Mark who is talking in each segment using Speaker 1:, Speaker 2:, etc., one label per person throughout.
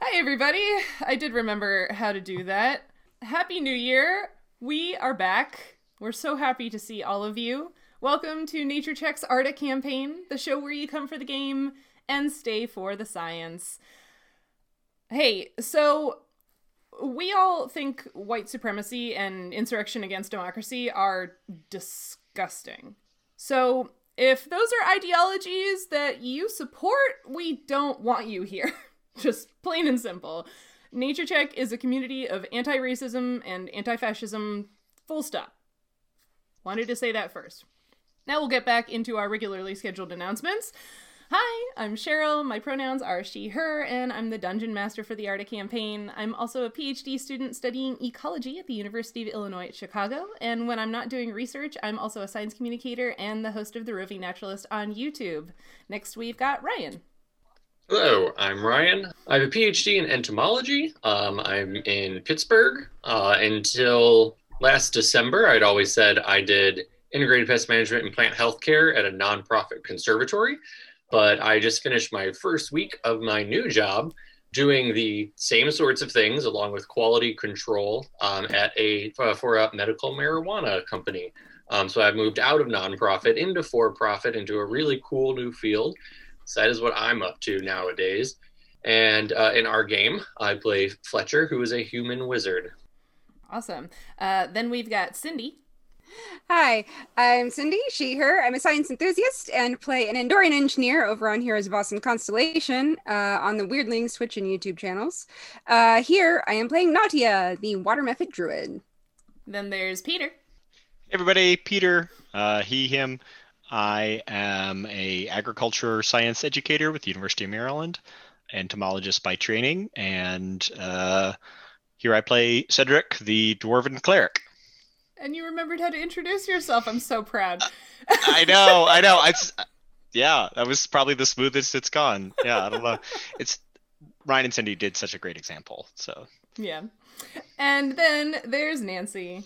Speaker 1: Hi, everybody. I did remember how to do that. Happy New Year. We are back. We're so happy to see all of you. Welcome to Nature Check's Arctic campaign, the show where you come for the game and stay for the science. Hey, so we all think white supremacy and insurrection against democracy are disgusting. So, if those are ideologies that you support, we don't want you here. Just plain and simple. Nature Check is a community of anti racism and anti fascism, full stop. Wanted to say that first. Now we'll get back into our regularly scheduled announcements. Hi, I'm Cheryl. My pronouns are she, her, and I'm the dungeon master for the Arctic campaign. I'm also a PhD student studying ecology at the University of Illinois at Chicago. And when I'm not doing research, I'm also a science communicator and the host of The Roving Naturalist on YouTube. Next, we've got Ryan.
Speaker 2: Hello, I'm Ryan. I have a PhD in entomology. Um, I'm in Pittsburgh. Uh, until last December, I'd always said I did integrated pest management and plant health care at a nonprofit conservatory, but I just finished my first week of my new job doing the same sorts of things along with quality control um, at a for a medical marijuana company. Um, so I've moved out of nonprofit into for profit into a really cool new field. So that is what I'm up to nowadays. And uh, in our game, I play Fletcher, who is a human wizard.
Speaker 1: Awesome. Uh, then we've got Cindy.
Speaker 3: Hi, I'm Cindy, she, her. I'm a science enthusiast and play an Andorian engineer over on Heroes of Awesome Constellation uh, on the Weirdling Switch and YouTube channels. Uh, here, I am playing Natia, the water method druid.
Speaker 1: Then there's Peter.
Speaker 4: everybody peter uh, he him i am a agriculture science educator with the university of maryland entomologist by training and uh, here i play cedric the dwarven cleric
Speaker 1: And you remembered how to introduce yourself. I'm so proud.
Speaker 4: i know i know i s- yeah that was probably the smoothest it's gone yeah i don't know it's ryan and cindy did such a great example so
Speaker 1: Yeah. And then there's Nancy.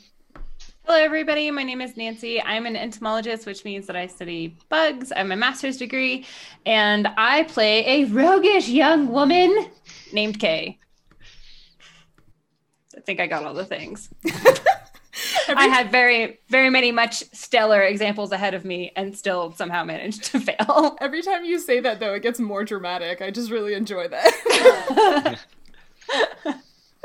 Speaker 5: Hello, everybody. My name is Nancy. I'm an entomologist, which means that I study bugs. I'm a master's degree, and I play a roguish young woman named Kay. I think I got all the things. I had very, very many much stellar examples ahead of me and still somehow managed to fail.
Speaker 1: Every time you say that, though, it gets more dramatic. I just really enjoy that.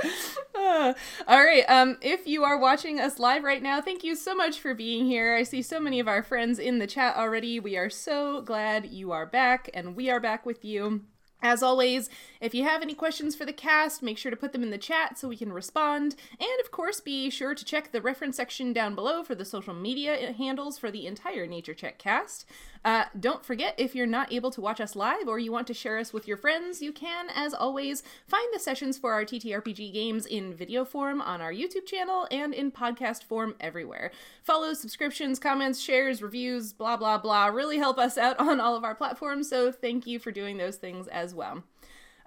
Speaker 1: Ah. all right. Um, if you are watching us live right now, thank you so much for being here. I see so many of our friends in the chat already. We are so glad you are back, and we are back with you. As always, if you have any questions for the cast, make sure to put them in the chat so we can respond. And of course, be sure to check the reference section down below for the social media handles for the entire Nature Check cast. Uh, don't forget, if you're not able to watch us live or you want to share us with your friends, you can, as always, find the sessions for our TTRPG games in video form on our YouTube channel and in podcast form everywhere. Follows, subscriptions, comments, shares, reviews, blah, blah, blah really help us out on all of our platforms, so thank you for doing those things as well.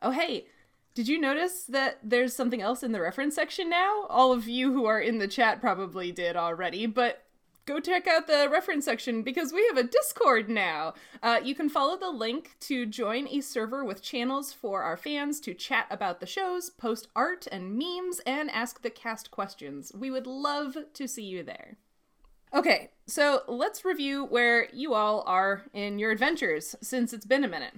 Speaker 1: Oh, hey. Did you notice that there's something else in the reference section now? All of you who are in the chat probably did already, but go check out the reference section because we have a Discord now. Uh, you can follow the link to join a server with channels for our fans to chat about the shows, post art and memes, and ask the cast questions. We would love to see you there. Okay, so let's review where you all are in your adventures since it's been a minute.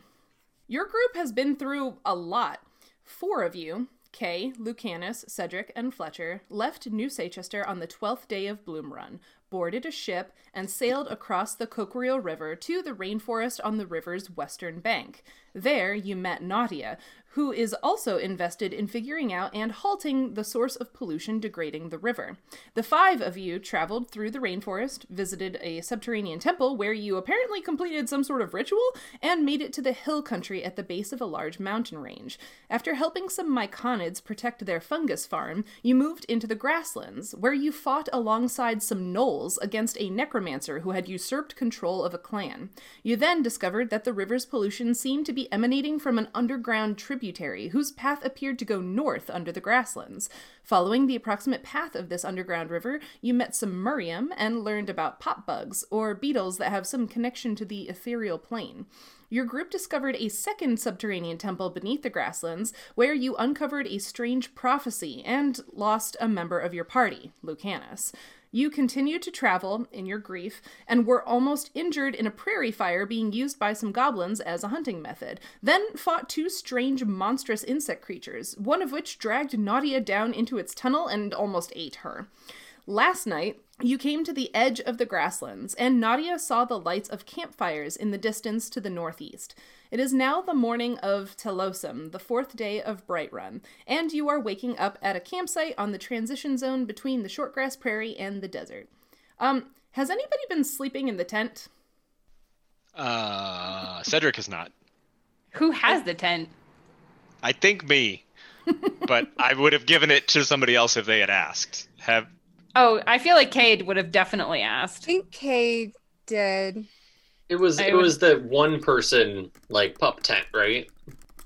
Speaker 1: Your group has been through a lot. Four of you, Kay, Lucanus, Cedric, and Fletcher, left New Seychester on the 12th day of Bloom Run, boarded a ship, and sailed across the Coquerel River to the rainforest on the river's western bank. There, you met Nadia, who is also invested in figuring out and halting the source of pollution degrading the river. The five of you traveled through the rainforest, visited a subterranean temple where you apparently completed some sort of ritual, and made it to the hill country at the base of a large mountain range. After helping some myconids protect their fungus farm, you moved into the grasslands, where you fought alongside some gnolls against a necromancer who had usurped control of a clan. You then discovered that the river's pollution seemed to be emanating from an underground tributary tributary, whose path appeared to go north under the grasslands. Following the approximate path of this underground river, you met some murium and learned about pop bugs, or beetles that have some connection to the ethereal plane. Your group discovered a second subterranean temple beneath the grasslands, where you uncovered a strange prophecy and lost a member of your party, Lucanus. You continued to travel in your grief and were almost injured in a prairie fire being used by some goblins as a hunting method. Then fought two strange, monstrous insect creatures, one of which dragged Nadia down into its tunnel and almost ate her. Last night, you came to the edge of the grasslands, and Nadia saw the lights of campfires in the distance to the northeast. It is now the morning of Telosum, the fourth day of Bright Run, and you are waking up at a campsite on the transition zone between the shortgrass prairie and the desert. Um, has anybody been sleeping in the tent?
Speaker 4: Uh, Cedric is not.
Speaker 5: Who has the tent?
Speaker 4: I think me, but I would have given it to somebody else if they had asked. Have
Speaker 5: Oh, I feel like Cade would have definitely
Speaker 3: I
Speaker 5: asked.
Speaker 3: think Kay did.
Speaker 2: It was
Speaker 5: I
Speaker 2: it
Speaker 5: would-
Speaker 2: was the one person like pup tent, right?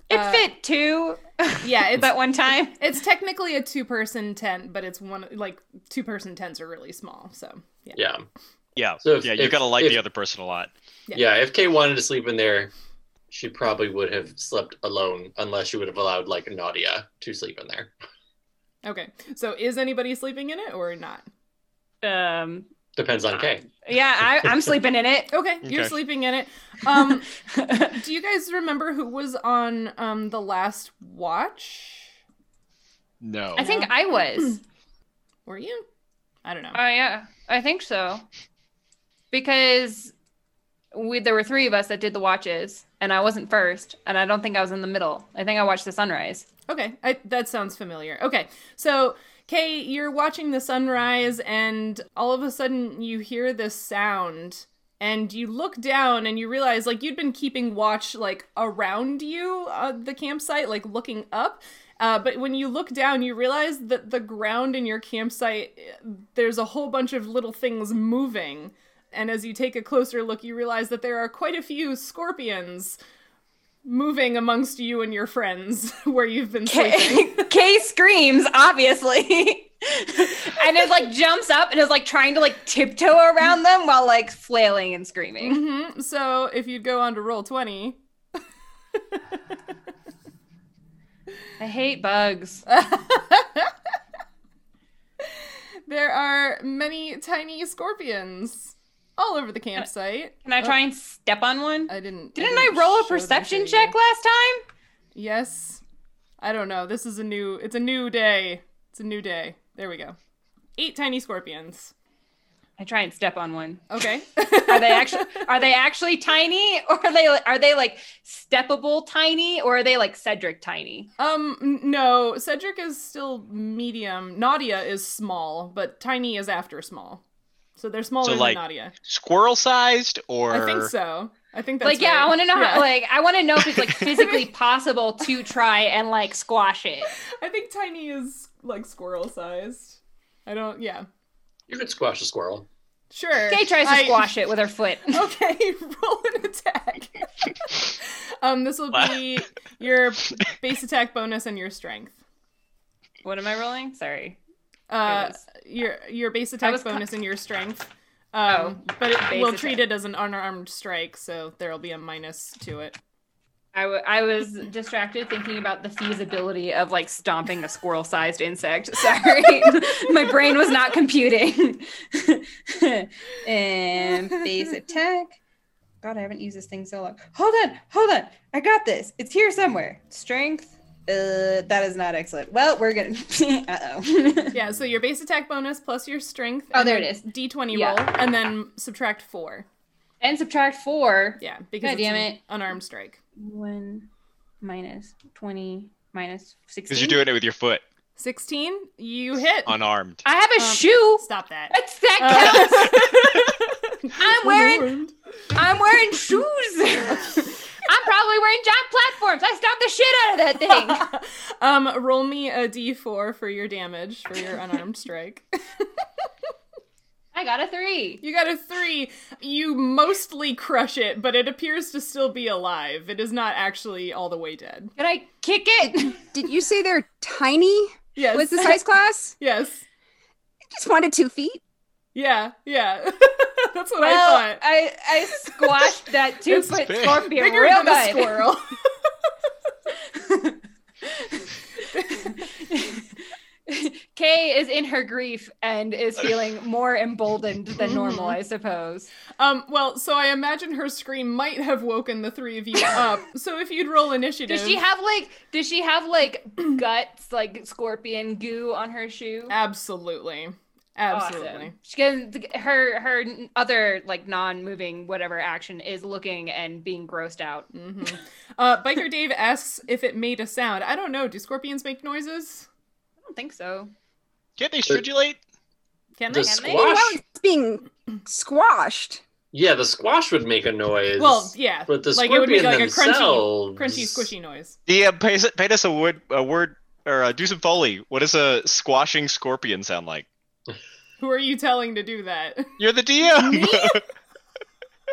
Speaker 5: It
Speaker 1: Uh,
Speaker 5: fit two
Speaker 1: Yeah, it's
Speaker 5: that one time.
Speaker 1: it's technically a two-person tent, but it's one like two-person tents are really small, so yeah.
Speaker 2: Yeah.
Speaker 4: yeah,
Speaker 2: So if-
Speaker 4: yeah. You
Speaker 2: if-
Speaker 4: gotta like
Speaker 2: if-
Speaker 4: the other person a lot.
Speaker 1: Yeah.
Speaker 2: Yeah. if Kay wanted to sleep in there, she probably would have slept alone unless you would have allowed like Nadia to sleep in there.
Speaker 1: Okay, so is anybody sleeping in it or not?
Speaker 5: Um,
Speaker 2: Depends on
Speaker 1: Ah.
Speaker 2: Kay.
Speaker 5: yeah, I, I'm sleeping in it.
Speaker 1: Okay, you're
Speaker 4: Okay.
Speaker 1: sleeping in it. Um, do you guys remember who was on um the last watch?
Speaker 4: No,
Speaker 5: I think I was.
Speaker 1: Were you? I don't know.
Speaker 5: Oh yeah, I think so. Because we there were three of us that did the watches, and I wasn't first, and I don't think I was in the middle. I think I watched the sunrise.
Speaker 1: Okay, I, that sounds familiar. Okay, so Kay, you're watching the sunrise, and all of a sudden you hear this sound, and you look down, and you realize like you'd been keeping watch like around you, uh, the campsite, like looking up. Uh, but when you look down, you realize that the ground in your campsite, there's a whole bunch of little things moving. And as you take a closer look, you realize that there are quite a few scorpions moving amongst you and your friends where you've been sleeping.
Speaker 5: Kay, Kay screams, obviously. and it like jumps up and is like trying to like tiptoe around them while like flailing and screaming.
Speaker 1: hmm So if you'd go on to roll 20.
Speaker 5: I hate bugs.
Speaker 1: there are many tiny scorpions all over the campsite.
Speaker 5: Can I try and step on one?
Speaker 1: I didn't.
Speaker 5: Didn't I
Speaker 1: didn't
Speaker 5: roll
Speaker 1: show
Speaker 5: a perception
Speaker 1: them to
Speaker 5: check
Speaker 1: you.
Speaker 5: last time?
Speaker 1: Yes. I don't know. This is a new. It's a new day. It's a new day. There we go. Eight tiny scorpions.
Speaker 5: I try and step on one.
Speaker 1: Okay.
Speaker 5: Are they actually are they actually tiny or are they are they like steppable tiny or are they like Cedric tiny?
Speaker 1: Um, n- no, Cedric is still medium. Nadia is small, but Tiny is after small. So they're smaller
Speaker 4: like,
Speaker 1: than Nadia.
Speaker 4: squirrel sized or
Speaker 1: I think so. I think that's
Speaker 5: like yeah,
Speaker 1: right.
Speaker 5: I want to know
Speaker 1: Yeah.
Speaker 5: how like I want to know if it's like physically possible to try and like squash it.
Speaker 1: I think Tiny is like squirrel sized. I don't. Yeah,
Speaker 2: You could squash a squirrel.
Speaker 1: sure.
Speaker 5: Kay tries to
Speaker 1: I-
Speaker 5: squash it with her foot.
Speaker 1: Okay, roll an attack. um, this will be your base attack bonus and your strength.
Speaker 5: What am I rolling? Sorry.
Speaker 1: Uh,
Speaker 5: It is.
Speaker 1: your your base attack
Speaker 5: was con-
Speaker 1: bonus and your strength. Um, but it,
Speaker 5: Base
Speaker 1: we'll
Speaker 5: attack.
Speaker 1: treat it as an unarmed strike, so there'll be a minus to it.
Speaker 5: I, w- I was distracted thinking about the feasibility of like stomping a squirrel sized insect. Sorry. My brain was not computing. and base attack. God, I haven't used this thing so long. Hold on. Hold on. I got this. It's here somewhere. Strength. Uh, that is not excellent. Well, we're going to. uh oh.
Speaker 1: Yeah, so your base attack bonus plus your strength.
Speaker 5: Oh,
Speaker 1: and
Speaker 5: there it
Speaker 1: then
Speaker 5: is.
Speaker 1: D20
Speaker 5: Yeah.
Speaker 1: roll, and then subtract four.
Speaker 5: and subtract four.
Speaker 1: Yeah, because
Speaker 5: God
Speaker 1: it's
Speaker 5: damn
Speaker 1: an
Speaker 5: it.
Speaker 1: unarmed strike.
Speaker 5: One minus 20 minus 16.
Speaker 4: because you're doing it with your foot,
Speaker 1: 16, you hit.
Speaker 4: unarmed.
Speaker 5: I have a
Speaker 1: Um,
Speaker 5: shoe.
Speaker 1: Stop that.
Speaker 5: That's that
Speaker 1: Uh,
Speaker 5: counts. I'm wearing I'm wearing shoes. I'm probably wearing giant platforms. I stomped the shit out of that thing.
Speaker 1: um, roll me a d4 for your damage for your unarmed strike.
Speaker 5: I I got a three.
Speaker 1: You got a three. You mostly crush it, but it appears to still be alive. It is not actually all the way dead.
Speaker 5: Can I kick it?
Speaker 3: Did you say they're tiny?
Speaker 1: Yes.
Speaker 3: Was the size class?
Speaker 1: Yes.
Speaker 3: I just wanted two feet.
Speaker 1: Yeah. Yeah. That's what
Speaker 5: well,
Speaker 1: I thought.
Speaker 5: I, I squashed that two foot
Speaker 4: big.
Speaker 5: scorpion
Speaker 1: Bigger
Speaker 5: real
Speaker 1: than a
Speaker 5: good.
Speaker 1: squirrel.
Speaker 5: Kay is in her grief and is feeling more emboldened than normal, I suppose.
Speaker 1: um. Well, so I imagine her scream might have woken the three of you up. so if you'd roll initiative,
Speaker 5: Does she have like does she have like guts, like scorpion goo on her shoe?
Speaker 1: absolutely, absolutely.
Speaker 5: Awesome. She can her her other like non-moving whatever action is looking and being grossed out.
Speaker 1: hmm Uh, Biker Dave asks if it made a sound. I don't know. Do scorpions make noises?
Speaker 5: I don't think so.
Speaker 4: Can't they stridulate?
Speaker 1: Can they?
Speaker 2: The
Speaker 5: can they?
Speaker 2: squash.
Speaker 3: Well, it's being squashed.
Speaker 2: Yeah, the squash would make a noise.
Speaker 1: Well, yeah.
Speaker 2: but the
Speaker 1: like it would
Speaker 2: scorpion
Speaker 1: be like a crunchy,
Speaker 2: themselves,
Speaker 1: crunchy, squishy noise.
Speaker 4: Yeah, pay, us- uh, paint us a word, a word or uh, do some foley. What does a squashing scorpion sound like?
Speaker 1: Who are you telling to do that?
Speaker 4: You're the DM.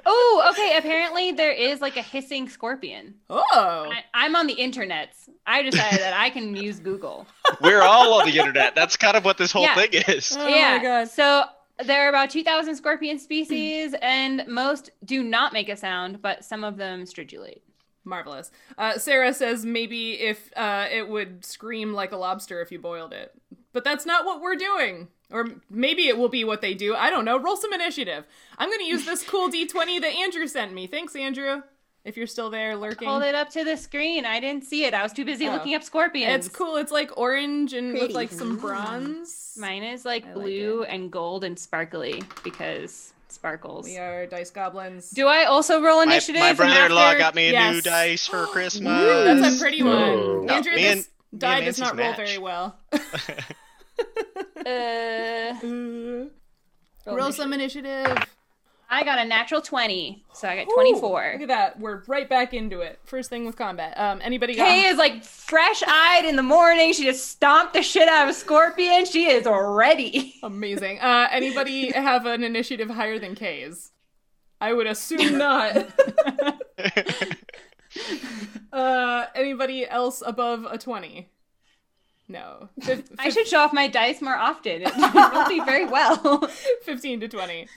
Speaker 5: Oh, okay. Apparently there is like a hissing scorpion.
Speaker 1: Oh,
Speaker 5: I, I'm on the internet. I decided that I can use Google.
Speaker 4: We're all on the internet. That's kind of what this whole
Speaker 5: Yeah.
Speaker 4: thing is.
Speaker 1: Oh
Speaker 5: yeah.
Speaker 1: my god.
Speaker 5: So there are about 2,000 scorpion species, and most do not make a sound, but some of them stridulate.
Speaker 1: Marvelous. Uh, Sarah says maybe if uh, it would scream like a lobster if you boiled it. But that's not what we're doing. Or maybe it will be what they do. I don't know. Roll some initiative. I'm going to use this cool d20 that Andrew sent me. Thanks, Andrew. If you're still there lurking.
Speaker 5: Hold it up to the screen. I didn't see it. I was too busy
Speaker 1: Oh.
Speaker 5: looking up scorpions.
Speaker 1: It's cool. It's like orange and with
Speaker 3: Pretty.
Speaker 1: like some
Speaker 3: Mm.
Speaker 1: bronze.
Speaker 5: Mine is
Speaker 1: I
Speaker 5: like
Speaker 1: like
Speaker 5: blue and gold and sparkly because sparkles.
Speaker 1: We are dice goblins.
Speaker 5: Do I also roll
Speaker 4: My,
Speaker 5: initiative?
Speaker 4: my brother-in-law
Speaker 5: after-
Speaker 4: got me a new
Speaker 1: Yes.
Speaker 4: dice for Christmas.
Speaker 1: That's a pretty one.
Speaker 2: Ooh.
Speaker 4: No,
Speaker 1: Andrew,
Speaker 4: me and-
Speaker 1: this die does
Speaker 4: Nancy's
Speaker 1: not roll
Speaker 4: match.
Speaker 1: very well.
Speaker 5: Uh, roll
Speaker 1: roll some initiative.
Speaker 5: I got a natural 20, so I got
Speaker 1: Ooh,
Speaker 5: 24.
Speaker 1: Look at that. We're right back into it. First thing with combat. Um, anybody got?
Speaker 5: Kay is like fresh eyed in the morning. She just stomped the shit out of a scorpion. She is ready.
Speaker 1: Amazing. Uh, anybody have an initiative higher than K's? I would assume not. uh, anybody else above a twenty? No. Fif-
Speaker 5: I should show off my dice more often. It will be very well.
Speaker 1: Fifteen to twenty.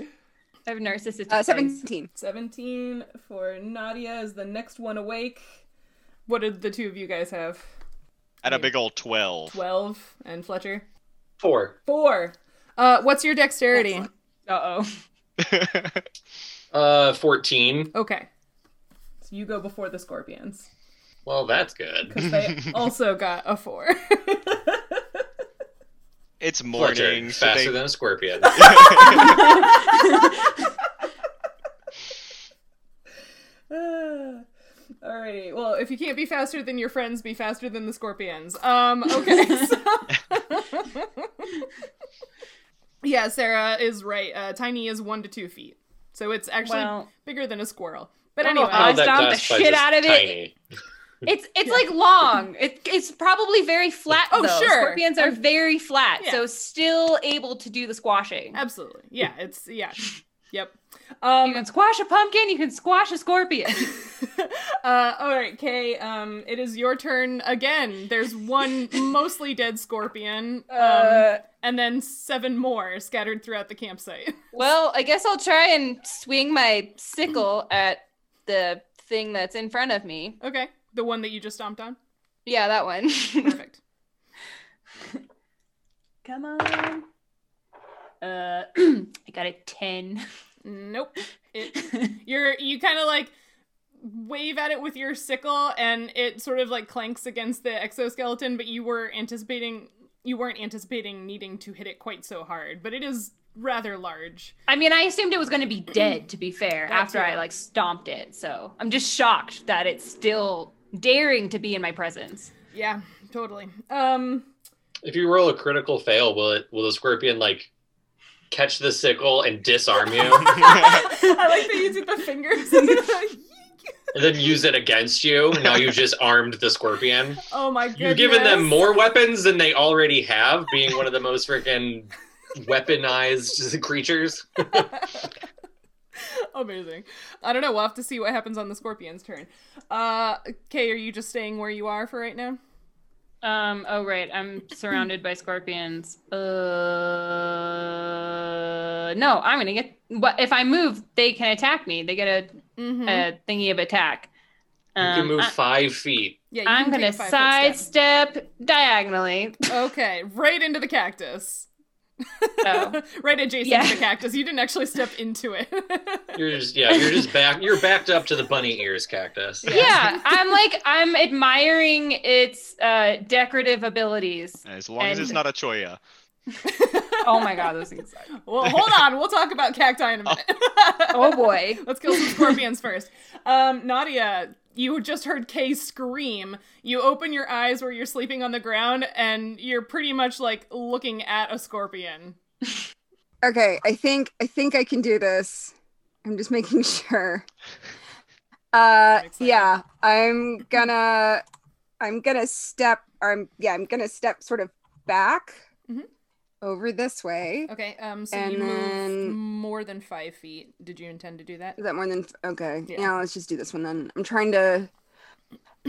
Speaker 5: I have narcissistic.
Speaker 3: Uh,
Speaker 5: dice.
Speaker 3: 17.
Speaker 1: 17 for Nadia is the next one awake. What did the two of you guys have?
Speaker 4: At a big old 12.
Speaker 1: 12 and Fletcher?
Speaker 2: Four.
Speaker 1: 4. Uh, what's your dexterity?
Speaker 3: Excellent.
Speaker 5: Uh oh.
Speaker 2: Uh, fourteen.
Speaker 1: Okay. So you go before the scorpions.
Speaker 2: Well, that's good.
Speaker 1: Because they also got a 4.
Speaker 4: it's
Speaker 2: Fletcher,
Speaker 4: morning. so
Speaker 2: faster
Speaker 4: they-
Speaker 2: than a scorpion.
Speaker 1: Alrighty. Well, if you can't be faster than your friends, be faster than the scorpions. Um, okay. so- yeah, Sarah is right. Uh, tiny is one to two feet. So it's actually
Speaker 5: Well-
Speaker 1: bigger than a squirrel. But
Speaker 5: Oh,
Speaker 1: anyway.
Speaker 5: I stomped the
Speaker 2: classifies
Speaker 5: shit
Speaker 2: as
Speaker 5: out of it.
Speaker 2: tiny.
Speaker 5: It's it's like long. It, it's probably very flat.
Speaker 1: Oh,
Speaker 5: though.
Speaker 1: sure.
Speaker 5: Scorpions are very flat,
Speaker 1: Yeah.
Speaker 5: so still able to do the squashing.
Speaker 1: Absolutely. Yeah, it's yeah. Yep.
Speaker 5: You
Speaker 1: Um
Speaker 5: can squash a pumpkin. You can squash a scorpion.
Speaker 1: uh all right, Kay, um it is your turn again. There's one mostly dead scorpion um
Speaker 5: Uh,
Speaker 1: and then seven more scattered throughout the campsite.
Speaker 5: Well, I guess I'll try and swing my sickle at the thing that's in front of me.
Speaker 1: Okay. The one that you just stomped on.
Speaker 5: Yeah, that one.
Speaker 1: Perfect.
Speaker 5: Come on. Uh, I got a 10.
Speaker 1: nope. It, you're you kind of like wave at it with your sickle and it sort of like clanks against the exoskeleton, but you were anticipating you weren't anticipating needing to hit it quite so hard, but it is rather large.
Speaker 5: I mean, I assumed it was going to be dead, to be fair,
Speaker 1: That
Speaker 5: after
Speaker 1: too.
Speaker 5: I like stomped it. So I'm just shocked that it's still daring to be in my presence.
Speaker 1: Yeah, totally. Um
Speaker 2: If you roll a critical fail, will it? Will the scorpion like catch the sickle and disarm you,
Speaker 1: I like that you did the fingers.
Speaker 2: and then use it against you? Now you've just armed the scorpion.
Speaker 1: oh my goodness.
Speaker 2: You've given them more weapons than they already have, being one of the most freaking weaponized creatures.
Speaker 1: Amazing. I don't know. We'll have to see what happens on the scorpion's turn. Uh, Kay, are you just staying where you are for right now?
Speaker 5: Um. Oh right, I'm surrounded by scorpions. Uh. No, I'm gonna get. What if I move? They can attack me. They get a,
Speaker 1: Mm-hmm.
Speaker 5: a thingy of attack.
Speaker 2: You
Speaker 5: Um,
Speaker 2: can move
Speaker 5: I,
Speaker 2: five feet.
Speaker 1: yeah, you
Speaker 5: I'm
Speaker 1: can
Speaker 5: gonna
Speaker 1: take five foot steps.
Speaker 5: sidestep diagonally.
Speaker 1: Okay, right into the cactus.
Speaker 5: So.
Speaker 1: right adjacent
Speaker 5: Yeah.
Speaker 1: to the cactus. You didn't actually step into it.
Speaker 2: You're just yeah, you're just back you're backed up to the bunny ears cactus.
Speaker 1: Yeah.
Speaker 5: yeah, I'm like I'm admiring its uh, decorative abilities.
Speaker 4: As long as it's
Speaker 5: And-
Speaker 4: not a choya.
Speaker 5: Oh my god, those things. suck.
Speaker 1: well, hold on. We'll talk about cacti in a minute.
Speaker 5: Oh boy.
Speaker 1: Let's kill some scorpions first. Um, Nadia, you just heard Kay scream. You open your eyes where you're sleeping on the ground, and you're pretty much like looking at a scorpion.
Speaker 3: Okay, I think I think I can do this. I'm just making sure. Uh
Speaker 1: I'm excited.
Speaker 3: yeah, I'm gonna I'm gonna step or I'm yeah, I'm gonna step sort of back
Speaker 1: Mhm.
Speaker 3: over this way.
Speaker 1: Okay, um, so
Speaker 3: And
Speaker 1: you move
Speaker 3: then-
Speaker 1: more than five feet. Did you intend to do that?
Speaker 3: Is that more than okay?
Speaker 1: Yeah.
Speaker 3: Yeah. let's just do this one then. I'm trying to.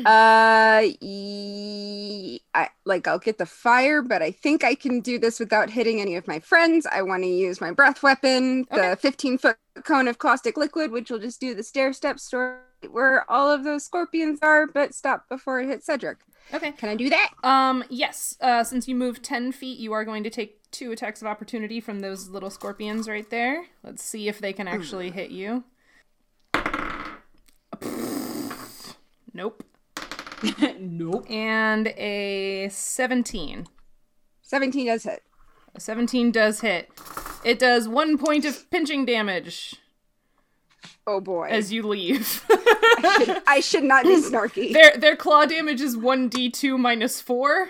Speaker 3: Uh, ye- I like I'll get the fire, but I think I can do this without hitting any of my friends. I want to use my breath weapon,
Speaker 1: Okay.
Speaker 3: the 15 foot cone of caustic liquid, which will just do the stair step story where all of those scorpions are, but stop before it hits Cedric.
Speaker 1: Okay.
Speaker 3: Can I do that?
Speaker 1: Um, yes. Uh, since you move ten feet, you are going to take two attacks of opportunity from those little scorpions right there. Let's see if they can actually hit you. Nope.
Speaker 5: nope.
Speaker 1: And a seventeen.
Speaker 3: 17 does hit.
Speaker 1: A seventeen does hit. It does one point of pinching damage
Speaker 3: Oh boy,
Speaker 1: as you leave.
Speaker 3: I, should, I should not be snarky.
Speaker 1: their their claw damage is one d two minus four,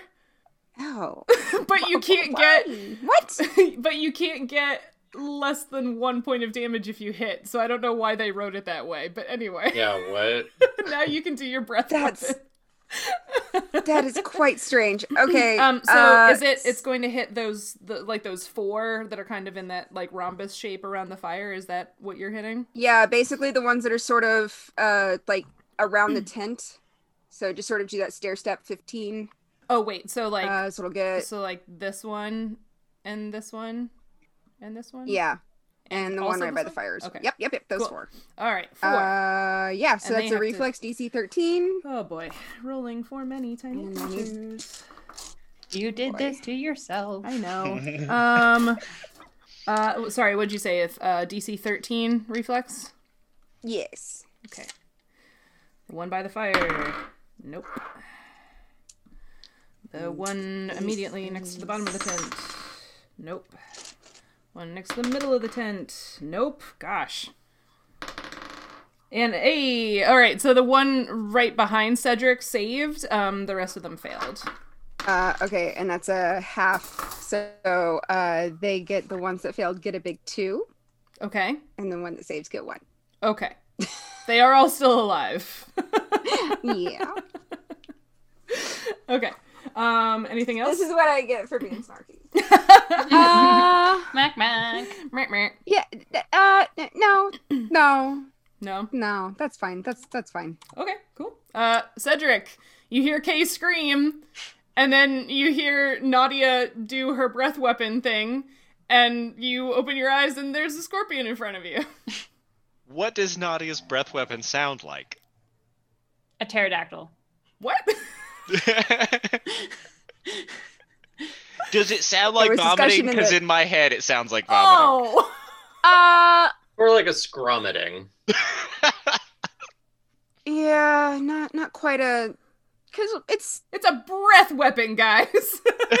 Speaker 3: Oh,
Speaker 1: but you can't get
Speaker 3: what?
Speaker 1: but you can't get less than one point of damage if you hit. So I don't know why they wrote it that way. But anyway,
Speaker 2: Yeah, what?
Speaker 1: now you can do your breath.
Speaker 3: That's-
Speaker 1: weapon.
Speaker 3: That is quite strange. Okay.
Speaker 1: um. So
Speaker 3: uh,
Speaker 1: is it? It's going to hit those the like those four that are kind of in that like rhombus shape around the fire. Is that what you're hitting?
Speaker 3: Yeah, basically the ones that are sort of uh like around the
Speaker 1: Mm.
Speaker 3: tent. So just sort of do that stair step 15.
Speaker 1: Oh wait. So like
Speaker 3: uh so it'll get
Speaker 1: so like this one and this one and this one.
Speaker 3: yeah. And the one
Speaker 1: also
Speaker 3: right by
Speaker 1: this
Speaker 3: the fires.
Speaker 1: Okay.
Speaker 3: Yep, yep, yep, those
Speaker 1: Cool.
Speaker 3: four.
Speaker 1: All right. Four.
Speaker 3: Uh yeah, so
Speaker 1: And they
Speaker 3: that's
Speaker 1: have to-
Speaker 3: a reflex DC 13.
Speaker 1: oh boy. Rolling for many tiny
Speaker 3: And then you-
Speaker 1: creatures.
Speaker 5: You did
Speaker 3: Boy.
Speaker 5: this to yourself.
Speaker 1: I know. Um, uh, w- sorry, what'd you say? If uh, DC 13 reflex?
Speaker 3: Yes.
Speaker 1: Okay. The one by the fire. Nope. The one immediately next to the bottom of the tent. Nope. One next to the middle of the tent. Nope. Gosh. And a all right, so the one right behind Cedric saved. Um, the rest of them failed.
Speaker 3: Uh okay, and that's a half. So uh they get the ones that failed get a big 2
Speaker 1: Okay.
Speaker 3: and the one that saves get 1.
Speaker 1: Okay. they are all still alive.
Speaker 3: Yeah.
Speaker 1: Okay. Um. Anything else?
Speaker 3: this is what I get for being snarky. uh
Speaker 5: Mac mac.
Speaker 1: Meh, meh.
Speaker 3: yeah, th- uh n- no. No.
Speaker 1: no.
Speaker 3: No, that's fine. That's that's fine.
Speaker 1: Okay. Cool. Uh, Cedric, you hear Kay scream, and then you hear Nadia do her breath weapon thing, and you open your eyes, and there's a scorpion in front of you.
Speaker 4: What does Nadia's breath weapon sound like?
Speaker 5: A pterodactyl.
Speaker 1: What?
Speaker 4: does it sound
Speaker 3: There
Speaker 4: like
Speaker 3: was
Speaker 4: vomiting?
Speaker 3: discussion in
Speaker 4: Because
Speaker 3: the-
Speaker 4: in my head it sounds like vomiting.
Speaker 1: Oh.
Speaker 3: Uh
Speaker 2: Or like a scrummeting.
Speaker 3: yeah, not not quite a cuz it's
Speaker 1: It's a breath weapon, guys.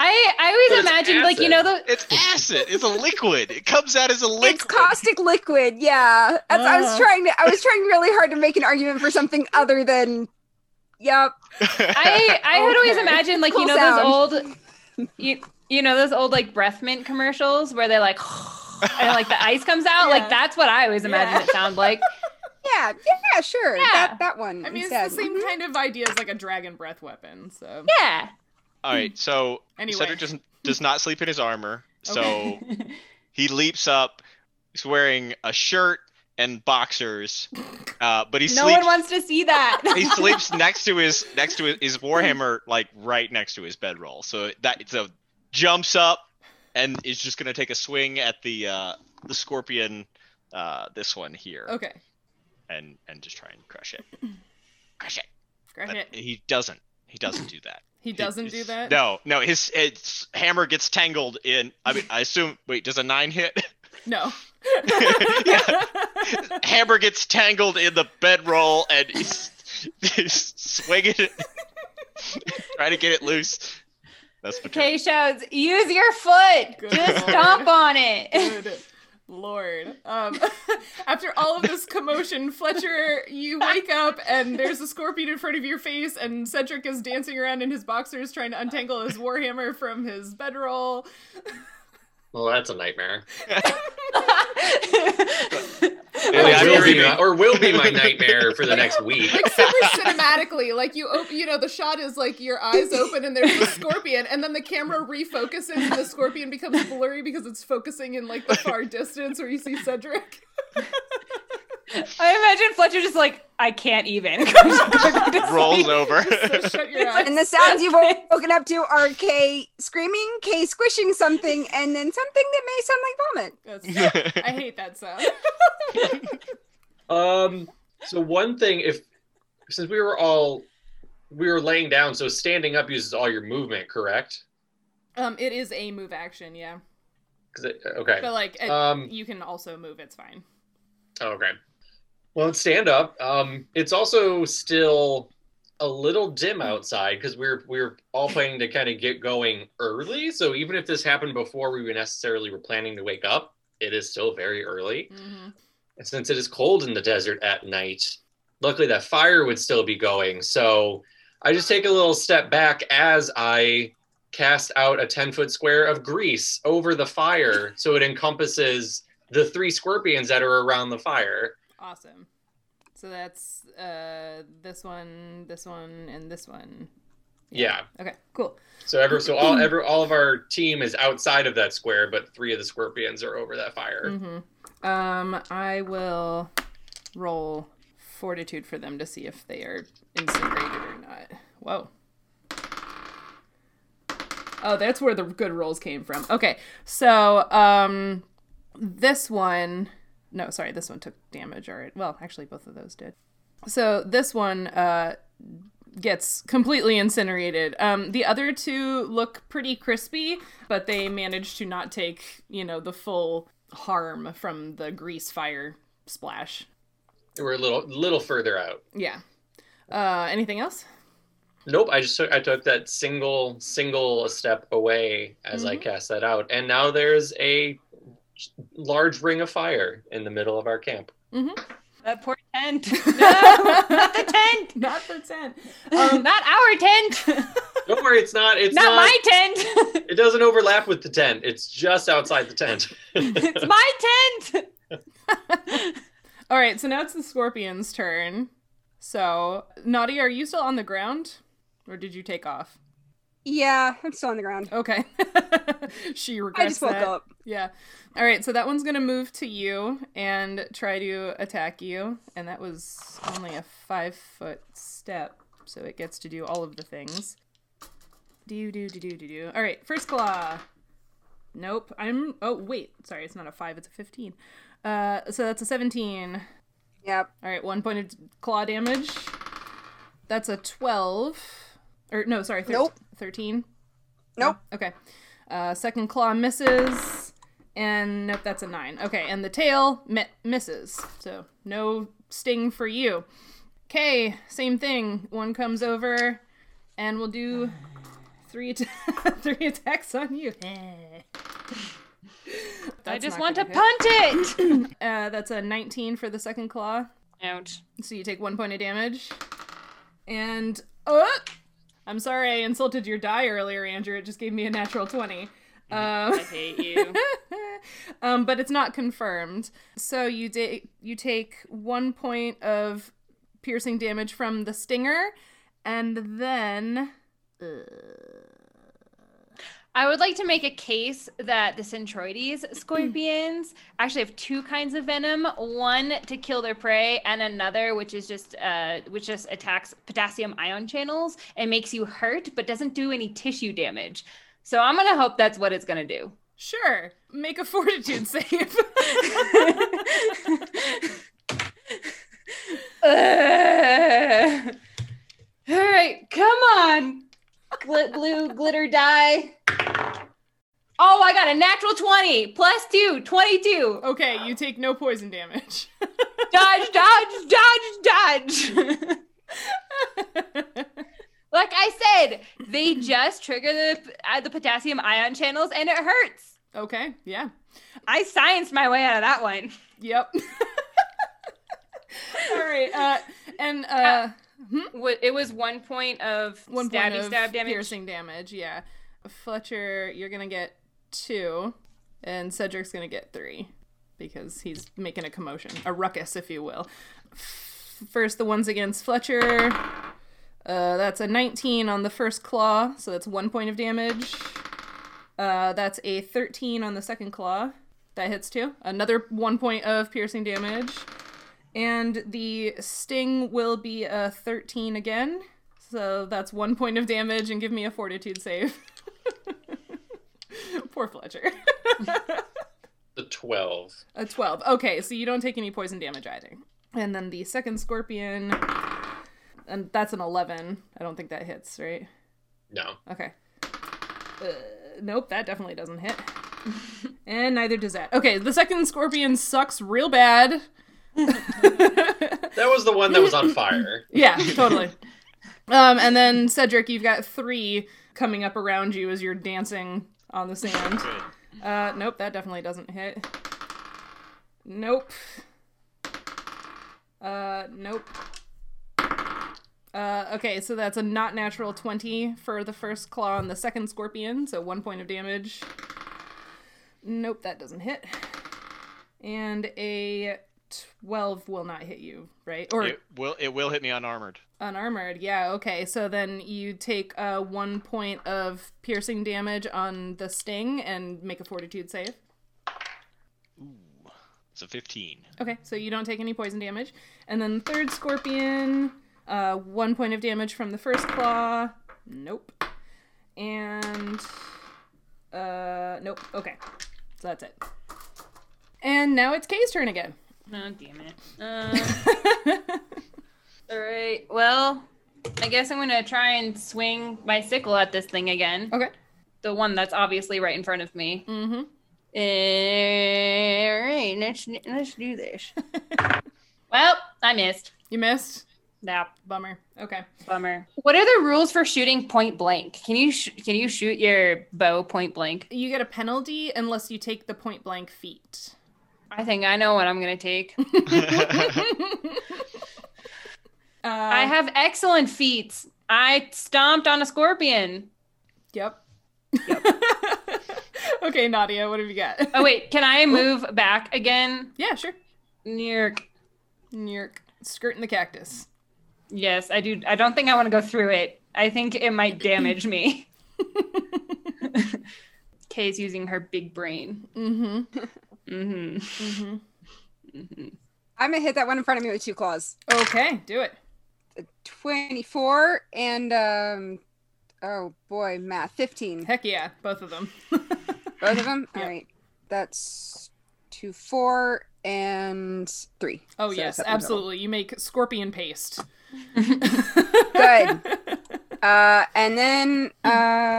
Speaker 5: I I always
Speaker 2: But it's
Speaker 5: imagined like you know the
Speaker 4: It's acid. It's a liquid. It comes out as a liquid.
Speaker 3: it's caustic liquid. Yeah. That's, I
Speaker 1: Uh.
Speaker 3: was trying to I was trying really hard to make an argument for something other than yep.
Speaker 5: I I had always
Speaker 1: Okay.
Speaker 5: imagined like you
Speaker 3: Cool
Speaker 5: know those
Speaker 3: sound.
Speaker 5: old you you know those old like breath mint commercials where they like and like the ice comes out
Speaker 1: Yeah.
Speaker 5: like that's what I always imagined
Speaker 1: Yeah.
Speaker 5: it sound like.
Speaker 3: Yeah, yeah, sure.
Speaker 5: Yeah.
Speaker 3: That that one.
Speaker 1: I mean, it's the
Speaker 3: instead.
Speaker 1: same
Speaker 3: Mhm.
Speaker 1: kind of idea as like a dragon breath weapon. So
Speaker 5: Yeah.
Speaker 4: All right, so
Speaker 1: Anyway.
Speaker 4: Cedric doesn't does not sleep in his armor, so he leaps up. He's wearing a shirt and boxers, uh, but he
Speaker 5: no
Speaker 4: sleeps.
Speaker 5: one wants to see that.
Speaker 4: he sleeps next to his next to his, his warhammer, like right next to his bedroll. So that so jumps up and is just gonna take a swing at the uh, the scorpion. Uh, this one here,
Speaker 1: Okay.
Speaker 4: and and just try and crush it. Crush it.
Speaker 1: Crush
Speaker 4: But
Speaker 1: it.
Speaker 4: he doesn't. He doesn't do that.
Speaker 1: He doesn't do
Speaker 4: he's-
Speaker 1: that.
Speaker 4: Uh, No, no. His, his hammer gets tangled in. I mean, I assume. Wait, does a nine hit?
Speaker 1: No.
Speaker 4: Yeah. hammer gets tangled in the bedroll and he's, he's swinging it, trying to get it loose. That's the
Speaker 5: Kay shouts, "Use your foot.
Speaker 1: Good
Speaker 5: Just
Speaker 1: lord.
Speaker 5: stomp on it."
Speaker 1: Good lord. Um, after all of this commotion, Fletcher, you wake up and there's a scorpion in front of your face, and Cedric is dancing around in his boxers trying to untangle his warhammer from his bedroll.
Speaker 2: Well, that's a nightmare.
Speaker 4: Yeah,
Speaker 2: Or
Speaker 4: I
Speaker 2: will
Speaker 4: agree.
Speaker 2: be my- or will be my nightmare for the next week.
Speaker 1: Like super cinematically, like you open, you know, the shot is like your eyes open and there's a scorpion, and then the camera refocuses and the scorpion becomes blurry because it's focusing in like the far distance where you see Cedric.
Speaker 5: I imagine Fletcher just like, "I can't even." Goes back to
Speaker 4: rolls
Speaker 5: sleep.
Speaker 4: over.
Speaker 1: So shut your eyes.
Speaker 3: And the sounds you've woken up to are K screaming, K squishing something, and then something that may sound like vomit.
Speaker 1: That's- I hate that sound.
Speaker 2: Um. So one thing, if since we were all we were laying down, so standing up uses all your movement, correct?
Speaker 1: Um, it is a move action, yeah.
Speaker 2: 'Cause it- okay.
Speaker 1: But like, it-
Speaker 2: Um. oh,
Speaker 1: you can also move. It's fine.
Speaker 2: Okay. Well, let's stand up. Um. It's also still a little dim outside because we're we're all planning to kind of get going early. So even if this happened before we were necessarily were planning to wake up, it is still very early.
Speaker 1: Mhm.
Speaker 2: And since it is cold in the desert at night, luckily that fire would still be going. So I just take a little step back as I cast out a 10 foot square of grease over the fire so it encompasses the three scorpions that are around the fire.
Speaker 1: Awesome. So that's uh this one, this one, and this one.
Speaker 2: Yeah.
Speaker 1: Okay. Cool.
Speaker 2: So ever so all ever all of our team is outside of that square, but three of the scorpions are over that fire.
Speaker 1: Mm-hmm. Um, I will roll fortitude for them to see if they are incinerated or not. Whoa. Oh, that's where the good rolls came from. Okay, so um, this one. No, sorry, this one took damage. All right. Well, actually, both of those did. So this one uh, gets completely incinerated. Um, the other two look pretty crispy, but they manage to not take, you know, the full harm from the grease fire splash.
Speaker 2: We're a little little further out.
Speaker 1: Yeah. Uh, anything else?
Speaker 2: Nope, I just took I took that single single step away as I
Speaker 1: Mhm.
Speaker 2: cast that out, and now there's a large ring of fire in the middle of our camp.
Speaker 1: Mm-hmm.
Speaker 5: That poor tent. No, not the tent.
Speaker 1: Not the tent.
Speaker 5: Um, not our tent.
Speaker 2: Don't worry, it's not it's
Speaker 5: not,
Speaker 2: not,
Speaker 5: my tent.
Speaker 2: it doesn't overlap with the tent. It's just outside the tent.
Speaker 5: it's my tent.
Speaker 1: All right, so now it's the scorpion's turn. So, Naughty, are you still on the ground? Or did you take off?
Speaker 3: Yeah, I'm still on the ground.
Speaker 1: Okay. she regrets
Speaker 3: I just woke
Speaker 1: that.
Speaker 3: up.
Speaker 1: Yeah. All right, so that one's going to move to you and try to attack you. And that was only a five foot step, so it gets to do all of the things. Do, do, do, do, do, do. All right, first claw. Nope. I'm. Oh, wait. Sorry, it's not a five, it's a 15. Uh, so that's a 17.
Speaker 3: Yep.
Speaker 1: All right, one point of claw damage. That's a 12. Or, no, sorry, thir-
Speaker 3: Nope.
Speaker 1: 13.
Speaker 3: Nope.
Speaker 1: Okay. Uh, second claw misses, and nope, that's a nine. Okay, and the tail mi- misses, so no sting for you. Okay, same thing. One comes over, and we'll do three att- three attacks on you.
Speaker 5: I
Speaker 1: That's
Speaker 5: Eh. just
Speaker 1: not
Speaker 5: want to
Speaker 1: gonna
Speaker 5: punt it.
Speaker 1: hit. Uh, that's a 19 for the second claw,
Speaker 5: Ouch.
Speaker 1: so you take one point of damage. And oh, I'm sorry I insulted your die earlier, Andrew. It just gave me a natural 20. Um,
Speaker 5: I hate you.
Speaker 1: um, but it's not confirmed. So you da- you take one point of piercing damage from the stinger, and then uh,
Speaker 5: I would like to make a case that the Centroides scorpions actually have two kinds of venom: one to kill their prey, and another which is just uh, which just attacks potassium ion channels and makes you hurt, but doesn't do any tissue damage. So I'm gonna hope that's what it's gonna do.
Speaker 1: Sure. Make a fortitude save.
Speaker 5: Ugh. All right, come on. Gl- glue, glitter, die. Oh, I got a natural 20 plus 2, 22.
Speaker 1: okay, you take no poison damage.
Speaker 5: Dodge, dodge, dodge, dodge. like I said, they just trigger the, uh, the potassium ion channels and it hurts.
Speaker 1: okay, yeah.
Speaker 5: I scienced my way out of that one.
Speaker 1: Yep. All right. Uh, and uh,
Speaker 5: Wa- It was one point of
Speaker 1: one
Speaker 5: stabby
Speaker 1: point of
Speaker 5: stab damage.
Speaker 1: piercing damage. Yeah, Fletcher, you're gonna get two, and Cedric's gonna get three because he's making a commotion, a ruckus, if you will. F- First, the ones against Fletcher. Uh, that's a 19 on the first claw, so that's one point of damage. Uh, that's a 13 on the second claw. That hits too. Another one point of piercing damage. And the sting will be a 13 again. So that's one point of damage and give me a fortitude save. Poor Fletcher.
Speaker 2: The 12.
Speaker 1: a 12. Okay, so you don't take any poison damage either. And then the second scorpion. And that's an 11. I don't think that hits, right?
Speaker 2: No.
Speaker 1: Okay. Uh, nope, that definitely doesn't hit. and neither does that. Okay, the second scorpion sucks real bad.
Speaker 2: That was the one that was on fire.
Speaker 1: yeah, totally. Um, and then Cedric, you've got three coming up around you as you're dancing on the sand.
Speaker 4: Good.
Speaker 1: Uh, nope, that definitely doesn't hit. Nope. Uh, nope. Uh, okay, so that's a not natural 20 for the first claw on the second scorpion, so one point of damage. Nope, that doesn't hit. And a 12 will not hit you, right? Or
Speaker 4: It will it will hit me unarmored.
Speaker 1: Unarmored, yeah, okay. So then you take uh, one point of piercing damage on the sting and make a fortitude save.
Speaker 4: Ooh, it's a fifteen.
Speaker 1: Okay, so you don't take any poison damage. And then third scorpion, uh, one point of damage from the first claw. Nope. And uh, nope. Okay, so that's it. And now it's Kay's turn again.
Speaker 5: Oh, damn it. Uh, all right. Well, I guess I'm going to try and swing my sickle at this thing again.
Speaker 1: okay.
Speaker 5: The one that's obviously right in front of me.
Speaker 1: Mm-hmm.
Speaker 5: All right. Let's, let's do this. well, I missed.
Speaker 1: You missed.
Speaker 5: Nah,
Speaker 1: Bummer. Okay.
Speaker 5: bummer. What are the rules for shooting point blank? Can you sh- can you shoot your bow point blank?
Speaker 1: You get a penalty unless you take the point blank feat.
Speaker 5: I think I know what I'm going to take.
Speaker 1: Uh,
Speaker 5: I have excellent feats. I stomped on a scorpion.
Speaker 1: Yep. okay, Nadia, what have you got?
Speaker 5: Oh wait, can I move back again?
Speaker 1: Yeah, sure.
Speaker 5: Near
Speaker 1: Nyerk. Skirt in the cactus.
Speaker 5: Yes, I do. I don't think I want to go through it. I think it might damage me. Kay's using her big brain.
Speaker 1: Mm
Speaker 5: Mm-hmm.
Speaker 1: hmm. Mm hmm.
Speaker 3: I'm gonna hit that one in front of me with two claws.
Speaker 1: Okay, do it.
Speaker 3: A 24 and um oh boy, math 15.
Speaker 1: Heck yeah, both of them.
Speaker 3: Both of them.
Speaker 1: Yeah.
Speaker 3: All right. That's two, four, and three.
Speaker 1: Oh,
Speaker 3: So
Speaker 1: yes,
Speaker 3: that's up in the middle.
Speaker 1: absolutely. You make scorpion paste.
Speaker 3: Uh, and then uh,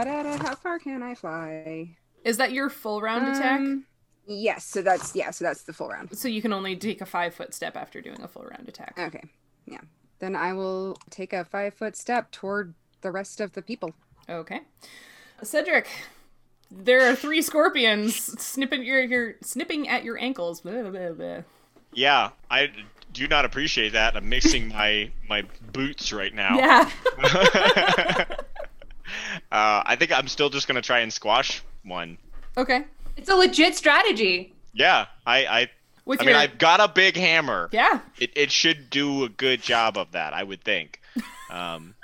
Speaker 3: da, da, how far can I fly?
Speaker 1: Is that your full round attack?
Speaker 3: Um, Yes. So that's yeah. So that's the full round.
Speaker 1: So you can only take a five foot step after doing a full round attack.
Speaker 3: Okay. Yeah. Then I will take a five foot step toward the rest of the people.
Speaker 1: Okay. Cedric, there are three scorpions snipping your, your snipping at your ankles. Blah, blah, blah.
Speaker 4: Yeah, I do not appreciate that. I'm mixing my my boots right now.
Speaker 1: Yeah.
Speaker 4: uh, I think I'm still just gonna try and squash one.
Speaker 1: Okay.
Speaker 5: It's a legit strategy.
Speaker 4: Yeah, I I,
Speaker 1: With
Speaker 4: I
Speaker 1: your
Speaker 4: mean I've got a big hammer.
Speaker 1: yeah.
Speaker 4: It it should do a good job of that, I would think. Um,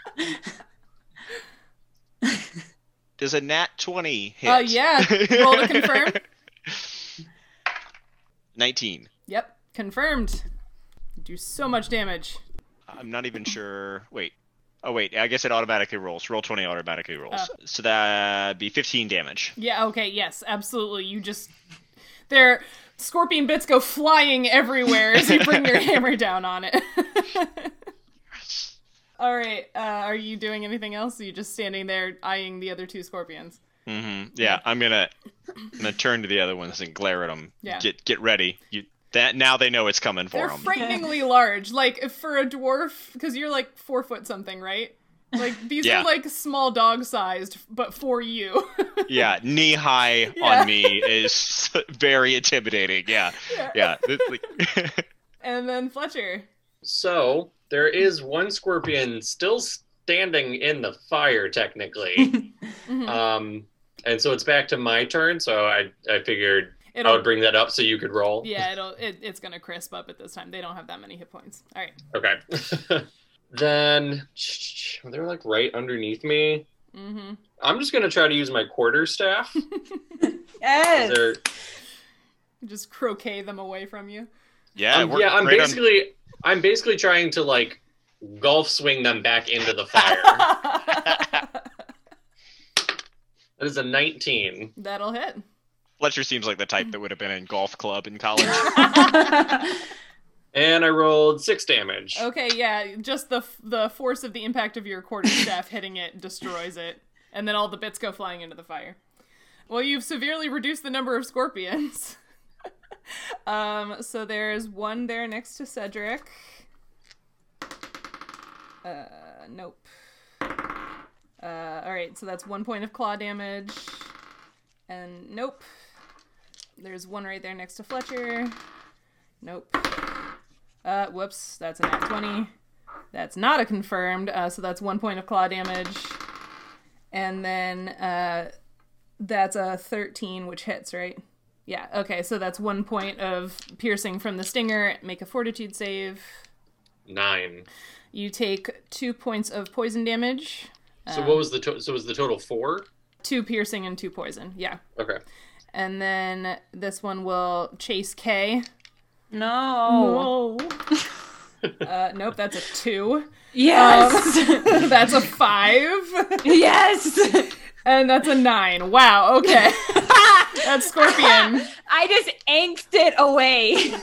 Speaker 4: Does a nat 20 hit?
Speaker 1: Oh, yeah. Roll to confirm.
Speaker 4: 19.
Speaker 1: Yep, confirmed. You do so much damage.
Speaker 4: I'm not even sure. Wait. Oh, wait. I guess it automatically rolls. Roll 20 automatically rolls.
Speaker 1: Oh.
Speaker 4: So that'd be 15 damage.
Speaker 1: Yeah, okay, yes, absolutely. You just. Their scorpion bits go flying everywhere as you bring your hammer down on it. All right, uh, are you doing anything else? Are you just standing there eyeing the other two scorpions?
Speaker 4: hmm Yeah, I'm gonna, I'm gonna turn to the other ones and glare at them.
Speaker 1: Yeah.
Speaker 4: Get get ready. You that now they know it's coming for
Speaker 1: They're
Speaker 4: them.
Speaker 1: frighteningly large. Like, for a dwarf, because you're like four foot something, right? Like, these
Speaker 4: Yeah.
Speaker 1: are like small dog sized, but for you.
Speaker 4: yeah, knee high
Speaker 1: Yeah.
Speaker 4: on me is very intimidating. Yeah,
Speaker 1: Yeah.
Speaker 4: yeah. It's like-
Speaker 1: and then Fletcher.
Speaker 2: So there is one scorpion still standing in the fire, technically.
Speaker 1: Mhm.
Speaker 2: um, and so it's back to my turn. So I I figured I
Speaker 1: It'll
Speaker 2: would bring that up so you could roll.
Speaker 1: Yeah, it'll it, it's gonna crisp up at this time. They don't have that many hit points. All right.
Speaker 2: Okay. then they're like right underneath me.
Speaker 1: Mm-hmm.
Speaker 2: I'm just gonna try to use my quarter staff.
Speaker 5: Yes.
Speaker 2: They're-
Speaker 1: Just croquet them away from you.
Speaker 4: yeah,
Speaker 2: um,
Speaker 4: we're
Speaker 2: yeah, I'm
Speaker 4: great on-
Speaker 2: basically I'm basically trying to like golf swing them back into the fire. that is a 19.
Speaker 1: That'll hit.
Speaker 4: Fletcher seems like the type that would have been in golf club in college.
Speaker 2: And I rolled six damage.
Speaker 1: Okay, yeah, just the f- the force of the impact of your quarterstaff hitting it destroys it, and then all the bits go flying into the fire. Well, you've severely reduced the number of scorpions. um, so there's one there next to Cedric. Uh, nope. Uh, all right, so that's one point of claw damage, and nope. There's one right there next to Fletcher. Nope. Uh, whoops, that's an at 20. That's not a confirmed, uh, so that's one point of claw damage. And then uh, that's a 13, which hits, right? Yeah, okay, so that's one point of piercing from the stinger. Make a fortitude save.
Speaker 2: Nine.
Speaker 1: You take two points of poison damage,
Speaker 2: So
Speaker 1: Uh.
Speaker 2: what was the to- so was the total four?
Speaker 1: two piercing and two poison, yeah.
Speaker 2: Okay.
Speaker 1: And then this one will chase K.
Speaker 5: no.
Speaker 1: uh, nope, that's a two. Um,
Speaker 5: Yes.
Speaker 1: that's a five.
Speaker 5: yes.
Speaker 1: And that's a nine. Wow, okay. that's Scorpion.
Speaker 5: I just angst it away.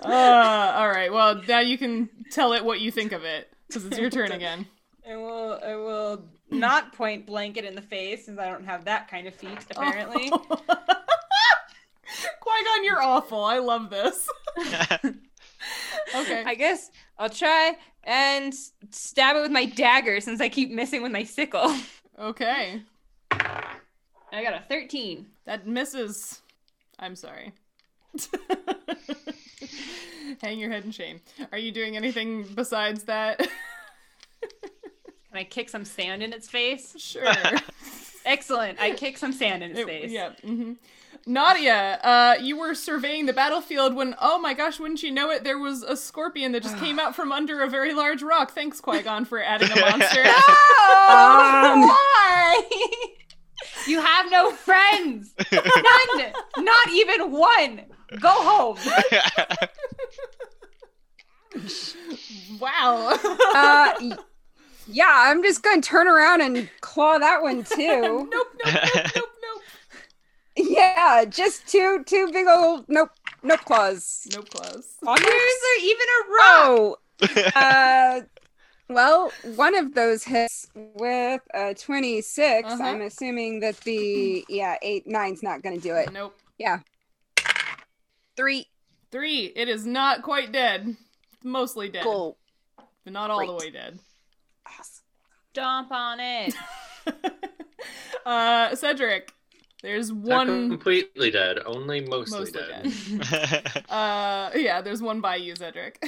Speaker 1: Uh, all right, well, now you can tell it what you think of it because it's your turn again.
Speaker 5: I will. I will not point blanket in the face since I don't have that kind of feet apparently.
Speaker 1: Qui Gon, you're awful. I love this. Okay.
Speaker 5: I guess I'll try and stab it with my dagger since I keep missing with my sickle.
Speaker 1: Okay.
Speaker 5: I got a 13.
Speaker 1: That misses. I'm sorry. Hang your head in shame. Are you doing anything besides that?
Speaker 5: Can I kick some sand in its face?
Speaker 1: sure.
Speaker 5: Excellent. I kick some sand in its
Speaker 1: It-
Speaker 5: face.
Speaker 1: Yeah. hmm Nadia, uh, you were surveying the battlefield when, oh my gosh, wouldn't you know it, there was a scorpion that just came out from under a very large rock. Thanks, Qui Gon, for adding a monster.
Speaker 5: Oh,
Speaker 3: Um.
Speaker 5: why? you have no friends. None. Not even one. Go home.
Speaker 1: wow.
Speaker 3: Uh, y- yeah, I'm just gonna turn around and claw that one too.
Speaker 1: nope, nope, nope, nope, nope.
Speaker 3: Yeah, just two two big old nope nope claws.
Speaker 1: Nope, close.
Speaker 3: On there?
Speaker 5: There's even a rock.
Speaker 3: Oh, uh, well, one of those hits with a 26.
Speaker 1: Uh-huh.
Speaker 3: I'm assuming that the yeah eight nine's not gonna do it.
Speaker 1: Nope.
Speaker 3: Three
Speaker 1: Three, it is not quite dead. Mostly dead,
Speaker 3: cool.
Speaker 1: but not all the
Speaker 3: Great.
Speaker 1: way dead.
Speaker 3: Awesome.
Speaker 5: Stomp on it.
Speaker 1: uh, Cedric, there's
Speaker 2: Not
Speaker 1: one
Speaker 2: completely dead, only mostly,
Speaker 1: mostly
Speaker 2: dead.
Speaker 1: dead. Uh, yeah, there's one by you, Cedric.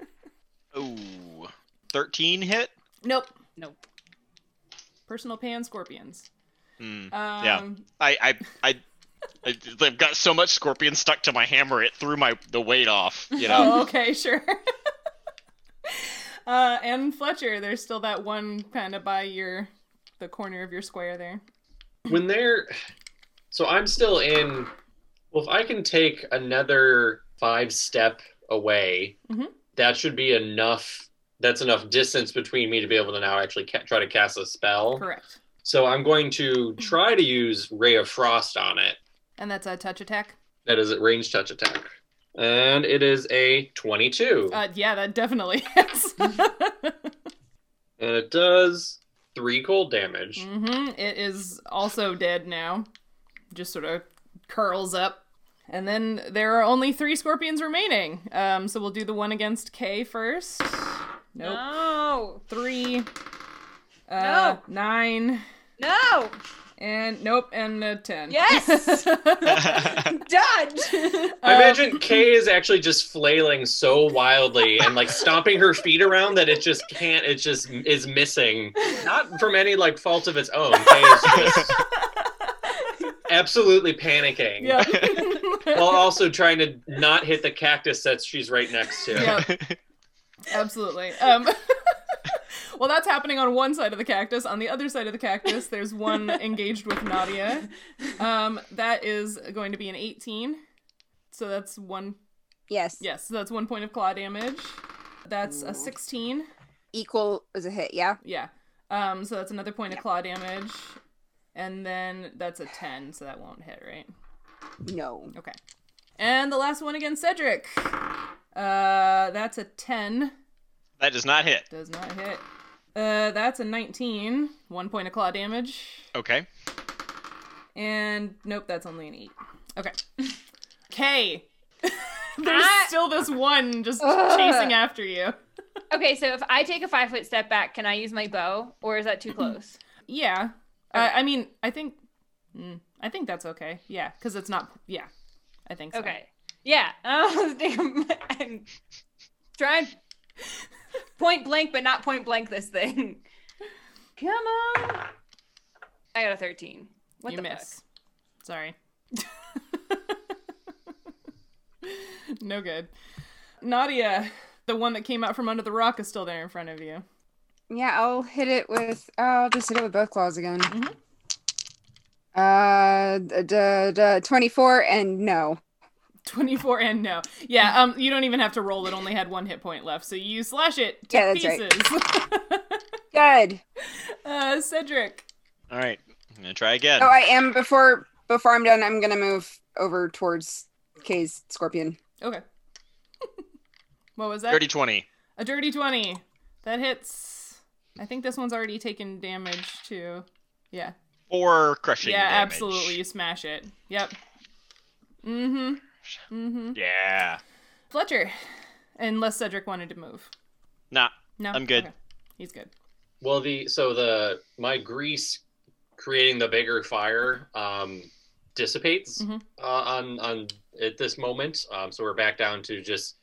Speaker 4: Ooh, 13 hit.
Speaker 1: nope.
Speaker 5: Nope.
Speaker 1: Personal pan scorpions.
Speaker 4: Hmm.
Speaker 1: Um,
Speaker 4: Yeah. I I I. I- I've got so much scorpion stuck to my hammer, it threw my the weight off. You know,
Speaker 1: Oh, okay, sure. Uh, and Fletcher, there's still that one kind of by your the corner of your square there.
Speaker 2: when they're so i'm still in well if i can take another five step away
Speaker 1: Mhm.
Speaker 2: that should be enough that's enough distance between me to be able to now actually ca- try to cast a spell
Speaker 1: Correct.
Speaker 2: so i'm going to try to use ray of frost on it
Speaker 1: And that's a touch attack.
Speaker 2: that is a range touch attack and it is a 22
Speaker 1: Uh, yeah, that definitely hits.
Speaker 2: and it does three cold damage
Speaker 1: hmm It is also dead now. Just sort of curls up. And then there are only three scorpions remaining. Um, so we'll do the one against K first. Nope.
Speaker 5: No.
Speaker 1: Three. Uh, Nine.
Speaker 5: No.
Speaker 1: And nope. And uh, ten.
Speaker 5: Yes! Dodge.
Speaker 2: I
Speaker 1: Um,
Speaker 2: imagine Kay is actually just flailing so wildly and like stomping her feet around that it just can't. It just is missing, not from any like fault of its own. Kay is just absolutely panicking
Speaker 1: Yeah.
Speaker 2: while also trying to not hit the cactus that she's right next to.
Speaker 1: yeah. Absolutely. Um, well, that's happening on one side of the cactus. On the other side of the cactus, there's one engaged with Nadia. Um, that is going to be an 18. So that's one.
Speaker 3: Yes.
Speaker 1: Yes, so that's one point of claw damage. That's a 16.
Speaker 3: Equal was a hit. Yeah.
Speaker 1: Yeah. Um, so that's another point of claw damage. And then that's a 10, so that won't hit, right?
Speaker 3: No.
Speaker 1: Okay. And the last one against Cedric. Uh, that's a 10.
Speaker 4: that does not hit.
Speaker 1: Does not hit. Uh, that's a 19. One point of claw damage.
Speaker 4: Okay.
Speaker 1: And nope, that's only an 8. Okay. K. There's
Speaker 5: I-
Speaker 1: still this one just
Speaker 3: Ugh.
Speaker 1: chasing after you.
Speaker 5: okay, so if I take a five foot step back, can I use my bow or is that too close?
Speaker 1: Yeah. Uh, I mean, I think. mm, I think that's okay. Yeah, because it's not. Yeah. I think so.
Speaker 5: Okay. Yeah. Oh, damn. I'm trying point blank, but not point blank this thing. Come on. I got a 13. What
Speaker 1: you
Speaker 5: the
Speaker 1: miss. Sorry. no good. Nadia, the one that came out from under the rock, is still there in front of you.
Speaker 3: Yeah, I'll hit it with. I'll just hit it with both claws again.
Speaker 1: Mhm.
Speaker 3: Uh, d- d- d- twenty-four and no.
Speaker 1: 24 and no. Yeah, um you don't even have to roll. It only had one hit point left. So you slash it to
Speaker 3: Yeah, that's
Speaker 1: pieces.
Speaker 3: right. Good.
Speaker 1: uh Cedric.
Speaker 4: All right. I'm gonna try again.
Speaker 3: Oh, I am before before I'm done. I'm gonna move over towards Kay's scorpion.
Speaker 1: Okay. what was that?
Speaker 4: Dirty twenty.
Speaker 1: A dirty 20. That hits. I think this one's already taken damage too. Yeah.
Speaker 4: Four crushing.
Speaker 1: yeah,
Speaker 4: damage.
Speaker 1: absolutely. You smash it. Yep. Mhm. Mhm.
Speaker 4: Yeah.
Speaker 1: Fletcher. Unless Cedric wanted to move.
Speaker 4: Nah.
Speaker 1: No.
Speaker 4: I'm good.
Speaker 1: Okay. He's good.
Speaker 2: Well, the so the my grease creating the bigger fire um, dissipates
Speaker 1: Mhm.
Speaker 2: uh, on on at this moment. Um, so we're back down to just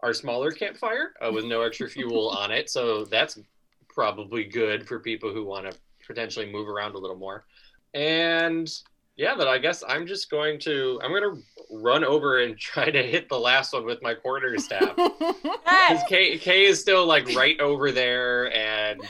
Speaker 2: our smaller campfire uh, with no extra fuel on it. So that's probably good for people who want to potentially move around a little more. And yeah, but I guess I'm just going to I'm going to run over and try to hit the last one with my quarter staff.
Speaker 5: fuck? Ah,
Speaker 2: Because K, K is still like right over there, and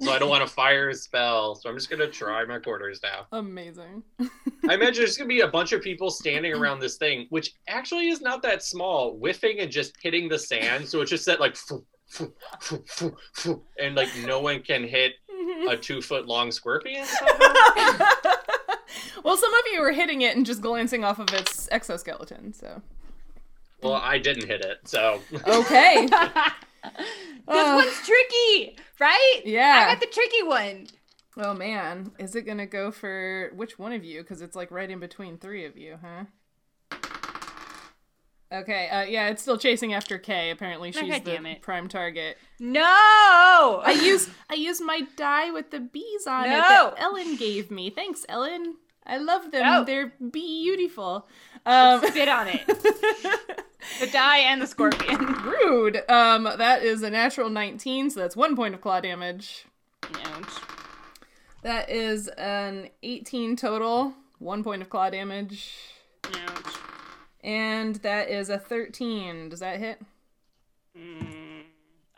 Speaker 2: so I don't want to fire a spell. So I'm just gonna try my quarters now.
Speaker 1: Amazing.
Speaker 2: I imagine there's gonna be a bunch of people standing around this thing, which actually is not that small, whiffing and just hitting the sand. So it's just that like, foo, foo, foo, foo, foo, and like no one can hit a two foot long scorpion.
Speaker 1: well, some of you were hitting it and just glancing off of its exoskeleton, so.
Speaker 2: Well, I didn't hit it, so
Speaker 1: Okay.
Speaker 5: this
Speaker 1: Uh.
Speaker 5: one's tricky, right? I
Speaker 1: yeah.
Speaker 5: got the tricky one.
Speaker 1: oh, man. Is it going to go for which one of you? Because it's like right in between three of you, huh? Okay. Uh, yeah, it's still chasing after Kay. Apparently, she's
Speaker 5: Okay,
Speaker 1: the
Speaker 5: damn it.
Speaker 1: prime target.
Speaker 5: No. I
Speaker 1: I use I use my die with the bees on it
Speaker 5: No.
Speaker 1: that Ellen gave me. Thanks, Ellen. I love them.
Speaker 5: No.
Speaker 1: They're beautiful. Um,
Speaker 5: spit on it. The die and the scorpion.
Speaker 1: Rude. Um, that is a natural 19, so that's one point of claw damage.
Speaker 5: Ouch.
Speaker 1: That is an 18 total, one point of claw damage.
Speaker 5: Ouch.
Speaker 1: And that is a 13. Does that hit?
Speaker 5: Mm.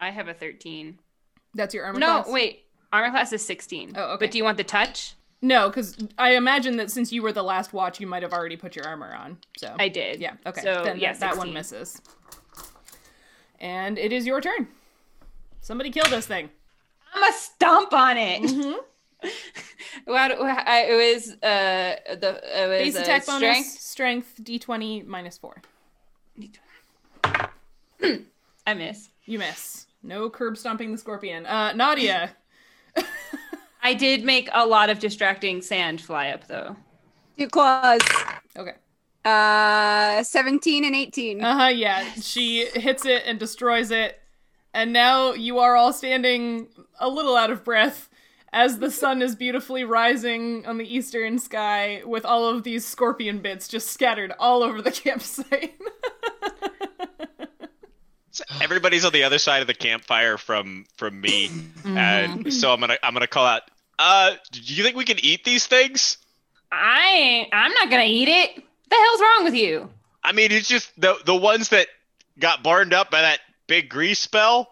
Speaker 5: I have a 13.
Speaker 1: That's your armor
Speaker 5: no,
Speaker 1: class?
Speaker 5: wait. Armor class is 16.
Speaker 1: Oh, okay.
Speaker 5: But do you want the touch?
Speaker 1: No, because I imagine that since you were the last watch, you might have already put your armor on. So
Speaker 5: I did.
Speaker 1: yeah, okay.
Speaker 5: So,
Speaker 1: then
Speaker 5: yeah,
Speaker 1: that, that one
Speaker 5: 16.
Speaker 1: misses. And it is your turn. Somebody kill this thing.
Speaker 5: I'm going to stomp on it.
Speaker 1: Mm-hmm.
Speaker 5: What, what- I, it was uh, the it was,
Speaker 1: Base
Speaker 5: uh,
Speaker 1: attack bonus,
Speaker 5: strength.
Speaker 1: strength d20 minus four.
Speaker 5: I miss.
Speaker 1: You miss. No curb stomping the scorpion. Uh, Nadia.
Speaker 5: I did make a lot of distracting sand fly up though.
Speaker 3: Two claws.
Speaker 1: Okay.
Speaker 3: Uh, 17 and 18.
Speaker 1: Uh huh. Yeah. She hits it and destroys it. And now you are all standing a little out of breath as the sun is beautifully rising on the eastern sky with all of these scorpion bits just scattered all over the campsite.
Speaker 4: So everybody's on the other side of the campfire from from me, and so I'm gonna I'm gonna call out. Uh, do you think we can eat these things?
Speaker 5: I ain't, I'm not gonna eat it. The hell's wrong with you?
Speaker 4: I mean, it's just the the ones that got burned up by that big grease spell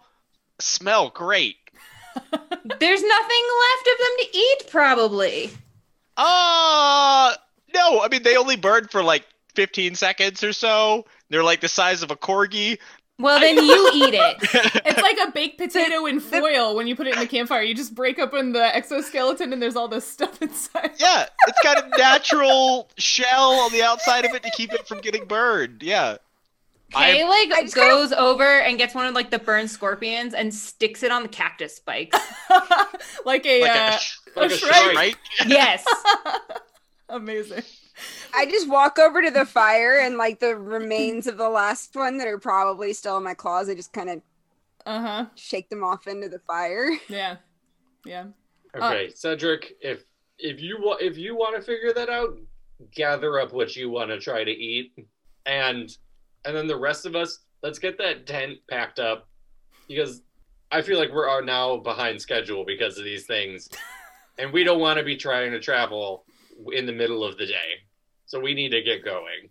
Speaker 4: smell great.
Speaker 5: There's nothing left of them to eat, probably.
Speaker 4: Uh no, I mean they only burn for like 15 seconds or so. They're like the size of a corgi.
Speaker 5: Well, then you eat it.
Speaker 1: it's like a baked potato in foil when you put it in the campfire. You just break open the exoskeleton and there's all this stuff inside.
Speaker 4: Yeah, it's got a natural shell on the outside of it to keep it from getting burned. Yeah.
Speaker 5: Kay like
Speaker 3: I
Speaker 5: goes
Speaker 3: just kinda-
Speaker 5: over and gets one of like the burned scorpions and sticks it on the cactus spikes.
Speaker 1: like a,
Speaker 4: Like a
Speaker 1: uh,
Speaker 4: sh-
Speaker 1: a
Speaker 2: Shrike.
Speaker 1: shrike.
Speaker 4: right?
Speaker 5: yes.
Speaker 1: Amazing.
Speaker 3: I just walk over to the fire and like the remains of the last one that are probably still in my claws. I just kind of
Speaker 1: Uh huh.
Speaker 3: shake them off into the fire.
Speaker 1: Yeah. Yeah.
Speaker 2: Okay, Cedric, if if you want if you want to figure that out, gather up what you want to try to eat, and and then the rest of us, let's get that tent packed up because I feel like we're are now behind schedule because of these things, and we don't want to be trying to travel in the middle of the day, so we need to get going.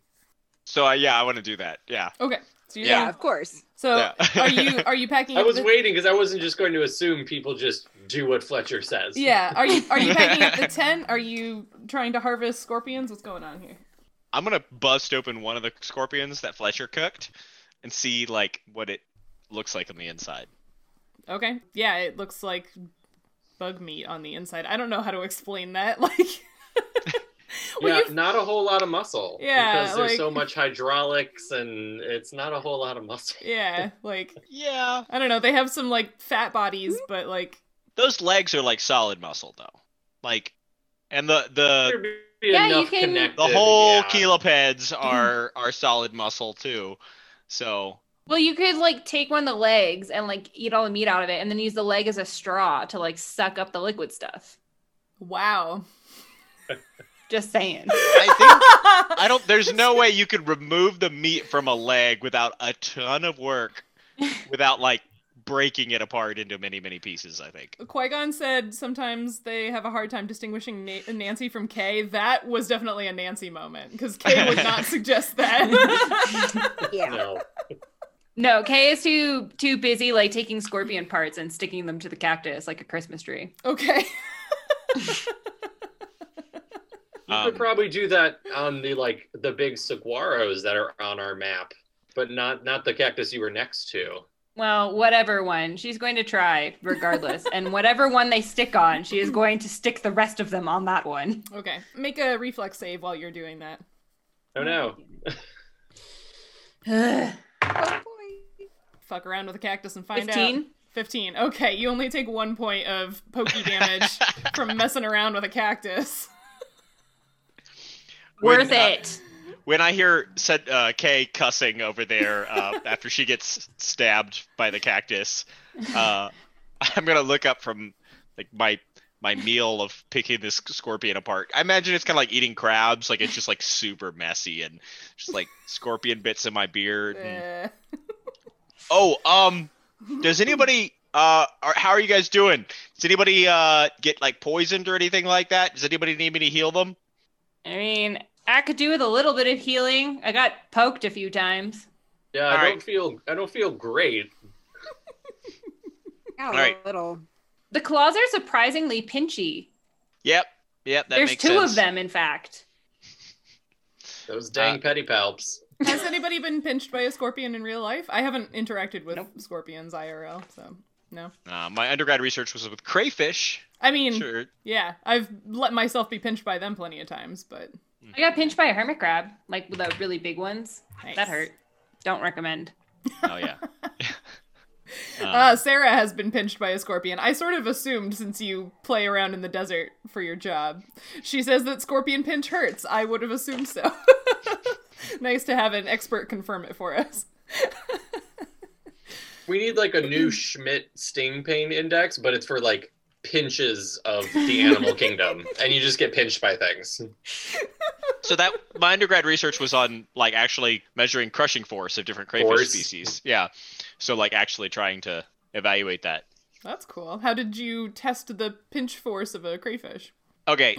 Speaker 4: So uh, yeah, I want to do that. Yeah.
Speaker 1: Okay. So you're
Speaker 4: Yeah.
Speaker 3: Yeah, of course.
Speaker 1: So
Speaker 4: Yeah.
Speaker 1: are you are you packing?
Speaker 2: I
Speaker 1: up
Speaker 2: was
Speaker 1: the-
Speaker 2: waiting because I wasn't just going to assume people just do what Fletcher says.
Speaker 1: Yeah. Are you are you packing up the tent? Are you trying to harvest scorpions? What's going on here?
Speaker 4: I'm going to bust open one of the scorpions that Fletcher cooked and see like what it looks like on the inside.
Speaker 1: Okay. Yeah. It looks like bug meat on the inside. I don't know how to explain that. Like. well,
Speaker 2: yeah,
Speaker 1: you've-
Speaker 2: not a whole lot of muscle.
Speaker 1: Yeah,
Speaker 2: because there's
Speaker 1: like-
Speaker 2: so much hydraulics and it's not a whole lot of muscle.
Speaker 1: yeah. Like
Speaker 4: Yeah.
Speaker 1: I don't know. They have some like fat bodies, but like.
Speaker 4: Those legs are like solid muscle though. Like and the the
Speaker 2: There'd be
Speaker 5: Yeah, you
Speaker 2: enough
Speaker 5: can-
Speaker 2: connected,
Speaker 4: Uh, the whole
Speaker 2: yeah.
Speaker 4: chelopeds are are solid muscle too. So
Speaker 5: Well, you could like take one of the legs and like eat all the meat out of it, and then use the leg as a straw to like suck up the liquid stuff.
Speaker 1: Wow.
Speaker 5: Just saying.
Speaker 4: I think I don't. There's no way you could remove the meat from a leg without a ton of work, without like breaking it apart into many many pieces. I think.
Speaker 1: Qui Gon said sometimes they have a hard time distinguishing Na- Nancy from Kay. That was definitely a Nancy moment because Kay would not suggest that.
Speaker 3: Yeah.
Speaker 2: No.
Speaker 5: No, Kay is too too busy like taking scorpion parts and sticking them to the cactus like a Christmas tree.
Speaker 1: okay.
Speaker 2: You
Speaker 4: Um,
Speaker 2: could probably do that on the like the big saguaros that are on our map, but not not the cactus you were next to.
Speaker 5: Well, whatever one. She's going to try regardless. and whatever one they stick on, she is going to stick the rest of them on that one.
Speaker 1: Okay. Make a reflex save while you're doing that.
Speaker 2: Oh no.
Speaker 5: Ugh.
Speaker 3: Oh, boy.
Speaker 1: Fuck around with a cactus and find out.
Speaker 5: 15?
Speaker 1: 15. Okay, you only take one point of pokey damage from messing around with a cactus.
Speaker 4: When,
Speaker 5: Worth
Speaker 4: uh,
Speaker 5: it.
Speaker 4: When I hear said uh, Kay cussing over there uh, after she gets stabbed by the cactus, uh, I'm gonna look up from like my my meal of picking this scorpion apart. I imagine it's kind of like eating crabs. Like it's just like super messy and just like scorpion bits in my beard. And,
Speaker 1: Uh,
Speaker 4: Oh, um, does anybody uh, are, how are you guys doing? Does anybody uh get like poisoned or anything like that? Does anybody need me to heal them?
Speaker 5: I mean, I could do with a little bit of healing. I got poked a few times.
Speaker 2: Yeah, I
Speaker 4: All
Speaker 2: don't
Speaker 4: right.
Speaker 2: feel I don't feel great.
Speaker 3: Got a
Speaker 4: All right.
Speaker 3: little.
Speaker 5: The claws are surprisingly pinchy.
Speaker 4: Yep. Yep. That
Speaker 5: There's
Speaker 4: makes
Speaker 5: two
Speaker 4: sense.
Speaker 5: of them, in fact.
Speaker 4: Uh,
Speaker 2: Those dang pedipalps.
Speaker 1: Has anybody been pinched by a scorpion in real life? I haven't interacted with scorpions IRL, so no.
Speaker 4: Uh, my undergrad research was with crayfish.
Speaker 1: I mean,
Speaker 4: Sure.
Speaker 1: yeah, I've let myself be pinched by them plenty of times, but
Speaker 5: I got pinched by a hermit crab, like with the really big ones.
Speaker 1: nice.
Speaker 5: That hurt. Don't recommend.
Speaker 4: Oh yeah. Um.
Speaker 1: Uh, Sarah has been pinched by a scorpion. I sort of assumed since you play around in the desert for your job. She says that scorpion pinch hurts. I would have assumed so. nice to have an expert confirm it for us.
Speaker 2: We need like a new Schmidt sting pain index, but it's for like pinches of the animal kingdom, and you just get pinched by things.
Speaker 4: so that my undergrad research was on like actually measuring crushing force of different crayfish
Speaker 2: Force.
Speaker 4: species. Yeah. So like actually trying to evaluate that.
Speaker 1: That's cool. How did you test the pinch force of a crayfish?
Speaker 4: Okay.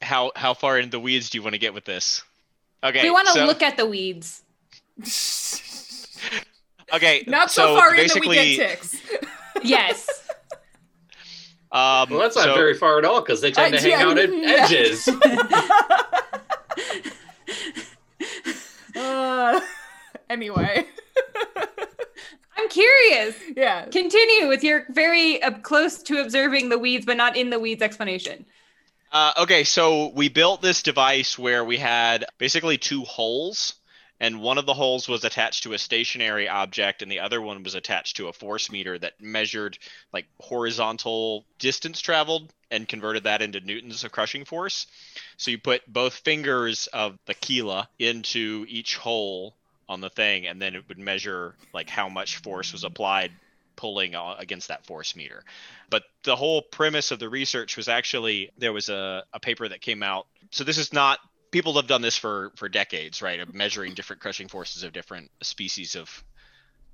Speaker 4: How how far into the weeds do you want to get with this? Okay.
Speaker 5: we want to
Speaker 4: so-
Speaker 5: look at the weeds.
Speaker 4: Okay.
Speaker 1: Not so, far in that we
Speaker 4: basically,
Speaker 1: get ticks.
Speaker 5: Yes.
Speaker 4: Um,
Speaker 2: Well, that's not
Speaker 4: so-
Speaker 2: very far at all because they tend
Speaker 1: Uh,
Speaker 2: to hang
Speaker 1: yeah,
Speaker 2: out at
Speaker 1: yeah.
Speaker 2: edges.
Speaker 1: Uh, anyway,
Speaker 5: I'm curious.
Speaker 1: yeah.
Speaker 5: Continue with your very uh, close to observing the weeds, but not in the weeds explanation.
Speaker 4: Uh, okay, so we built this device where we had basically two holes, and one of the holes was attached to a stationary object, and the other one was attached to a force meter that measured like horizontal distance traveled and converted that into newtons of crushing force. So you put both fingers of the kila into each hole on the thing, and then it would measure like how much force was applied pulling uh, against that force meter. But the whole premise of the research was actually there was a, a paper that came out. So this is not people have done this for for decades, right? Of measuring different crushing forces of different species of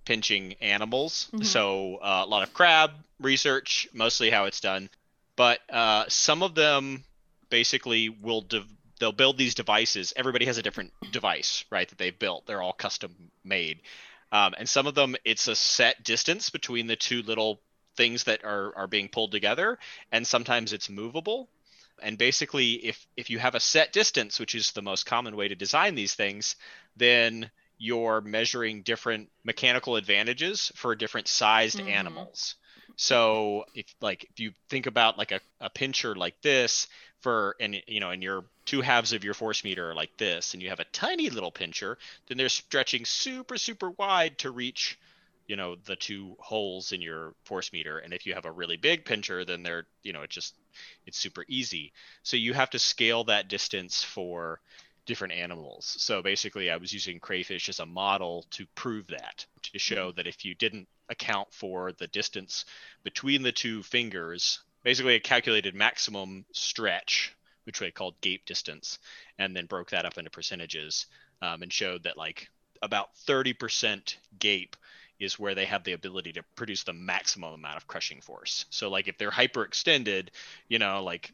Speaker 4: pinching animals.
Speaker 1: Mhm.
Speaker 4: So uh, a lot of crab research, mostly how it's done. But uh, some of them basically will de- they'll build these devices. Everybody has a different device, right? That they've built. They're all custom made. Um, and some of them, it's a set distance between the two little things that are, are being pulled together and sometimes it's movable and basically if if you have a set distance which is the most common way to design these things then you're measuring different mechanical advantages for different sized
Speaker 1: Mhm.
Speaker 4: animals so if like if you think about like a, a pincher like this for and you know and your two halves of your force meter are like this and you have a tiny little pincher then they're stretching super super wide to reach you know the two holes in your force meter and if you have a really big pincher then they're you know it just it's super easy so you have to scale that distance for different animals so basically i was using crayfish as a model to prove that to show that if you didn't account for the distance between the two fingers basically a calculated maximum stretch which we called gape distance and then broke that up into percentages um, and showed that like about 30% gape is where they have the ability to produce the maximum amount of crushing force. So like if they're hyperextended, you know, like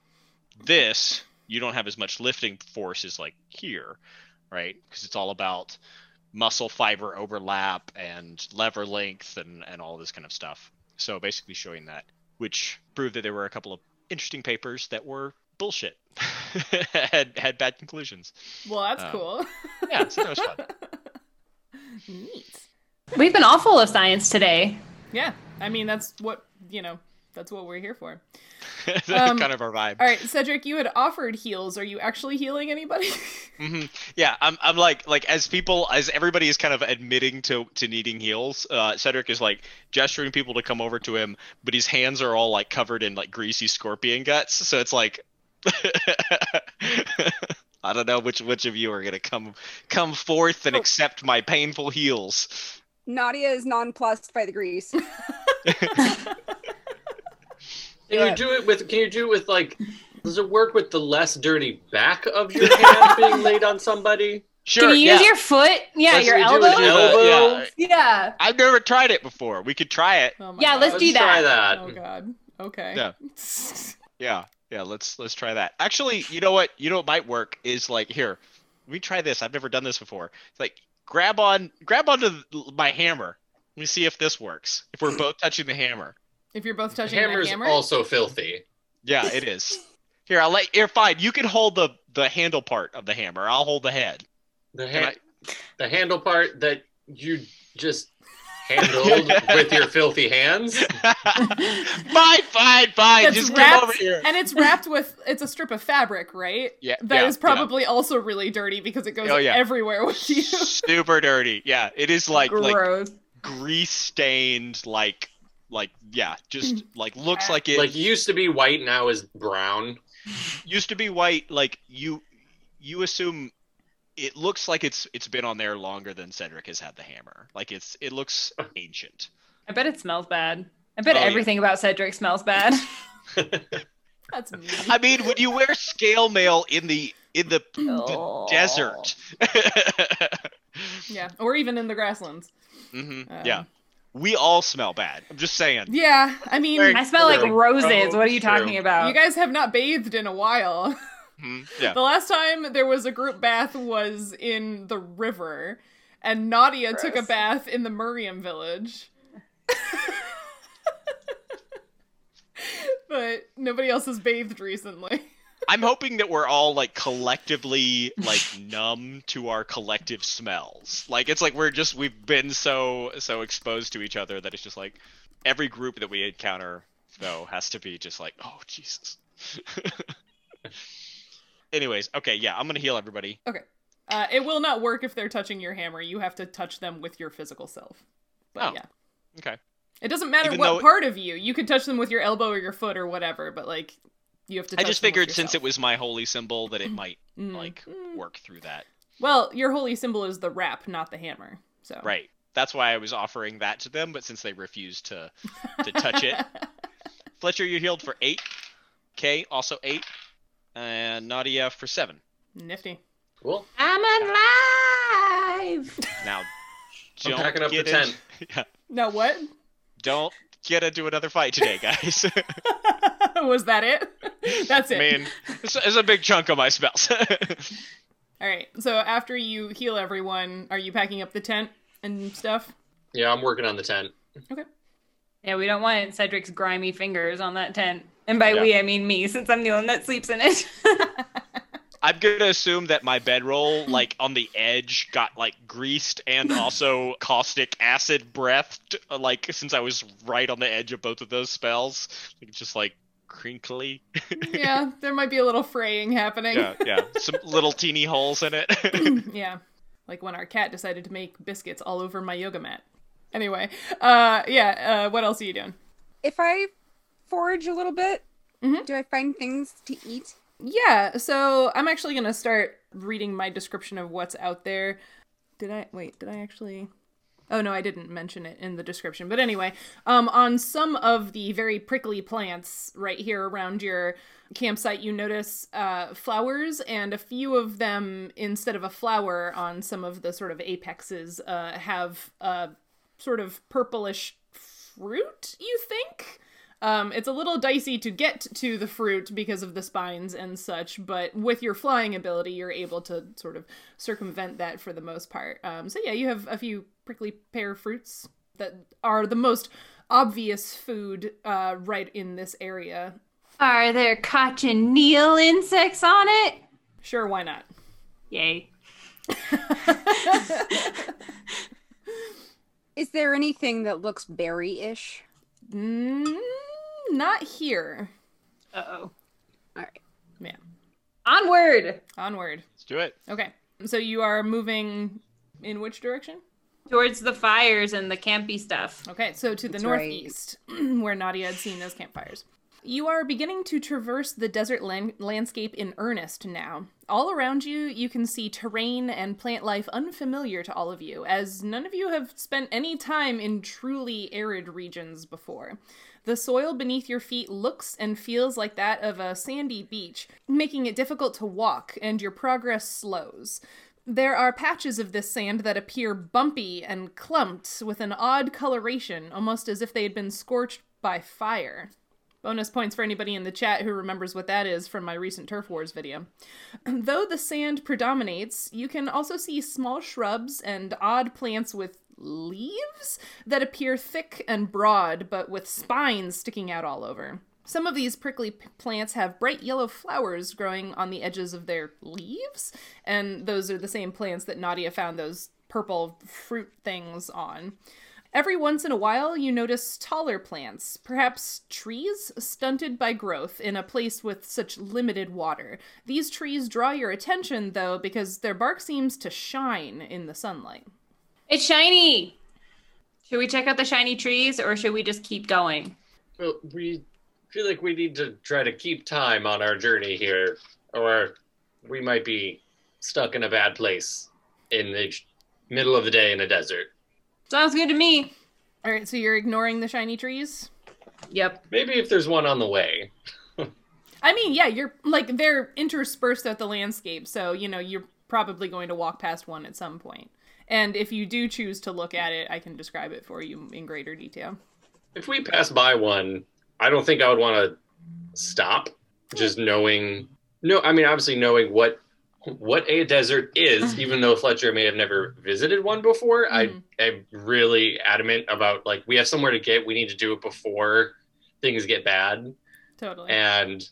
Speaker 4: this, you don't have as much lifting force as like here, right? Because it's all about muscle fiber overlap and lever length and and all this kind of stuff. So basically showing that, which proved that there were a couple of interesting papers that were bullshit had had bad conclusions.
Speaker 1: Well, that's
Speaker 4: Um,
Speaker 1: cool.
Speaker 4: Yeah, so that was fun.
Speaker 1: Neat.
Speaker 5: We've been all full of science today.
Speaker 1: Yeah, I mean that's what you know. That's what we're here for.
Speaker 4: That's
Speaker 1: Um,
Speaker 4: kind of our vibe.
Speaker 1: All right, Cedric, you had offered heals. Are you actually healing anybody?
Speaker 4: hmm Yeah, I'm. I'm like, like as people, as everybody is kind of admitting to to needing heals. Uh, Cedric is like gesturing people to come over to him, but his hands are all like covered in like greasy scorpion guts. So it's like, I don't know which which of you are gonna come come forth and accept my painful heals.
Speaker 3: Nadia is nonplussed by the grease.
Speaker 2: Can you do it with? Can you do it with like? Does it work with the less dirty back of your hand being laid on somebody?
Speaker 4: Sure.
Speaker 5: Can you use
Speaker 4: yeah.
Speaker 5: your foot? Yeah,
Speaker 2: Let's
Speaker 5: your
Speaker 2: do it
Speaker 5: elbow.
Speaker 2: with your elbow.
Speaker 4: Yeah.
Speaker 5: Yeah.
Speaker 4: I've never tried it before. We could try it.
Speaker 1: Oh my
Speaker 5: Yeah, let's
Speaker 2: Let's
Speaker 5: do that.
Speaker 2: try that.
Speaker 1: Oh god. Okay.
Speaker 4: Yeah. Yeah, yeah. Let's let's try that. Actually, you know what? You know what might work is like here. Let me try this. I've never done this before. It's like grab on, grab onto th- my hammer. Let me see if this works. If we're both touching the hammer.
Speaker 1: If you're both touching
Speaker 2: Hammer's
Speaker 1: that hammer.
Speaker 2: also filthy.
Speaker 4: Yeah, it is. Here, I'll let. Here, fine. You can hold the the handle part of the hammer. I'll hold the head.
Speaker 2: The,
Speaker 4: Can
Speaker 2: ha- the handle part that you just handled with your filthy hands.
Speaker 4: fine, fine, fine.
Speaker 1: It's
Speaker 4: Just
Speaker 1: wrapped-
Speaker 4: come over here.
Speaker 1: and it's wrapped with it's a strip of fabric, right?
Speaker 4: Yeah,
Speaker 1: That is
Speaker 4: yeah, yeah.
Speaker 1: probably also really dirty because it goes
Speaker 4: Oh, yeah.
Speaker 1: everywhere with you.
Speaker 4: Super dirty. Yeah, it is like like
Speaker 5: Gross.
Speaker 4: grease stained. Like like yeah, just like looks like it
Speaker 2: Like used to be white, now is brown.
Speaker 4: used to be white. Like you you assume it looks like it's it's been on there longer than Cedric has had the hammer. Like it's it looks ancient.
Speaker 5: I bet it smells bad. I bet
Speaker 4: Oh, yeah.
Speaker 5: everything about Cedric smells bad.
Speaker 1: That's me.
Speaker 4: I mean, when you wear scale mail in the in the, the
Speaker 5: Oh.
Speaker 4: desert.
Speaker 1: Yeah, or even in the grasslands.
Speaker 4: hmm
Speaker 1: Um,
Speaker 4: yeah, we all smell bad. I'm just saying.
Speaker 1: Yeah, I mean,
Speaker 4: Very
Speaker 5: I smell like
Speaker 2: True.
Speaker 5: roses. What are you
Speaker 2: True.
Speaker 5: talking about?
Speaker 1: you guys have not bathed in a while.
Speaker 4: Mhm, Yeah.
Speaker 1: The last time there was a group bath was in the river, and Nadia took a
Speaker 5: Gross.
Speaker 1: bath in the Murium village. but nobody else has bathed recently.
Speaker 4: I'm hoping that we're all like collectively like numb to our collective smells. Like it's like we're just we've been so so exposed to each other that it's just like every group that we encounter though has to be just like oh Jesus. Anyways, okay, yeah, I'm gonna heal everybody.
Speaker 1: Uh, it will not work if they're touching your hammer. You have to touch them with your physical self. But
Speaker 4: Oh,
Speaker 1: yeah.
Speaker 4: okay.
Speaker 1: It doesn't matter
Speaker 4: Even
Speaker 1: what
Speaker 4: though it-
Speaker 1: part of you. You could touch them with your elbow or your foot or whatever, but like you have to
Speaker 4: I
Speaker 1: touch
Speaker 4: just
Speaker 1: them with
Speaker 4: figured since it
Speaker 1: yourself.
Speaker 4: was my holy symbol that it might
Speaker 1: Mm.
Speaker 4: like
Speaker 1: Mm.
Speaker 4: work through that.
Speaker 1: Well, your holy symbol is the wrap, not the hammer. So
Speaker 4: Right. That's why I was offering that to them, but since they refused to to touch it, Fletcher, you healed for eight. Kay, also eight. And Nadia for seven.
Speaker 1: Nifty.
Speaker 2: Cool.
Speaker 5: I'm alive.
Speaker 4: Now,
Speaker 2: I'm
Speaker 4: don't
Speaker 2: packing up
Speaker 4: get
Speaker 2: the
Speaker 4: in-
Speaker 2: tent.
Speaker 4: Yeah,
Speaker 1: Now what?
Speaker 4: don't get into another fight today, guys.
Speaker 1: was that it? That's
Speaker 4: I
Speaker 1: it.
Speaker 4: mean, it's, it's a big chunk of my spells.
Speaker 1: All right. So after you heal everyone, are you packing up the tent and stuff?
Speaker 2: Yeah, I'm working on the tent.
Speaker 5: Yeah, we don't want Cedric's grimy fingers on that tent. And by
Speaker 4: Yeah.
Speaker 5: we, I mean me, since I'm the one that sleeps in it.
Speaker 4: I'm gonna assume that my bedroll, like on the edge, got like greased and also caustic acid breathed. Like since I was right on the edge of both of those spells, like, just like crinkly.
Speaker 1: yeah, there might be a little fraying happening.
Speaker 4: Yeah, yeah, some little teeny holes in it.
Speaker 1: yeah. Like when our cat decided to make biscuits all over my yoga mat. Anyway, uh yeah, uh what else are you doing?
Speaker 3: If I forage a little bit,
Speaker 1: Mhm.
Speaker 3: do I find things to eat?
Speaker 1: Yeah, so I'm actually going to start reading my description of what's out there. Did I wait, did I actually Oh no, I didn't mention it in the description. But anyway, um on some of the very prickly plants right here around your campsite you notice uh flowers and a few of them instead of a flower on some of the sort of apexes uh have uh sort of purplish fruit, you think? Um, it's a little dicey to get to the fruit because of the spines and such, but with your flying ability, you're able to sort of circumvent that for the most part. Um, so, yeah, you have a few prickly pear fruits that are the most obvious food uh, right in this area.
Speaker 5: Are there cochineal insects on it?
Speaker 1: Sure, why not?
Speaker 5: Yay.
Speaker 3: Is there anything that looks berry-ish?
Speaker 1: Mm, not here.
Speaker 5: Uh oh.
Speaker 3: All right.
Speaker 1: Yeah,
Speaker 5: Onward
Speaker 1: onward.
Speaker 4: Let's do it.
Speaker 1: Okay, so you are moving in which direction?
Speaker 5: towards the fires and the campy stuff.
Speaker 1: Okay, so to the
Speaker 3: That's right.
Speaker 1: northeast, where Nadia had seen those campfires. You are beginning to traverse the desert lan- landscape in earnest now. All around you, you can see terrain and plant life unfamiliar to all of you, as none of you have spent any time in truly arid regions before. The soil beneath your feet looks and feels like that of a sandy beach, making it difficult to walk, and your progress slows. There are patches of this sand that appear bumpy and clumped with an odd coloration, almost as if they had been scorched by fire. Bonus points for anybody in the chat who remembers what that is from my recent Turf Wars video. Though the sand predominates, you can also see small shrubs and odd plants with leaves that appear thick and broad, but with spines sticking out all over. Some of these prickly p- plants have bright yellow flowers growing on the edges of their leaves, and those are the same plants that Nadia found those purple fruit things on. Every once in a while, you notice taller plants, perhaps trees, stunted by growth in a place with such limited water. These trees draw your attention, though, because their bark seems to shine in the sunlight.
Speaker 5: It's shiny. Should we check out the shiny trees or should we just keep going?
Speaker 2: Well, we feel like we need to try to keep time on our journey here, or we might be stuck in a bad place in the sh- middle of the day in a desert.
Speaker 5: Sounds good to me.
Speaker 1: All right, so you're ignoring the shiny trees?
Speaker 5: Yep.
Speaker 2: Maybe if there's one on the way.
Speaker 1: I mean, yeah, you're like they're interspersed at the landscape, so you know, you're probably going to walk past one at some point. And if you do choose to look at it, I can describe it for you in greater detail.
Speaker 2: If we pass by one, I don't think I would want to stop. Just knowing, no, I mean, obviously knowing what what a desert is, even though Fletcher may have never visited one before.
Speaker 1: Mhm.
Speaker 2: I am really adamant about like we have somewhere to get. We need to do it before things get bad.
Speaker 1: Totally.
Speaker 2: And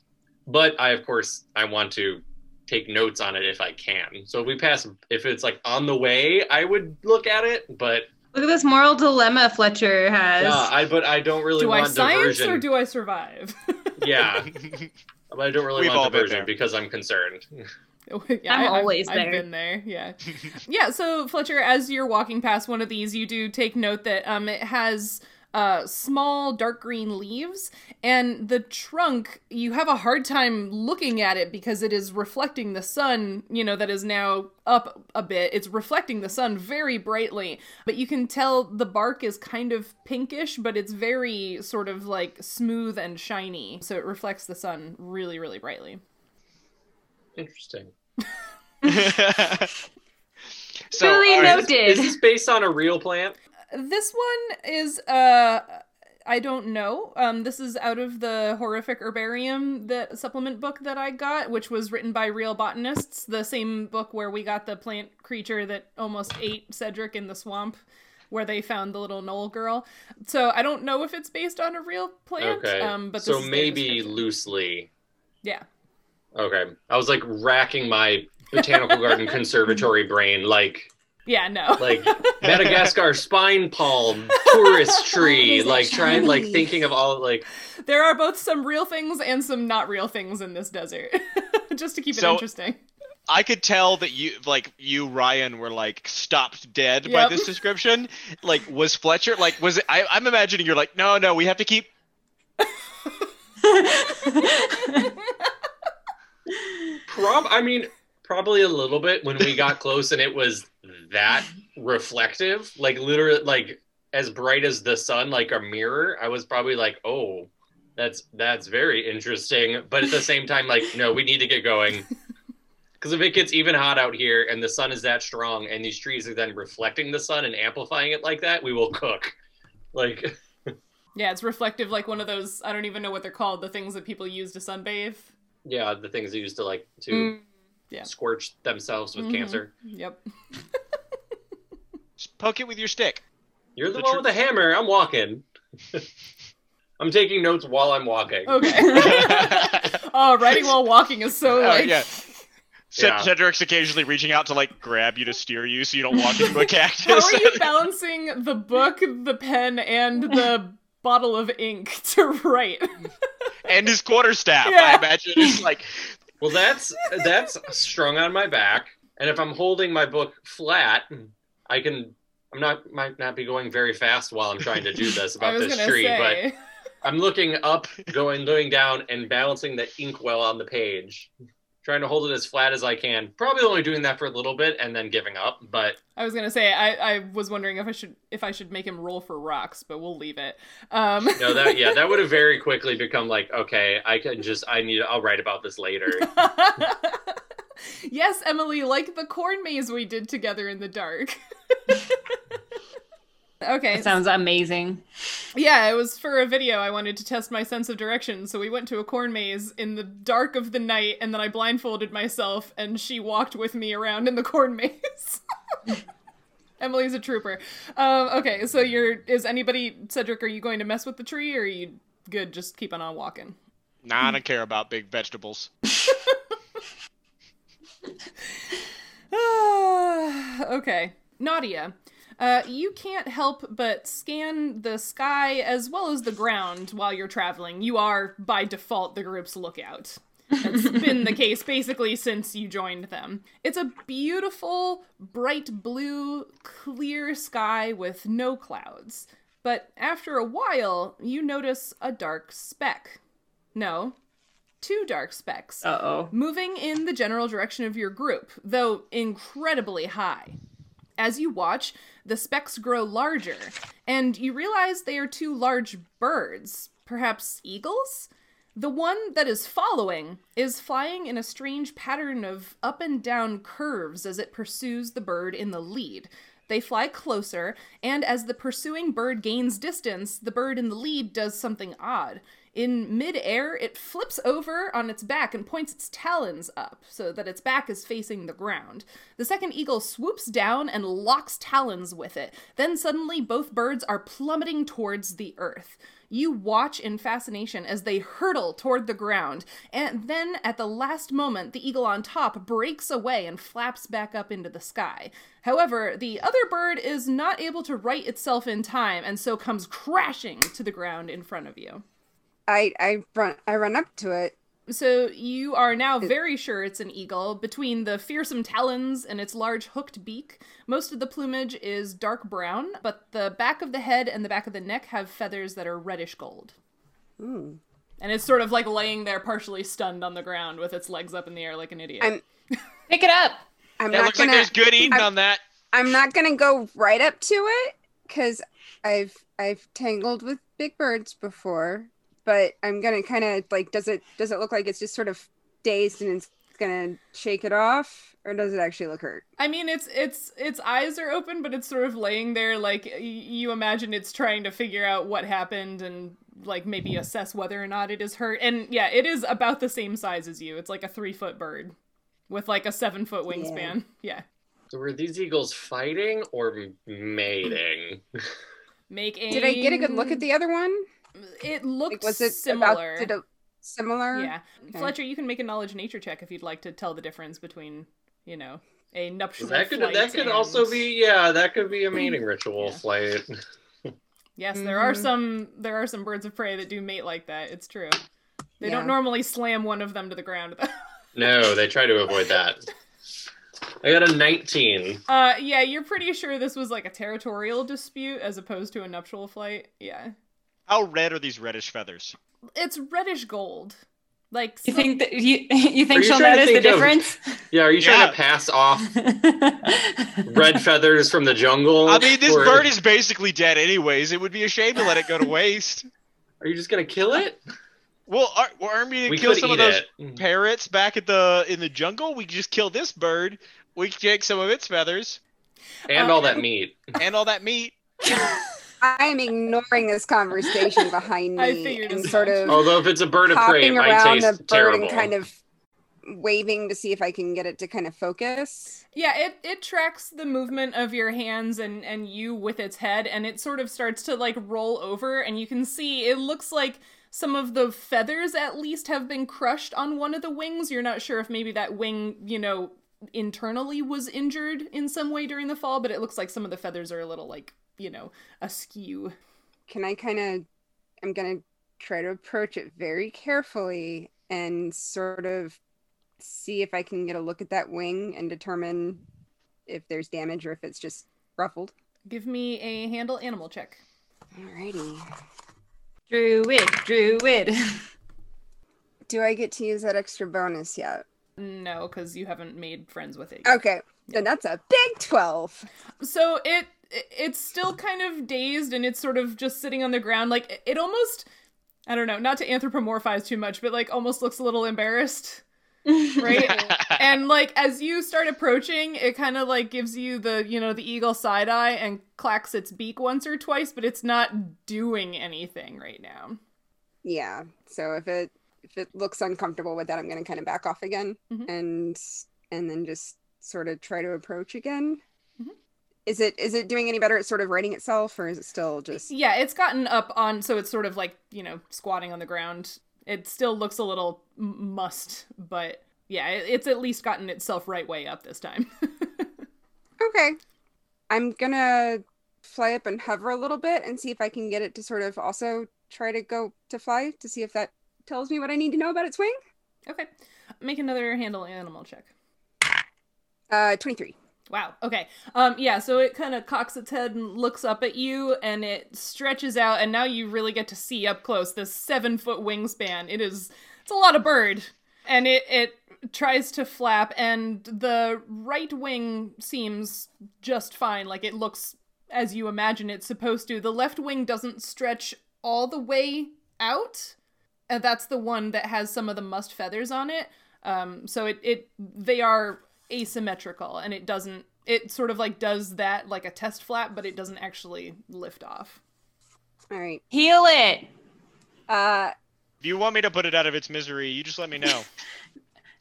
Speaker 2: but I of course I want to take notes on it if I can. So if we pass, if it's like on the way, I would look at it. But
Speaker 5: Look at this moral dilemma Fletcher has.
Speaker 2: yeah, I but I don't really
Speaker 1: do I
Speaker 2: want
Speaker 1: science
Speaker 2: diversion.
Speaker 1: or do I survive?
Speaker 2: yeah, but I don't really
Speaker 4: We've all
Speaker 2: want
Speaker 4: been
Speaker 2: diversion
Speaker 4: there.
Speaker 2: because I'm concerned.
Speaker 1: Yeah,
Speaker 5: I'm
Speaker 1: I-
Speaker 5: always
Speaker 1: I've,
Speaker 5: there.
Speaker 1: I've been there. Yeah. yeah. So Fletcher, as you're walking past one of these, you do take note that um it has uh small dark green leaves and the trunk you have a hard time looking at it because it is reflecting the sun you know that is now up a bit it's reflecting the sun very brightly but you can tell the bark is kind of pinkish but it's very sort of like smooth and shiny so it reflects the sun really really brightly
Speaker 2: Interesting.
Speaker 4: so,
Speaker 5: Really
Speaker 4: all
Speaker 5: no-
Speaker 4: right,
Speaker 2: Is this-
Speaker 5: Noted.
Speaker 2: Is this based on a real plant?
Speaker 1: this one is uh I don't know. Um, this is out of the horrific herbarium that supplement book that I got, which was written by real botanists. The same book where we got the plant creature that almost ate Cedric in the swamp, where they found the little knoll girl. So I don't know if it's based on a real plant.
Speaker 2: Okay.
Speaker 1: Um, but this
Speaker 2: so
Speaker 1: is their
Speaker 2: maybe
Speaker 1: description.
Speaker 2: loosely.
Speaker 1: Yeah.
Speaker 2: Okay. I was like racking my botanical garden conservatory brain, like
Speaker 1: Yeah. No.
Speaker 2: like Madagascar spine palm tourist tree,
Speaker 3: Is it
Speaker 2: like trying, like
Speaker 3: shiny?
Speaker 2: thinking of all like.
Speaker 1: there are both some real things and some not real things in this desert. Just to keep it
Speaker 4: So-
Speaker 1: interesting.
Speaker 4: I could tell that you, like you, Ryan, were like stopped dead by
Speaker 1: Yep.
Speaker 4: this description. Like, was Fletcher like was it? I, I'm imagining you're like, no, no, we have to keep.
Speaker 2: Prob. I mean, probably a little bit when we got close, and it was that reflective, like literally, like as bright as the sun, like a mirror. I was probably like, oh. That's that's very interesting, but at the same time, like, no, we need to get going. Because if it gets even hot out here and the sun is that strong, and these trees are then reflecting the sun and amplifying it like that, we will cook. Like,
Speaker 1: Yeah, it's reflective, like one of those. I don't even know what they're called. The things that people use to sunbathe.
Speaker 2: yeah, the things they used to like to
Speaker 1: Mm, yeah.
Speaker 2: scorch themselves with
Speaker 1: Mhm.
Speaker 2: cancer.
Speaker 1: Yep.
Speaker 4: Just poke it with your stick.
Speaker 2: You're the,
Speaker 4: The
Speaker 2: one
Speaker 4: tr-
Speaker 2: with the hammer. I'm walking. I'm taking notes while I'm walking.
Speaker 1: Okay. oh, writing while walking is so
Speaker 4: Oh,
Speaker 1: like.
Speaker 4: yeah. Ced-
Speaker 2: Yeah.
Speaker 4: Cedric's occasionally reaching out to like grab you to steer you so you don't walk into a cactus.
Speaker 1: How are you balancing the book, the pen, and the bottle of ink to write?
Speaker 4: and his quarterstaff.
Speaker 1: Yeah.
Speaker 4: I imagine it's like
Speaker 2: Well, that's that's strung on my back, and if I'm holding my book flat, I can. I'm not might not be going very fast while I'm trying to do this
Speaker 1: I
Speaker 2: about
Speaker 1: was
Speaker 2: this
Speaker 1: gonna
Speaker 2: tree, but
Speaker 1: say.
Speaker 2: I'm looking up, going, going down, and balancing the inkwell on the page, trying to hold it as flat as I can. Probably only doing that for a little bit and then giving up. But
Speaker 1: I was gonna say. I, I was wondering if I should if I should make him roll for rocks, but we'll leave it. Um.
Speaker 2: no, that yeah, that would have very quickly become like, okay, I can just, I need, I'll write about this later.
Speaker 1: yes, Emily, like the corn maze we did together in the dark. okay.
Speaker 5: That sounds amazing.
Speaker 1: Yeah, it was for a video. I wanted to test my sense of direction, so we went to a corn maze in the dark of the night, and then I blindfolded myself, and she walked with me around in the corn maze. Emily's a trooper. Um, okay, so you're is anybody Cedric? Are you going to mess with the tree, or are you good? Just keeping on walking.
Speaker 4: Nah, I don't care about big vegetables.
Speaker 1: okay, Nadia. Uh, you can't help but scan the sky as well as the ground while you're traveling. You are, by default, the group's lookout. That's been the case basically since you joined them. It's a beautiful, bright blue, clear sky with no clouds. But after a while, you notice a dark speck. No, two dark specks
Speaker 6: Uh oh.
Speaker 1: moving in the general direction of your group, though incredibly high. As you watch, the specks grow larger, and you realize they are two large birds, perhaps eagles? The one that is following is flying in a strange pattern of up and down curves as it pursues the bird in the lead. They fly closer, and as the pursuing bird gains distance, the bird in the lead does something odd. In midair, it flips over on its back and points its talons up so that its back is facing the ground. The second eagle swoops down and locks talons with it. Then suddenly, both birds are plummeting towards the earth. You watch in fascination as they hurtle toward the ground, and then at the last moment, the eagle on top breaks away and flaps back up into the sky. However, the other bird is not able to right itself in time and so comes crashing to the ground in front of you.
Speaker 3: I I run I run up to it.
Speaker 1: So you are now very sure it's an eagle. Between the fearsome talons and its large hooked beak, most of the plumage is dark brown, but the back of the head and the back of the neck have feathers that are reddish gold.
Speaker 3: Ooh.
Speaker 1: And it's sort of like laying there partially stunned on the ground with its legs up in the air like an idiot.
Speaker 3: I'm-
Speaker 5: Pick it up.
Speaker 3: I'm
Speaker 4: That
Speaker 3: not
Speaker 4: looks
Speaker 3: gonna
Speaker 4: like there's good eating
Speaker 3: I'm-
Speaker 4: on that.
Speaker 3: I'm not gonna go right up to it because I've I've tangled with big birds before, but I'm gonna kind of like does it does it look like it's just sort of dazed and it's gonna shake it off, or does it actually look hurt?
Speaker 1: I mean, it's it's its eyes are open, but it's sort of laying there like y- you imagine it's trying to figure out what happened and like maybe assess whether or not it is hurt. And yeah, it is about the same size as you. It's like a three foot bird with like a seven foot wingspan. Yeah.
Speaker 2: So were these eagles fighting or mating?
Speaker 1: Make a.
Speaker 3: Did I get a good look at the other one?
Speaker 1: It looked
Speaker 3: Like, was it
Speaker 1: Mm. similar.
Speaker 3: about did it, similar?
Speaker 1: yeah,
Speaker 3: Okay.
Speaker 1: Fletcher, you can make a knowledge nature check if you'd like to tell the difference between you know a nuptial.
Speaker 2: That could
Speaker 1: flight
Speaker 2: that could
Speaker 1: and-
Speaker 2: also be yeah, that could be a mating ritual
Speaker 1: Yeah.
Speaker 2: flight.
Speaker 1: Yes, there are
Speaker 3: Mhm.
Speaker 1: some there are some birds of prey that do mate like that. It's true. They
Speaker 3: Yeah.
Speaker 1: don't normally slam one of them to the ground though.
Speaker 2: No, they try to avoid that. I got a 19.
Speaker 1: Uh yeah, you're pretty sure this was like a territorial dispute as opposed to a nuptial flight. Yeah.
Speaker 4: How red are these reddish feathers?
Speaker 1: It's reddish gold. Like
Speaker 6: You
Speaker 1: some-
Speaker 6: think that you you
Speaker 2: Are you
Speaker 6: think she'll
Speaker 2: trying to
Speaker 6: notice the
Speaker 2: think of-
Speaker 6: difference?
Speaker 2: Yeah, are you trying
Speaker 4: Yeah.
Speaker 2: to pass off red feathers from the jungle?
Speaker 4: I mean, this
Speaker 2: Or
Speaker 4: bird is basically dead anyways. It would be a shame to let it go to waste.
Speaker 2: Are you just gonna kill it?
Speaker 4: Well, are, well, aren't we to
Speaker 2: We
Speaker 4: kill
Speaker 2: could
Speaker 4: some of
Speaker 2: eat
Speaker 4: those
Speaker 2: it.
Speaker 4: parrots back at the in the jungle? We could just kill this bird. We could take some of its feathers
Speaker 2: And all
Speaker 4: Uh,
Speaker 2: that meat.
Speaker 4: and all that meat.
Speaker 3: I am ignoring this conversation behind me
Speaker 1: I figured
Speaker 3: and
Speaker 1: as
Speaker 3: sort
Speaker 1: much.
Speaker 3: of
Speaker 2: Although if it's a bird of prey, it
Speaker 3: hopping
Speaker 2: might
Speaker 3: around the
Speaker 2: taste
Speaker 3: bird
Speaker 2: terrible.
Speaker 3: and kind of waving to see if I can get it to kind of focus.
Speaker 1: Yeah, it, it tracks the movement of your hands and, and you with its head, and it sort of starts to like roll over, and you can see it looks like some of the feathers at least have been crushed on one of the wings. You're not sure if maybe that wing, you know, internally was injured in some way during the fall, but it looks like some of the feathers are a little like, you know, askew.
Speaker 3: Can I kind of? I'm gonna try to approach it very carefully and sort of see if I can get a look at that wing and determine if there's damage or if it's just ruffled.
Speaker 1: Give me a handle animal check.
Speaker 3: Alrighty.
Speaker 5: Druid, druid.
Speaker 3: Do I get to use that extra bonus yet?
Speaker 1: No, because you haven't made friends with it. yet.
Speaker 3: Okay. Then that's a big twelve.
Speaker 1: so it it's still kind of dazed and it's sort of just sitting on the ground like it- it almost i don't know not to anthropomorphize too much but like almost looks a little embarrassed right and like as you start approaching it kind of like gives you the you know the eagle side eye and clacks its beak once or twice but it's not doing anything right now
Speaker 3: Yeah. So if it if it looks uncomfortable with that, I'm going to kind of back off again
Speaker 1: Mhm.
Speaker 3: and and then just sort of try to approach again.
Speaker 1: Mhm.
Speaker 3: Is it is it doing any better at sort of writing itself, or is it still just?
Speaker 1: Yeah, it's gotten up on, so it's sort of like, you know, squatting on the ground. It still looks a little m- must, but yeah, it- it's at least gotten itself right way up this time.
Speaker 3: Okay. I'm gonna fly up and hover a little bit and see if I can get it to sort of also try to go to fly to see if that tells me what I need to know about its wing.
Speaker 1: okay. Make another handle animal check.
Speaker 3: Uh, 23.
Speaker 1: Wow. Okay. Um yeah, so it kind of cocks its head and looks up at you and it stretches out and now you really get to see up close this 7-foot wingspan. It is it's a lot of bird. And it it tries to flap and the right wing seems just fine like it looks as you imagine it's supposed to. The left wing doesn't stretch all the way out. And that's the one that has some of the must feathers on it. Um so it it they are asymmetrical and it doesn't it sort of like does that like a test flap but it doesn't actually lift off
Speaker 3: All right.
Speaker 5: Heal it.
Speaker 3: Uh,
Speaker 4: If you want me to put it out of its misery, you just let me know.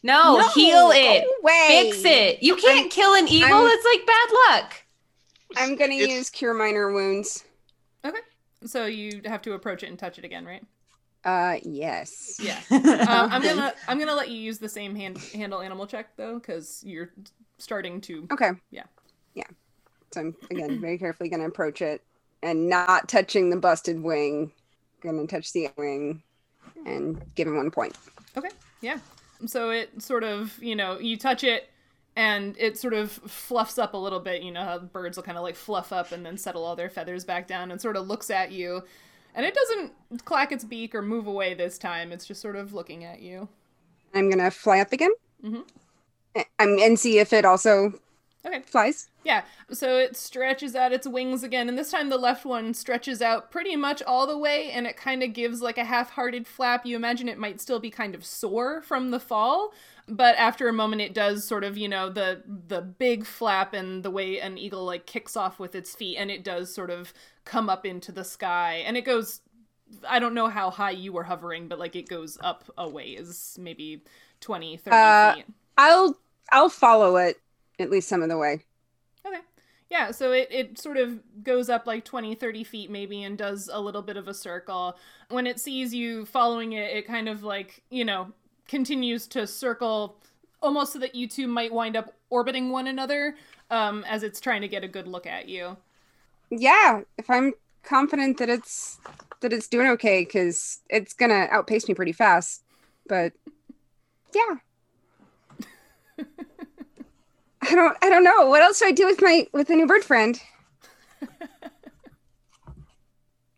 Speaker 5: No,
Speaker 3: no,
Speaker 5: Oh, heal it.
Speaker 3: go away.
Speaker 5: Fix it. You can't
Speaker 3: I'm-
Speaker 5: kill an evil.
Speaker 3: I'm-
Speaker 5: That's like bad luck.
Speaker 3: I'm gonna
Speaker 4: It's-
Speaker 3: use cure minor wounds.
Speaker 1: so you have to approach it and touch it again right
Speaker 3: Uh, yes.
Speaker 1: yeah um, i'm gonna i'm gonna let you use the same hand handle animal check though because you're starting to
Speaker 3: Okay.
Speaker 1: Yeah.
Speaker 3: Yeah. So I'm again very carefully gonna approach it and not touching the busted wing. Gonna touch the wing and give him one point.
Speaker 1: so it sort of you know you touch it and it sort of fluffs up a little bit you know how birds will kind of like fluff up and then settle all their feathers back down and sort of looks at you and it doesn't clack its beak or move away this time it's just sort of looking at you
Speaker 3: I'm gonna fly up again.
Speaker 1: Mhm.
Speaker 3: A- I'm and see if it also
Speaker 1: Okay.
Speaker 3: flies.
Speaker 1: Yeah, so it stretches out its wings again, and this time the left one stretches out pretty much all the way, and it kind of gives like a half hearted flap. You imagine it might still be kind of sore from the fall, but after a moment it does sort of, you know, the the big flap and the way an eagle like kicks off with its feet, and it does sort of come up into the sky, and it goes I don't know how high you were hovering, but like it goes up a ways, maybe 20, 30
Speaker 3: Uh,
Speaker 1: feet.
Speaker 3: I'll I'll follow it at least some of the way.
Speaker 1: Okay. Yeah, so it, it sort of goes up like 20, 30 feet maybe and does a little bit of a circle. When it sees you following it, it kind of like, you know, continues to circle almost so that you two might wind up orbiting one another um, as it's trying to get a good look at you.
Speaker 3: Yeah, if I'm confident that it's that it's doing okay, because it's gonna outpace me pretty fast. But yeah. I don't I don't know. What else do I do with my with the new bird friend?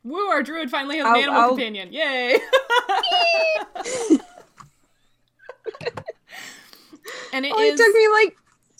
Speaker 1: Woo, our druid finally has
Speaker 3: I'll-
Speaker 1: an animal
Speaker 3: I'll-
Speaker 1: companion. Yay! and it is.
Speaker 3: Only Oh, took me like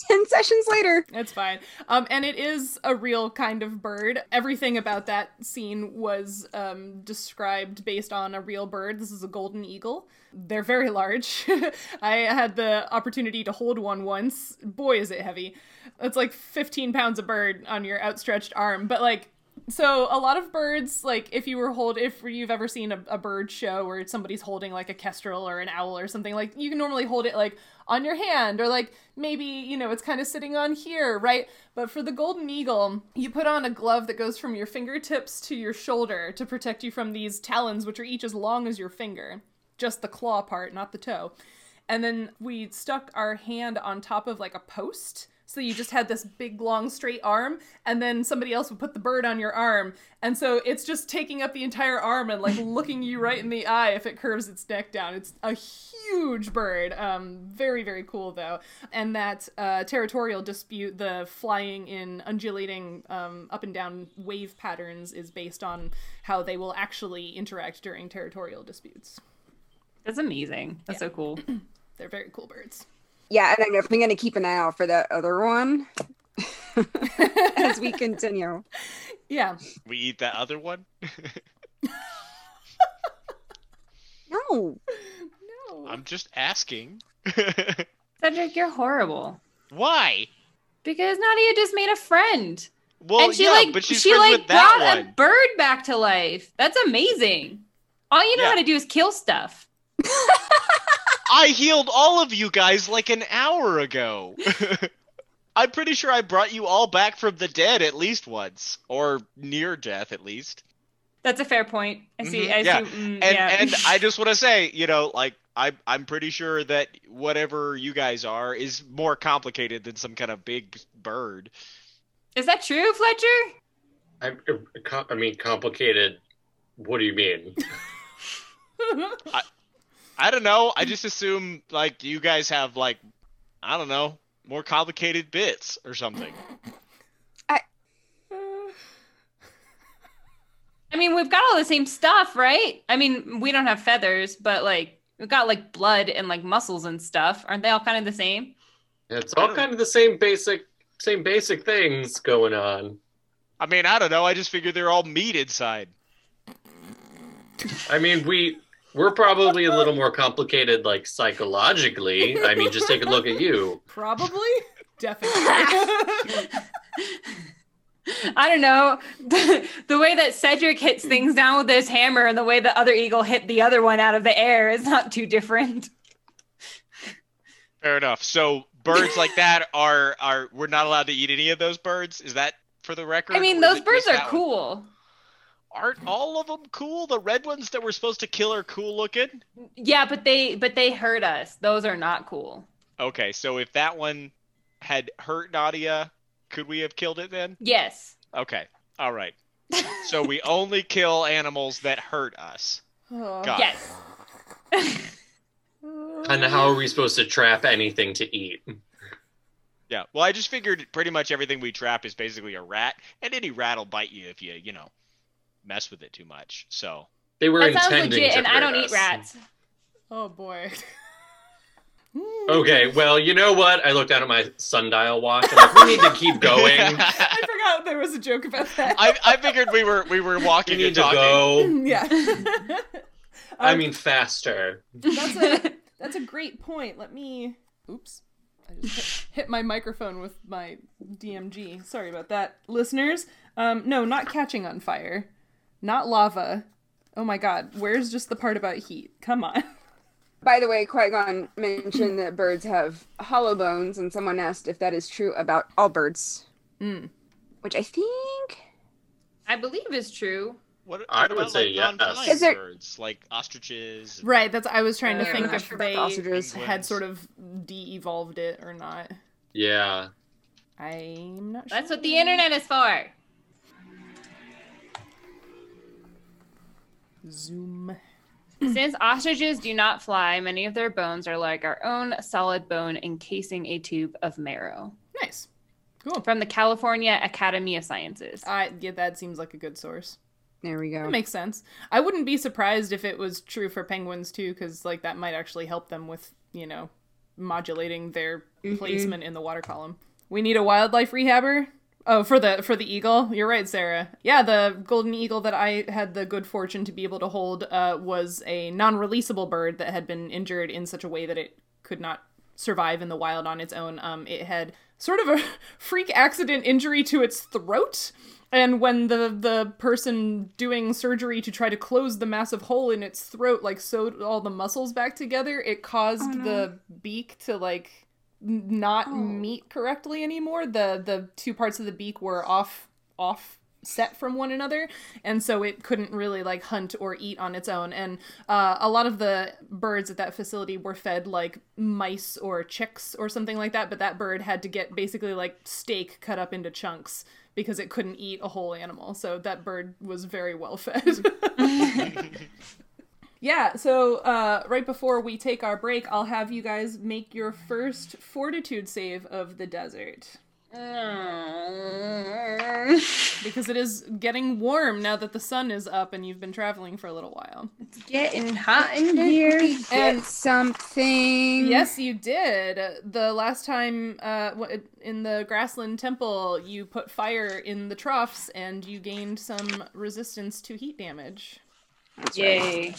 Speaker 3: ten sessions later.
Speaker 1: It's fine. Um, and it is a real kind of bird. Everything about that scene was um, described based on a real bird. This is a golden eagle. They're very large. I had the opportunity to hold one once. Boy, is it heavy. It's like 15 pounds of bird on your outstretched arm. But like, so a lot of birds, like if you were hold, if you've ever seen a, a bird show where somebody's holding like a kestrel or an owl or something, like you can normally hold it like on your hand or like maybe you know it's kind of sitting on here, right? But for the golden eagle, you put on a glove that goes from your fingertips to your shoulder to protect you from these talons, which are each as long as your finger, just the claw part, not the toe. And then we stuck our hand on top of like a post. So you just had this big, long, straight arm, and then somebody else would put the bird on your arm. And so it's just taking up the entire arm and like looking you right in the eye if it curves its neck down. It's a huge bird. Um, very, very cool though. And that uh, territorial dispute, the flying in undulating um, up and down wave patterns, is based on how they will actually interact during territorial disputes.
Speaker 5: That's amazing. That's so cool.
Speaker 1: They're very cool birds.
Speaker 3: Yeah, and I'm definitely gonna keep an eye out for that other one as we continue.
Speaker 1: Yeah.
Speaker 4: we eat that other one.
Speaker 3: No.
Speaker 1: No.
Speaker 4: I'm just asking.
Speaker 5: Cedric, you're horrible.
Speaker 4: Why?
Speaker 5: Because Nadia just made a friend.
Speaker 4: Well,
Speaker 5: and she
Speaker 4: yeah,
Speaker 5: like
Speaker 4: but she's
Speaker 5: she
Speaker 4: friends
Speaker 5: like
Speaker 4: with
Speaker 5: brought
Speaker 4: that
Speaker 5: a
Speaker 4: one.
Speaker 5: bird back to life. That's amazing. All you know
Speaker 4: Yeah.
Speaker 5: how to do is kill stuff.
Speaker 4: I healed all of you guys like an hour ago. I'm pretty sure I brought you all back from the dead at least once, or near death at least.
Speaker 5: That's a fair point. I see.
Speaker 4: Mhm,
Speaker 5: I
Speaker 4: yeah.
Speaker 5: see. mm,
Speaker 4: And
Speaker 5: yeah.
Speaker 4: and I just want to say, you know, like I I'm pretty sure that whatever you guys are is more complicated than some kind of big bird.
Speaker 5: is that true, Fletcher?
Speaker 2: I, com- I mean, complicated. What do you mean?
Speaker 4: I don't know. I just assume like you guys have like I don't know, more complicated bits or something.
Speaker 5: I mean, we've got all the same stuff, right? I mean, we don't have feathers, but like we've got like blood and like muscles and stuff. Aren't they all kind of the same?
Speaker 2: It's all kind of the same basic, same basic things going on.
Speaker 4: I mean, I don't know. I just figure they're all meat inside.
Speaker 2: I mean, we we're probably a little more complicated, like psychologically. I mean, just take a look at you.
Speaker 1: Probably? Definitely.
Speaker 5: I don't know. The, way that Cedric hits
Speaker 2: Mm.
Speaker 5: things down with his hammer and the way the other eagle hit the other one out of the air is not too different.
Speaker 4: Fair enough. So birds like that are are we're not allowed to eat any of those birds. Is that for the record?
Speaker 5: I mean,
Speaker 4: Or is
Speaker 5: those
Speaker 4: it
Speaker 5: birds
Speaker 4: just
Speaker 5: are
Speaker 4: that one?
Speaker 5: cool.
Speaker 4: Aren't all of them cool? The red ones that we're supposed to kill are cool looking.
Speaker 5: Yeah, but they but they hurt us. Those are not cool.
Speaker 4: Okay, so if that one had hurt Nadia, could we have killed it then?
Speaker 5: Yes.
Speaker 4: Okay, all right. So we only kill animals that hurt us.
Speaker 1: Oh.
Speaker 4: Got it.
Speaker 5: Yes.
Speaker 2: And how are we supposed to trap anything to eat?
Speaker 4: Yeah. Well, I just figured pretty much everything we trap is basically a rat, and any rat will bite you if you you know mess with it too much. So
Speaker 2: They were
Speaker 5: that sounds
Speaker 2: intending
Speaker 5: legit,
Speaker 2: to
Speaker 5: and I
Speaker 2: hurt
Speaker 5: don't
Speaker 2: us.
Speaker 5: eat rats.
Speaker 1: Oh boy.
Speaker 2: Okay, well, you know what? I looked down at my sundial watch. I'm like, we need to keep going.
Speaker 1: I forgot there was a joke about that.
Speaker 4: I, I figured we were we were
Speaker 2: We
Speaker 4: walking
Speaker 2: need
Speaker 4: and
Speaker 2: to
Speaker 4: talking.
Speaker 2: go.
Speaker 1: yeah.
Speaker 2: I
Speaker 1: Um,
Speaker 2: mean, faster.
Speaker 1: that's a that's a great point. Let me. Oops, I just hit, hit my microphone with my DMG. Sorry about that, listeners. Um, no, not catching on fire, not lava. Oh my God, where's just the part about heat? Come on.
Speaker 3: By the way, Qui Gon mentioned that birds have hollow bones, and someone asked if that is true about all birds.
Speaker 1: Mm.
Speaker 3: Which I think
Speaker 5: I believe is true.
Speaker 4: What,
Speaker 2: I
Speaker 4: what
Speaker 2: would
Speaker 4: about,
Speaker 2: say
Speaker 4: like,
Speaker 2: yes.
Speaker 4: non-flying
Speaker 3: Is there-
Speaker 4: birds like ostriches?
Speaker 1: Right. That's. I was trying
Speaker 5: to
Speaker 1: to
Speaker 5: Uh,
Speaker 1: think
Speaker 5: think
Speaker 3: not
Speaker 1: if
Speaker 3: sure about the
Speaker 1: they
Speaker 3: ostriches.
Speaker 1: had sort of de-evolved it or not.
Speaker 2: Yeah.
Speaker 1: I'm not sure.
Speaker 5: That's what the internet is for.
Speaker 1: Zoom.
Speaker 5: Since ostriches do not fly, many of their bones are like our own solid bone encasing a tube of marrow.
Speaker 1: Nice. Cool.
Speaker 5: From the California Academy of Sciences.
Speaker 1: I yeah, that seems like a good source.
Speaker 3: there we go.
Speaker 1: That makes sense. I wouldn't be surprised if it was true for penguins too, because like that might actually help them with you know modulating their
Speaker 3: Mhm.
Speaker 1: placement in the water column. We need a wildlife rehabber. Oh, for the for the eagle. You're right, Sarah. Yeah, the golden eagle that I had the good fortune to be able to hold uh, was a non-releasable bird that had been injured in such a way that it could not survive in the wild on its own. Um, it had sort of a freak accident injury to its throat. And when the the person doing surgery to try to close the massive hole in its throat like sewed all the muscles back together, it caused
Speaker 3: Oh, no.
Speaker 1: the beak to like n- not
Speaker 3: Oh.
Speaker 1: meet correctly anymore. The the two parts of the beak were off off set from one another and so it couldn't really like hunt or eat on its own and uh, a lot of the birds at that facility were fed like mice or chicks or something like that but that bird had to get basically like steak cut up into chunks because it couldn't eat a whole animal so that bird was very well fed yeah so uh, right before we take our break i'll have you guys make your first fortitude save of the desert
Speaker 5: it's
Speaker 1: because it is getting warm now that the sun is up and you've been traveling for a little while
Speaker 5: getting hot in
Speaker 3: Didn't we get
Speaker 1: And-
Speaker 3: something.
Speaker 1: Yes, you did. The last time uh, w- in the Grassland Temple, you put fire in the troughs and you gained some resistance to heat damage.
Speaker 5: Yay.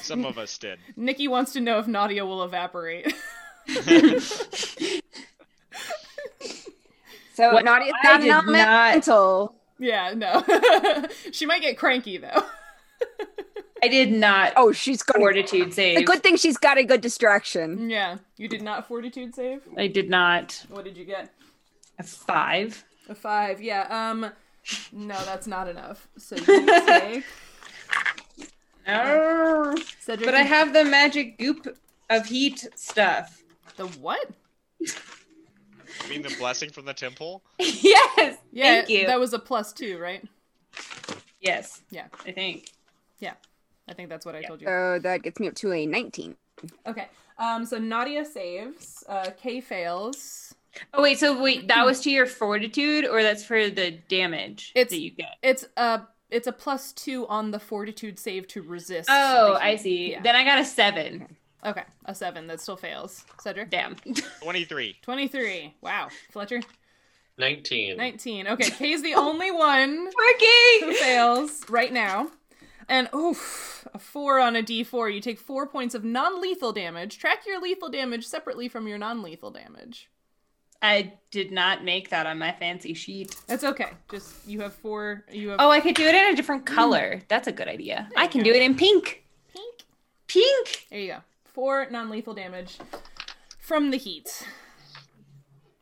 Speaker 4: Some of us did.
Speaker 1: Nikki wants to know if Nadia will evaporate.
Speaker 3: So
Speaker 5: Well,
Speaker 3: naughty is
Speaker 5: I
Speaker 3: not
Speaker 5: did
Speaker 3: an
Speaker 5: not-
Speaker 3: elemental.
Speaker 1: yeah, no. she might get cranky though.
Speaker 6: I did not
Speaker 3: Oh, she's got a,
Speaker 6: fortitude save.
Speaker 3: a good thing. She's got a good distraction.
Speaker 1: Yeah. You did not fortitude save?
Speaker 6: I did not.
Speaker 1: What did you get?
Speaker 6: A five.
Speaker 1: A five, yeah. Um no, that's not enough. So you take
Speaker 6: Arr.
Speaker 1: Cedric.
Speaker 6: But I
Speaker 1: you-
Speaker 6: have the magic goop of heat stuff.
Speaker 1: the what?
Speaker 4: You mean the blessing from the temple?
Speaker 6: yes.
Speaker 1: Yeah,
Speaker 6: Thank you.
Speaker 1: that was a plus two, right?
Speaker 6: yes.
Speaker 1: Yeah.
Speaker 6: I think.
Speaker 1: I think that's what I told you.
Speaker 3: So that gets me up to a 19.
Speaker 1: Okay. Um so Nadia saves, uh Kay fails.
Speaker 5: Oh wait, so wait, that was to your fortitude, or that's for the damage
Speaker 1: It's-
Speaker 5: that you get?
Speaker 1: It's uh it's a plus two on the fortitude save to resist.
Speaker 5: Oh,
Speaker 1: the
Speaker 5: I
Speaker 1: heat.
Speaker 5: see.
Speaker 1: Yeah.
Speaker 5: Then I got a seven.
Speaker 1: Okay, a seven that still fails. Cedric,
Speaker 5: Damn.
Speaker 4: 23.
Speaker 1: twenty-three. Wow, Fletcher,
Speaker 2: 19.
Speaker 1: nineteen. Okay, Kay's the only one who
Speaker 5: Working.
Speaker 1: fails right now. And oof, a four on a d4. You take four points of non-lethal damage. Track your lethal damage separately from your non-lethal damage.
Speaker 5: I did not make that on my fancy sheet.
Speaker 1: That's okay. Just you have four. You have
Speaker 5: Oh, I could do it in a different color. That's a good idea. I can do it in pink.
Speaker 1: pink.
Speaker 5: Pink.
Speaker 1: There you go. Four non-lethal damage from the heat.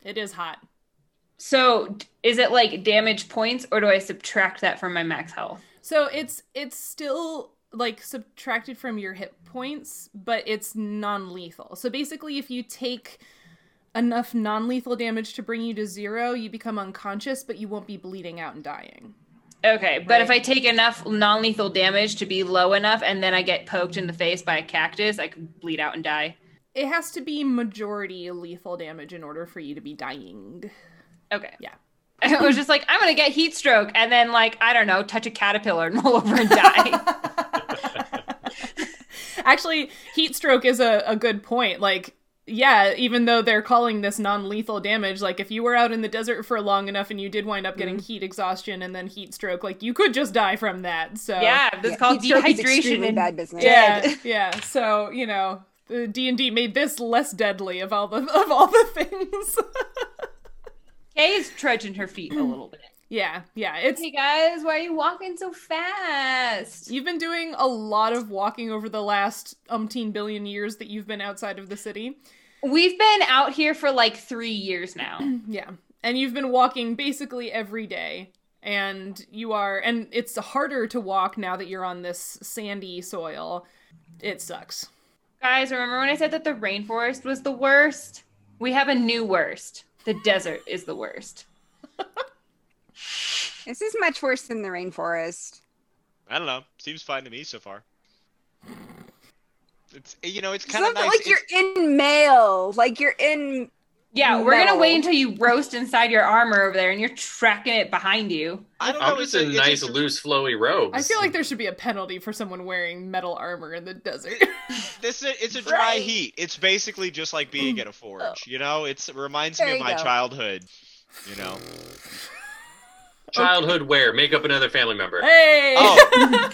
Speaker 1: It is hot.
Speaker 5: So d- is it like damage points, or do I subtract that from my max health?
Speaker 1: So it's it's still like subtracted from your hit points, but it's non-lethal. So basically if you take enough non-lethal damage to bring you to zero, you become unconscious, but you won't be bleeding out and dying.
Speaker 5: Okay, but if
Speaker 1: Right.
Speaker 5: I take enough non-lethal damage to be low enough, and then I get poked in the face by a cactus, I could bleed out and die.
Speaker 1: It has to be majority lethal damage in order for you to be dying.
Speaker 5: Okay.
Speaker 1: Yeah.
Speaker 5: I was just like, I'm gonna get heat stroke, and then like I don't know, touch a caterpillar and roll over and die.
Speaker 1: Actually, heat stroke is a, a good point. Like, yeah, even though they're calling this non lethal damage, like if you were out in the desert for long enough and you did wind up getting heat exhaustion and then heat stroke, like you could just die from that. So
Speaker 5: yeah, this is
Speaker 3: Oh. Yeah,
Speaker 5: called
Speaker 3: heat stroke is
Speaker 5: dehydration.
Speaker 3: extremely
Speaker 5: and-
Speaker 3: bad business.
Speaker 1: yeah, yeah. So you know, the D and D made this less deadly of all the of all the things.
Speaker 5: Kay is trudging her feet a little bit.
Speaker 1: yeah, yeah. It's
Speaker 5: Hey guys, why are you walking so fast?
Speaker 1: you've been doing a lot of walking over the last umpteen billion years that you've been outside of the city.
Speaker 5: We've been out here for like three years now.
Speaker 1: Yeah. And you've been walking basically every day. And you are, and it's harder to walk now that you're on this sandy soil. It sucks.
Speaker 5: guys, remember when I said that the rainforest was the worst? We have a new worst. The desert is the worst.
Speaker 3: This is much worse than the rainforest.
Speaker 4: I don't know. Seems fine to me so far. It's you know, it's
Speaker 3: It's
Speaker 4: kind
Speaker 3: not
Speaker 4: of nice.
Speaker 3: like
Speaker 4: It's-
Speaker 3: you're in mail. Like you're in.
Speaker 5: Yeah, we're gonna
Speaker 3: No.
Speaker 5: wait until you roast inside your armor over there, and you're tracking it behind you.
Speaker 4: I don't
Speaker 2: I'm
Speaker 4: know,
Speaker 2: just
Speaker 4: it's
Speaker 2: in
Speaker 4: it's
Speaker 2: nice, loose, flowy robes.
Speaker 1: I feel like there should be a penalty for someone wearing metal armor in the desert.
Speaker 4: This is, it's a dry
Speaker 5: Right.
Speaker 4: heat. It's basically just like being at a forge. You know, it's it reminds
Speaker 3: Mm. Oh. There
Speaker 4: me of
Speaker 3: you
Speaker 4: my
Speaker 3: go.
Speaker 4: childhood. You know.
Speaker 2: Childhood wear. Make up another family member.
Speaker 1: hey!
Speaker 4: Oh.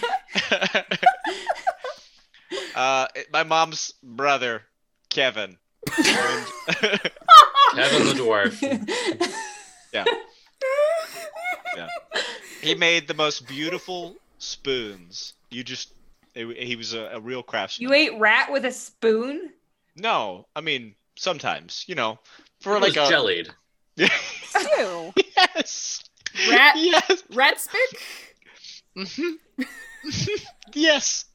Speaker 4: uh, it- my mom's brother, Kevin. And-
Speaker 2: Kevin the dwarf.
Speaker 4: he made the most beautiful spoons. You just, it- he was a, a real craftsman.
Speaker 5: You ate rat with a spoon.
Speaker 4: no, I mean sometimes, you know,
Speaker 2: Or
Speaker 4: for like a
Speaker 2: jellied.
Speaker 3: Ew.
Speaker 4: yes,
Speaker 1: Rat-
Speaker 4: yes,
Speaker 1: Rat spick?
Speaker 4: yes.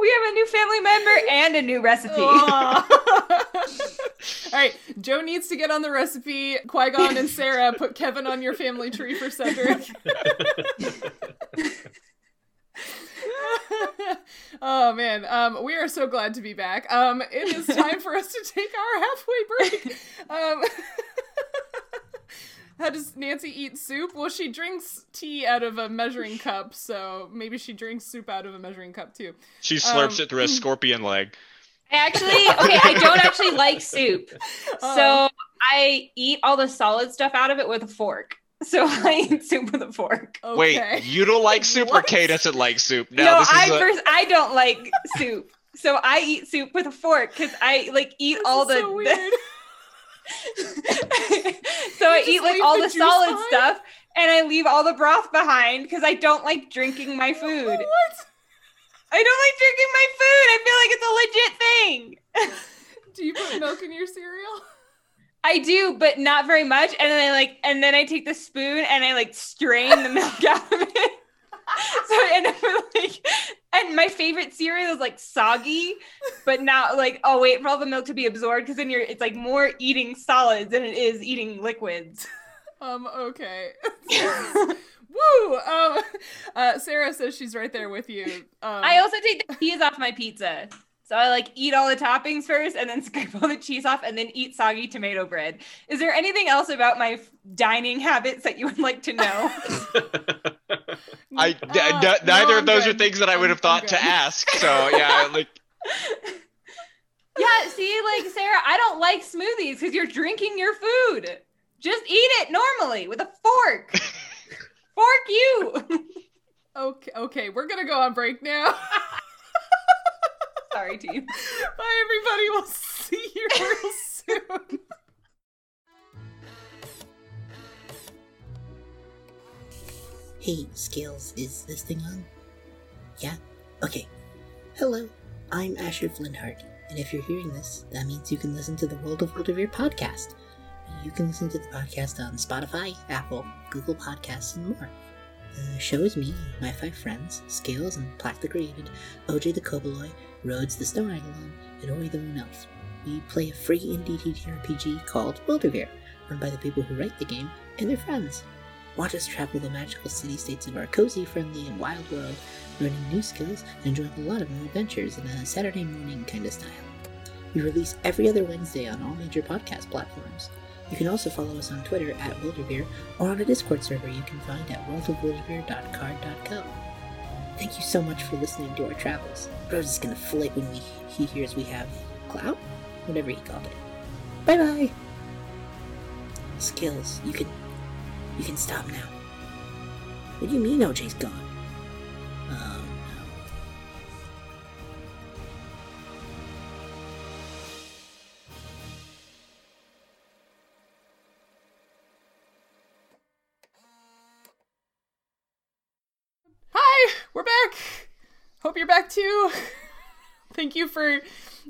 Speaker 5: We have a new family member and a new recipe.
Speaker 1: Oh. All right, Joe needs to get on the recipe. Qui Gon and Sarah put Kevin on your family tree for Cedric. oh man, um, we are so glad to be back. Um, it is time for us to take our halfway break. Um, how does Nancy eat soup? Well, she drinks tea out of a measuring cup, so maybe she drinks soup out of a measuring cup too.
Speaker 4: She slurps
Speaker 1: Um,
Speaker 4: it through a scorpion leg.
Speaker 5: I actually, okay, I don't actually like soup,
Speaker 1: Oh.
Speaker 5: so I eat all the solid stuff out of it with a fork. So I eat soup with a fork.
Speaker 1: Oh, Okay.
Speaker 4: Wait, you don't like soup or
Speaker 1: What?
Speaker 4: Kay doesn't like soup? No,
Speaker 5: No,
Speaker 4: this
Speaker 5: I
Speaker 4: is a-
Speaker 5: first, I don't like soup, so I eat soup with a fork because I like eat
Speaker 1: This is
Speaker 5: all the.
Speaker 1: so weird.
Speaker 5: so I
Speaker 1: just
Speaker 5: eat like
Speaker 1: leave
Speaker 5: all
Speaker 1: the
Speaker 5: the
Speaker 1: juice
Speaker 5: solid
Speaker 1: behind?
Speaker 5: stuff and I leave all the broth behind because I don't like drinking my food.
Speaker 1: What?
Speaker 6: I don't like drinking my food. I feel like it's a legit thing.
Speaker 1: Do you put milk in your cereal?
Speaker 6: I do, but not very much. And then I like, and then I take the spoon and I like strain the milk out of it. So I end up with like, and my favorite cereal is like soggy, but not like, oh, wait for all the milk to be absorbed because then you're, it's like more eating solids than it is eating liquids.
Speaker 1: Um, okay. Woo! Um, uh, Sarah says she's right there with you. Um,
Speaker 6: I also take the cheese off my pizza. So I like eat all the toppings first and then scrape all the cheese off and then eat soggy tomato bread. Is there anything else about my f- dining habits that you would like to know?
Speaker 4: I d- d-
Speaker 1: Uh, no,
Speaker 4: neither
Speaker 1: I'm
Speaker 4: of those
Speaker 1: good.
Speaker 4: are things that I would have
Speaker 1: I'm
Speaker 4: thought to
Speaker 1: good.
Speaker 4: ask. So yeah, like
Speaker 6: yeah, see, like Sarah, I don't like smoothies because you're drinking your food. Just eat it normally with a fork. fork you.
Speaker 1: Okay, okay, we're gonna go on break now.
Speaker 6: Sorry, team.
Speaker 1: Bye, everybody. We'll see you real soon.
Speaker 7: Hey, Scales, is this thing on? Yeah? Okay. Hello, I'm Asher Flinhart, and if you're hearing this, that means you can listen to the World of Worldovere podcast. You can listen to the podcast on Spotify, Apple, Google Podcasts, and more. The show is me, and my five friends, Scales and Plaque the Created, OJ the Kobaloy, Rhodes the Stone Eidolon, and Ori the Moon Elf. We play a free indie TTRPG called Worldovere, run by the people who write the game and their friends. Watch us travel the magical city states of our cozy, friendly, and wild world, learning new skills and enjoying a lot of new adventures in a Saturday morning kind of style. We release every other Wednesday on all major podcast platforms. You can also follow us on Twitter at Wilderbeer or on a Discord server you can find at worldofwilderbeer.card.com. Thank you so much for listening to our travels. Rose is gonna flip when we, he hears we have clout? Whatever he called it. Bye bye! Skills, you can you can stop now. What do you mean OJ's gone? Um,
Speaker 1: Hi, we're back. Hope you're back too. Thank you for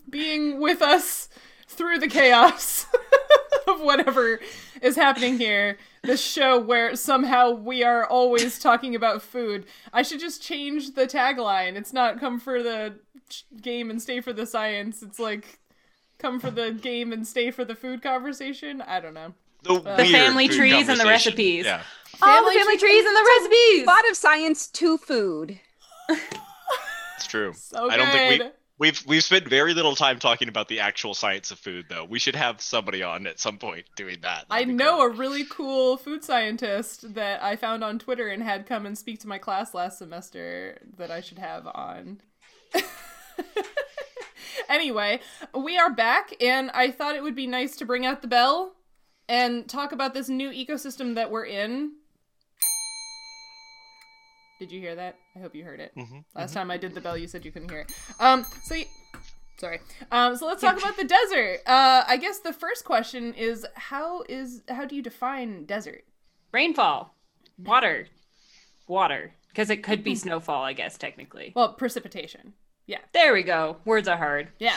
Speaker 1: being with us through the chaos of whatever is happening here. This show where somehow we are always talking about food. I should just change the tagline. It's not come for the ch- game and stay for the science. It's like come for the game and stay for the food conversation. I don't know.
Speaker 4: the, weird
Speaker 5: family
Speaker 4: food
Speaker 5: trees and the
Speaker 4: conversation.
Speaker 5: recipes.
Speaker 4: Yeah.
Speaker 5: All the family trees and the recipes.
Speaker 3: lot of science to food.
Speaker 4: It's true.
Speaker 1: So
Speaker 4: I don't think
Speaker 1: good.
Speaker 4: we we've we've spent very little time talking about the actual science of food though. We should have somebody on at some point doing that.
Speaker 1: I
Speaker 4: That'd be
Speaker 1: know
Speaker 4: great.
Speaker 1: a really cool food scientist that I found on Twitter and had come and speak to my class last semester that I should have on. anyway, we are back, and I thought it would be nice to bring out the bell and talk about this new ecosystem that we're in. Did you hear that? I hope you heard it.
Speaker 4: Mhm,
Speaker 1: Last time I did the bell, you said you couldn't hear it. Um, so, y- sorry. Um, so let's talk about the desert. Uh, I guess the first question is how is how do you define desert?
Speaker 5: Rainfall, water, water. Because it could be
Speaker 6: Mm-hmm.
Speaker 5: snowfall, I guess, technically.
Speaker 1: Well, precipitation.
Speaker 5: There we go. Words are hard.
Speaker 1: Yeah,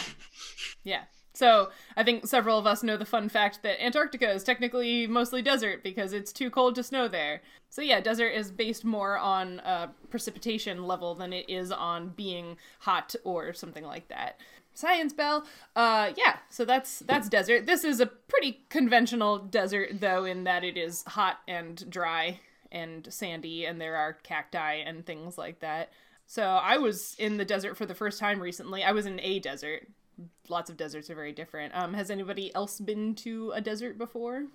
Speaker 1: yeah. So I think several of us know the fun fact that Antarctica is technically mostly desert because it's too cold to snow there. So yeah, desert is based more on uh, precipitation level than it is on being hot or something like that. Science bell. Uh, yeah. So that's that's desert. This is a pretty conventional desert though, in that it is hot and dry and sandy, and there are cacti and things like that. So I was in the desert for the first time recently. I was in a desert. Lots of deserts are very different. Um, has anybody else been to a desert before?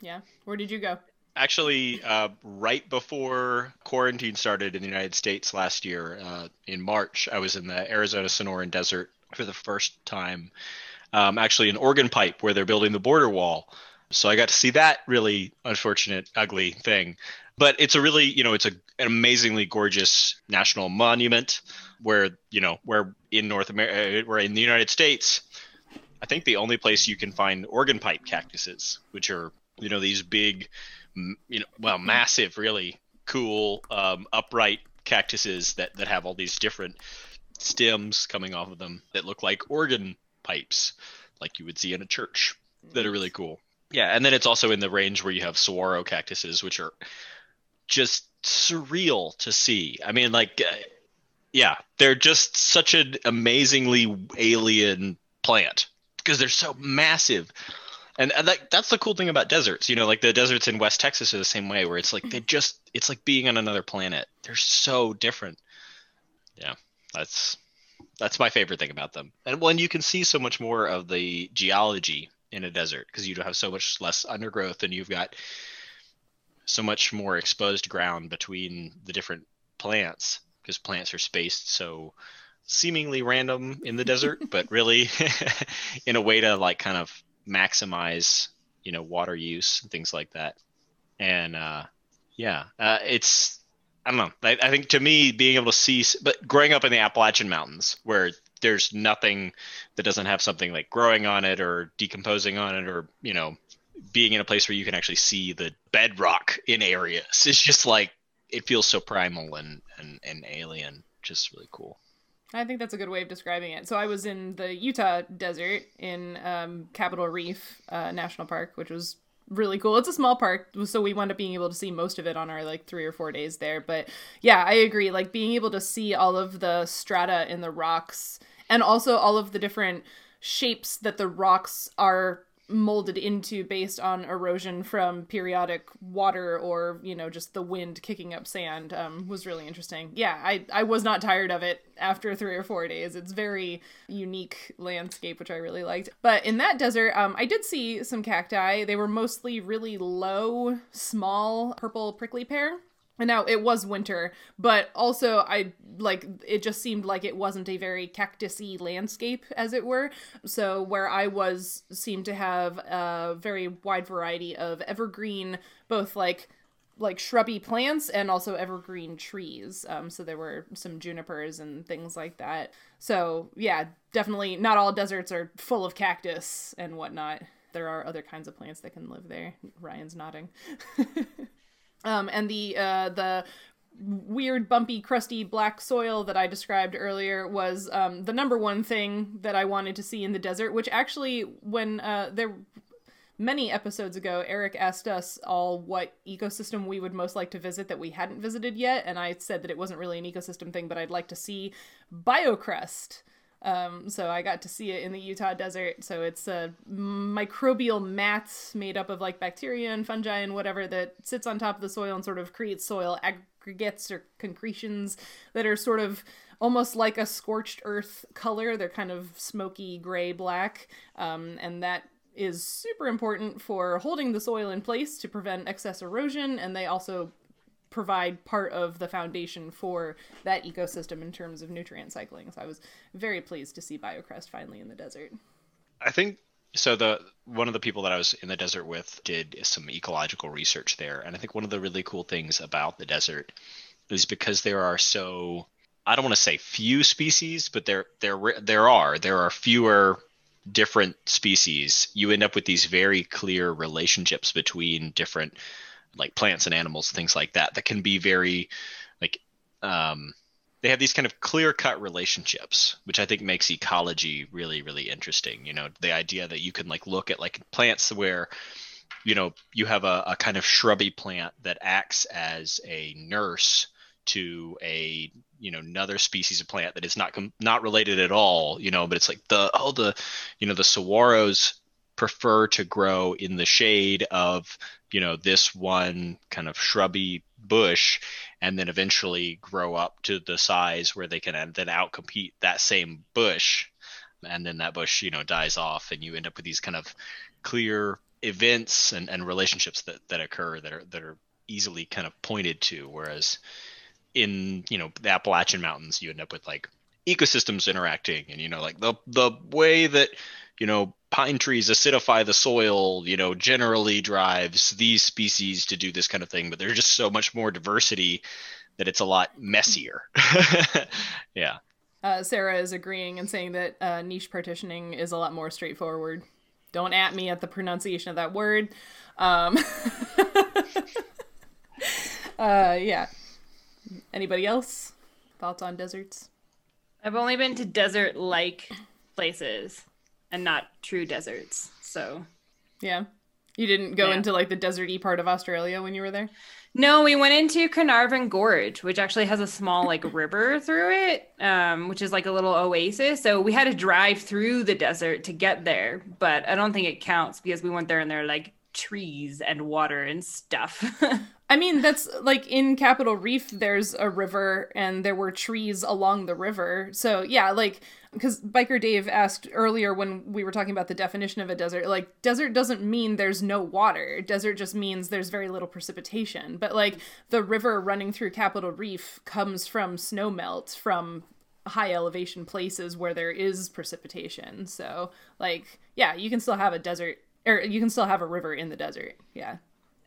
Speaker 1: Yeah. Where did you go?
Speaker 4: Actually, uh, right before quarantine started in the United States last year, uh, in March, I was in the Arizona Sonoran Desert for the first time. Um, actually, in Oregon Pipe, where they're building the border wall. So I got to see that really unfortunate, ugly thing. But it's a really, you know, it's a, an amazingly gorgeous national monument where, you know, where in North America, where in the United States, I think the only place you can find Oregon Pipe cactuses, which are, you know, these big, m- you know, well, massive, really cool, um, upright cactuses that that have all these different stems coming off of them that look like organ pipes, like you would see in a church, that are really cool. Yeah, and then it's also in the range where you have saguaro cactuses, which are just surreal to see. I mean, like, uh, yeah, they're just such an amazingly alien plant because they're so massive. And, and that, that's the cool thing about deserts, you know, like the deserts in West Texas are the same way, where it's like they just, it's like being on another planet. They're so different. Yeah, that's that's my favorite thing about them. And when you can see so much more of the geology in a desert because you have so much less undergrowth and you've got so much more exposed ground between the different plants because plants are spaced so seemingly random in the desert, but really in a way to like kind of maximize, you know, water use and things like that. And uh, yeah, uh, it's I don't know. I, I think to me, being able to see, but growing up in the Appalachian Mountains, where there's nothing that doesn't have something like growing on it or decomposing on it, or you know, being in a place where you can actually see the bedrock in areas, it's just like it feels so primal and and, and alien, just really cool.
Speaker 1: I think that's a good way of describing it. So I was in the Utah desert in um, Capitol Reef uh, National Park, which was really cool. It's a small park, so we wound up being able to see most of it on our like three or four days there. But yeah, I agree. Like being able to see all of the strata in the rocks and also all of the different shapes that the rocks are molded into based on erosion from periodic water or you know just the wind kicking up sand um, was really interesting yeah I, I was not tired of it after three or four days it's very unique landscape which i really liked but in that desert um, i did see some cacti they were mostly really low small purple prickly pear and now it was winter, but also I like it just seemed like it wasn't a very cactusy landscape, as it were. So where I was seemed to have a very wide variety of evergreen, both like like shrubby plants and also evergreen trees. Um, so there were some junipers and things like that. So yeah, definitely not all deserts are full of cactus and whatnot. There are other kinds of plants that can live there. Ryan's nodding. um, and the uh, the weird bumpy crusty black soil that i described earlier was um, the number one thing that i wanted to see in the desert which actually when uh, there many episodes ago eric asked us all what ecosystem we would most like to visit that we hadn't visited yet and i said that it wasn't really an ecosystem thing but i'd like to see biocrest um, so I got to see it in the Utah desert. So it's a microbial mat made up of like bacteria and fungi and whatever that sits on top of the soil and sort of creates soil aggregates or concretions that are sort of almost like a scorched earth color. They're kind of smoky gray black, um, and that is super important for holding the soil in place to prevent excess erosion. And they also provide part of the foundation for that ecosystem in terms of nutrient cycling. So I was very pleased to see Biocrest finally in the desert.
Speaker 4: I think so. The one of the people that I was in the desert with did some ecological research there, and I think one of the really cool things about the desert is because there are so I don't want to say few species, but there there there are there are fewer different species. You end up with these very clear relationships between different like plants and animals, things like that, that can be very like um, they have these kind of clear cut relationships, which I think makes ecology really, really interesting. You know, the idea that you can like look at like plants where you know you have a, a kind of shrubby plant that acts as a nurse to a you know another species of plant that is not com- not related at all you know but it's like the oh the you know the saguaros prefer to grow in the shade of you know this one kind of shrubby bush and then eventually grow up to the size where they can then outcompete that same bush and then that bush you know dies off and you end up with these kind of clear events and, and relationships that, that occur that are that are easily kind of pointed to whereas in you know the appalachian mountains you end up with like ecosystems interacting and you know like the the way that you know pine trees acidify the soil you know generally drives these species to do this kind of thing but there's just so much more diversity that it's a lot messier yeah
Speaker 1: Uh, Sarah is agreeing and saying that uh, niche partitioning is a lot more straightforward. Don't at me at the pronunciation of that word. Um, uh, yeah. Anybody else? Thoughts on deserts?
Speaker 5: I've only been to desert like places and not true deserts. So,
Speaker 1: Yeah. You didn't go
Speaker 5: Yeah.
Speaker 1: into like the deserty part of Australia when you were there?
Speaker 5: no, we went into Carnarvon Gorge, which actually has a small like river through it, um, which is like a little oasis. So, we had to drive through the desert to get there, but I don't think it counts because we went there and there are like trees and water and stuff.
Speaker 1: I mean, that's like in Capitol Reef, there's a river and there were trees along the river. So, yeah, like, because Biker Dave asked earlier when we were talking about the definition of a desert, like, desert doesn't mean there's no water. Desert just means there's very little precipitation. But, like, the river running through Capitol Reef comes from snowmelt from high elevation places where there is precipitation. So, like, yeah, you can still have a desert, or you can still have a river in the desert. Yeah.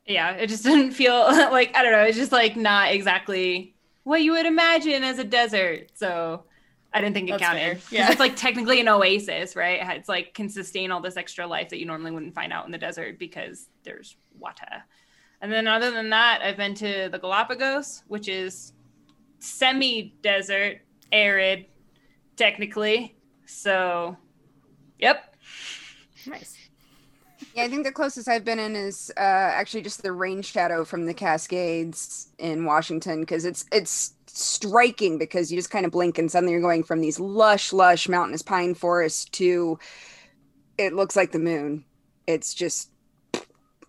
Speaker 5: yeah, it just didn't feel like I don't know. It's just like not exactly what you would imagine as a desert. So I didn't think it
Speaker 1: That's fair.
Speaker 5: counted. 'Cause
Speaker 1: Yeah.
Speaker 5: it's like technically an oasis, right? It's like can sustain all this extra life that you normally wouldn't find out in the desert because there's water. And then other than that, I've been to the Galapagos, which is semi-desert, arid, technically. So, yep,
Speaker 1: Nice.
Speaker 3: Yeah, I think the closest I've been in is uh, actually just the rain shadow from the Cascades in Washington because it's it's striking because you just kind of blink and suddenly you're going from these lush, lush mountainous pine forests to it looks like the moon. It's just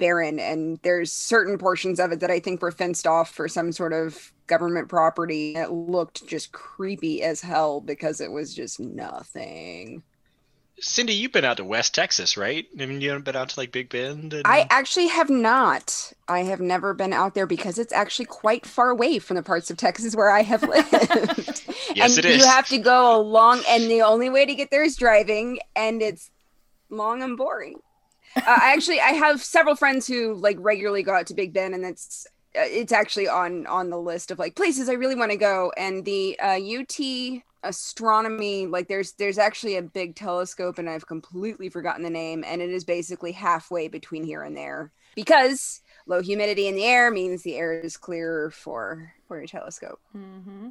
Speaker 3: barren, and there's certain portions of it that I think were fenced off for some sort of government property. It looked just creepy as hell because it was just nothing.
Speaker 4: Cindy, you've been out to West Texas, right? I mean, you haven't been out to like Big Bend. And...
Speaker 3: I actually have not. I have never been out there because it's actually quite far away from the parts of Texas where I have lived.
Speaker 4: Yes,
Speaker 3: and
Speaker 4: it is.
Speaker 3: You have to go along, and the only way to get there is driving, and it's long and boring. Uh, I actually I have several friends who like regularly go out to Big Bend, and that's uh, it's actually on on the list of like places I really want to go. And the uh, UT astronomy like there's there's actually a big telescope and i've completely forgotten the name and it is basically halfway between here and there because low humidity in the air means the air is clearer for for your telescope
Speaker 1: Mm-hmm.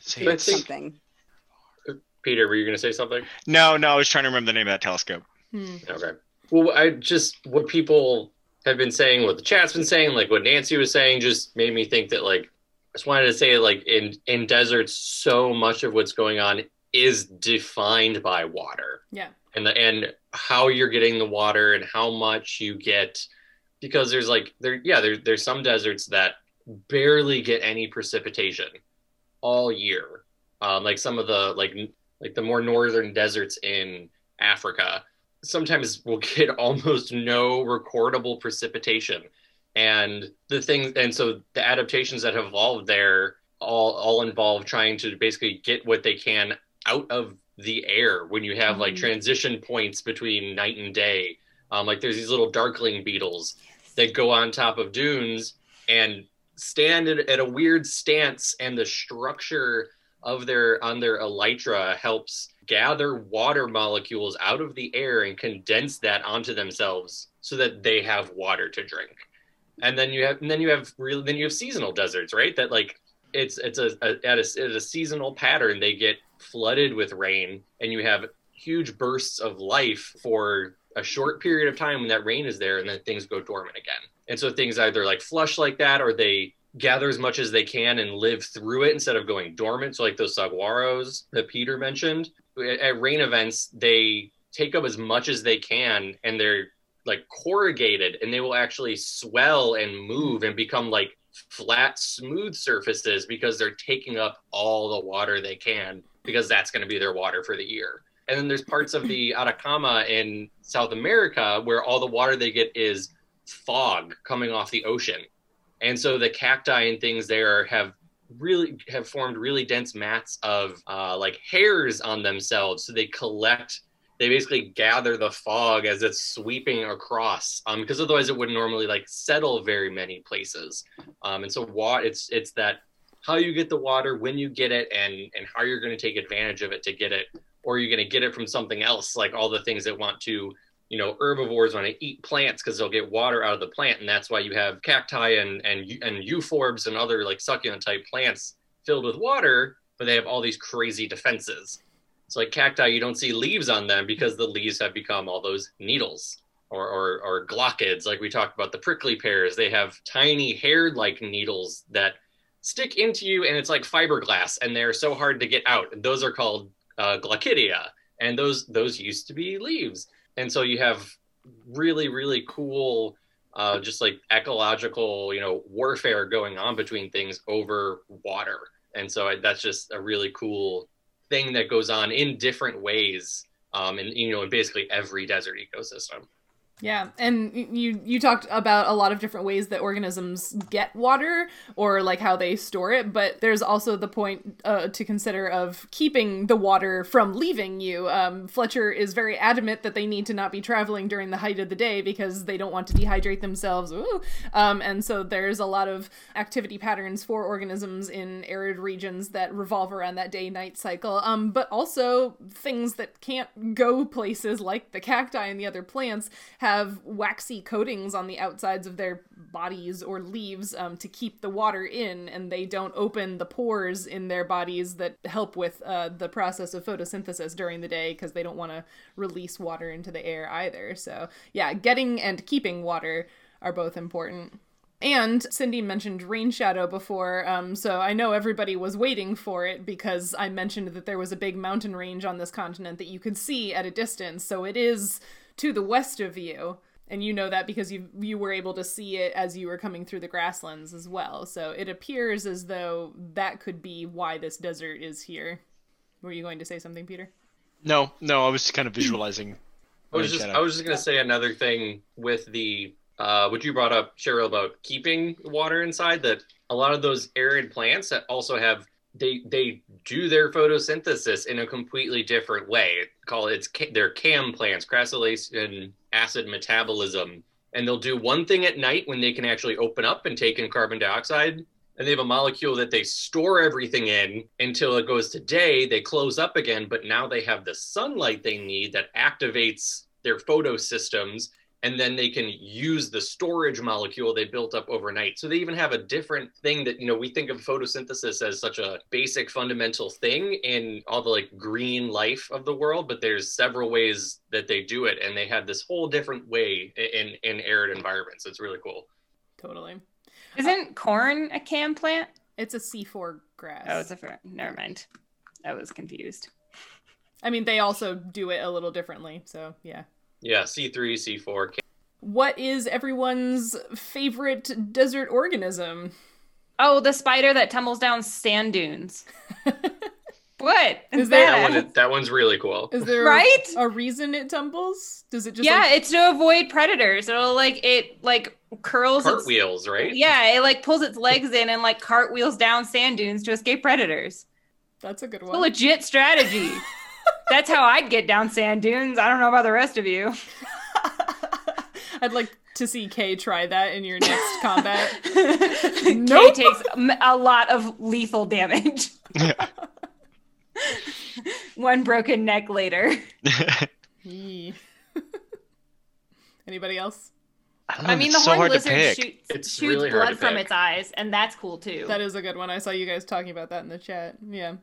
Speaker 4: See,
Speaker 2: But I think-
Speaker 3: something
Speaker 2: Peter, were you going to say something?
Speaker 4: No, no, I was trying to remember the name of that telescope.
Speaker 1: Hmm.
Speaker 2: Okay. Well, I just what people have been saying, what the chat's been saying, like what Nancy was saying, just made me think that like I just wanted to say like in in deserts, so much of what's going on is defined by water
Speaker 1: Yeah.
Speaker 2: and the and how you're getting the water and how much you get because there's like there yeah there, there's some deserts that barely get any precipitation all year um, like some of the like n- like the more northern deserts in africa sometimes will get almost no recordable precipitation and the thing and so the adaptations that have evolved there all all involve trying to basically get what they can out of the air when you have like
Speaker 1: Mhm.
Speaker 2: transition points between night and day um, like there's these little darkling beetles that go on top of dunes and stand at, at a weird stance and the structure of their on their elytra helps gather water molecules out of the air and condense that onto themselves so that they have water to drink and then you have and then you have real then you have seasonal deserts right that like it's it's a, a at a, at a seasonal pattern they get flooded with rain and you have huge bursts of life for a short period of time when that rain is there and then things go dormant again and so things either like flush like that or they gather as much as they can and live through it instead of going dormant so like those saguaros that peter mentioned at, at rain events they take up as much as they can and they're like corrugated and they will actually swell and move and become like flat smooth surfaces because they're taking up all the water they can because that's going to be their water for the year and then there's parts of the atacama in south america where all the water they get is fog coming off the ocean and so the cacti and things there have really have formed really dense mats of uh, like hairs on themselves so they collect they basically gather the fog as it's sweeping across um because otherwise it wouldn't normally like settle very many places um and so what it's it's that how you get the water when you get it and and how you're going to take advantage of it to get it or you're going to get it from something else like all the things that want to you know herbivores want to eat plants because they'll get water out of the plant and that's why you have cacti and and and euphorbs and other like succulent type plants filled with water but they have all these crazy defenses. So like cacti, you don't see leaves on them because the leaves have become all those needles or or, or glockids, like we talked about the prickly pears. They have tiny hair-like needles that stick into you, and it's like fiberglass, and they're so hard to get out. And those are called uh, glochidia, and those those used to be leaves. And so you have really really cool uh, just like ecological you know warfare going on between things over water and so I, that's just a really cool thing that goes on in different ways um, and you know in basically every desert ecosystem
Speaker 1: Yeah, and y- you you talked about a lot of different ways that organisms get water or like how they store it, but there's also the point uh, to consider of keeping the water from leaving you. Um, Fletcher is very adamant that they need to not be traveling during the height of the day because they don't want to dehydrate themselves. Ooh. Um, and so there's a lot of activity patterns for organisms in arid regions that revolve around that day-night cycle. Um, but also things that can't go places like the cacti and the other plants have waxy coatings on the outsides of their bodies or leaves um, to keep the water in, and they don't open the pores in their bodies that help with uh, the process of photosynthesis during the day because they don't want to release water into the air either. So, yeah, getting and keeping water are both important. And Cindy mentioned Rain Shadow before, um, so I know everybody was waiting for it because I mentioned that there was a big mountain range on this continent that you could see at a distance. So it is to the west of you, and you know that because you you were able to see it as you were coming through the grasslands as well. So it appears as though that could be why this desert is here. Were you going to say something, Peter?
Speaker 4: No, no, I was kind of visualizing.
Speaker 2: I was just I was just gonna say another thing with the uh, what you brought up, Cheryl, about keeping water inside. That a lot of those arid plants that also have they they do their photosynthesis in a completely different way. Call it it's ca- they're CAM plants, crassulation acid metabolism, and they'll do one thing at night when they can actually open up and take in carbon dioxide. And they have a molecule that they store everything in until it goes to day. They close up again, but now they have the sunlight they need that activates their photosystems and then they can use the storage molecule they built up overnight. So they even have a different thing that you know we think of photosynthesis as such a basic fundamental thing in all the like green life of the world, but there's several ways that they do it, and they have this whole different way i- in in arid environments. It's really cool.
Speaker 1: Totally.
Speaker 6: Isn't corn a cam plant?
Speaker 1: It's a C4 grass.
Speaker 6: Oh, it's a fir- never mind. I was confused.
Speaker 1: I mean, they also do it a little differently, so yeah.
Speaker 2: Yeah, C three, C four.
Speaker 1: What is everyone's favorite desert organism?
Speaker 5: Oh, the spider that tumbles down sand dunes.
Speaker 6: What
Speaker 1: Is
Speaker 2: That
Speaker 1: there
Speaker 2: one, is- that one's really cool.
Speaker 1: is there
Speaker 6: right?
Speaker 1: a reason it tumbles? Does it just
Speaker 5: yeah,
Speaker 1: like,
Speaker 5: it's to avoid predators. It'll like it like curls its
Speaker 2: Cartwheels, right?
Speaker 5: yeah, it like pulls its legs in and like cartwheels down sand dunes to escape predators.
Speaker 1: that's a good
Speaker 5: It's a
Speaker 1: one.
Speaker 5: legit strategy. That's how I'd get down sand dunes. I don't know about the rest of you.
Speaker 1: I'd like to see Kay try that in your next combat.
Speaker 5: Nope. Kay takes m- a lot of lethal damage. One broken neck later.
Speaker 4: I,
Speaker 1: Yee. Anybody else?
Speaker 4: don't know,
Speaker 5: I mean,
Speaker 4: it's
Speaker 5: the
Speaker 4: so
Speaker 5: horned
Speaker 4: hard to
Speaker 5: lizard
Speaker 4: pick.
Speaker 5: shoots,
Speaker 2: It's
Speaker 5: shoots
Speaker 2: really hard
Speaker 5: blood
Speaker 2: to
Speaker 5: from
Speaker 2: pick.
Speaker 5: its eyes, and that's cool too.
Speaker 1: That is a good one. I saw you guys talking about that in the chat. Yeah.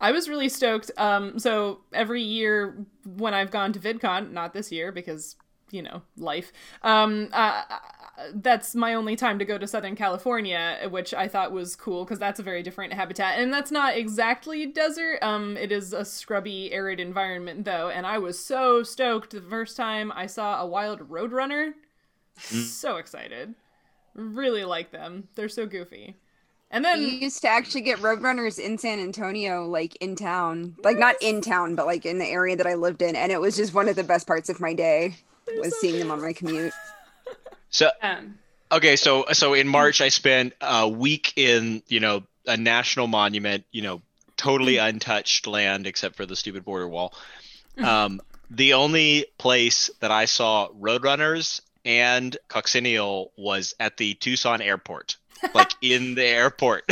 Speaker 1: I was really stoked. Um, so every year when I've gone to VidCon, not this year because, you know, life, um, uh, that's my only time to go to Southern California, which I thought was cool because that's a very different habitat. And that's not exactly desert. Um, it is a scrubby, arid environment, though. And I was so stoked the first time I saw a wild roadrunner.
Speaker 4: Mm.
Speaker 1: So excited. Really like them. They're so goofy. And then.
Speaker 2: Mm.
Speaker 3: You used to actually get Roadrunners in San Antonio, like in town, like not in town, but like in the area that I lived in, and it was just one of the best parts of my day was seeing them on my commute.
Speaker 4: So
Speaker 5: Um,
Speaker 4: okay, so so in March I spent a week in you know a national monument, you know, totally
Speaker 1: Mm-hmm.
Speaker 4: untouched land except for the stupid border wall. Um, the only place that I saw roadrunners and coccineal was at the Tucson airport. like in the airport.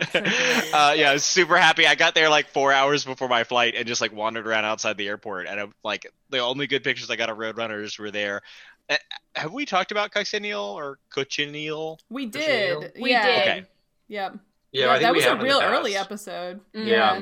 Speaker 4: uh, yeah, I was super happy. I got there like four hours before my flight and just like wandered around outside the airport. And I, like the only good pictures I got of Roadrunners were there. Uh, have we talked about coccineal or cochineal?
Speaker 1: We
Speaker 2: Does it
Speaker 1: did.
Speaker 2: heal?
Speaker 5: we
Speaker 1: yeah.
Speaker 5: did.
Speaker 4: Okay.
Speaker 1: Yep.
Speaker 2: Yeah, I think
Speaker 1: that
Speaker 2: we
Speaker 1: was
Speaker 2: have
Speaker 1: a
Speaker 2: in the
Speaker 1: real early
Speaker 2: past.
Speaker 1: episode.
Speaker 5: Mm.
Speaker 2: Yeah.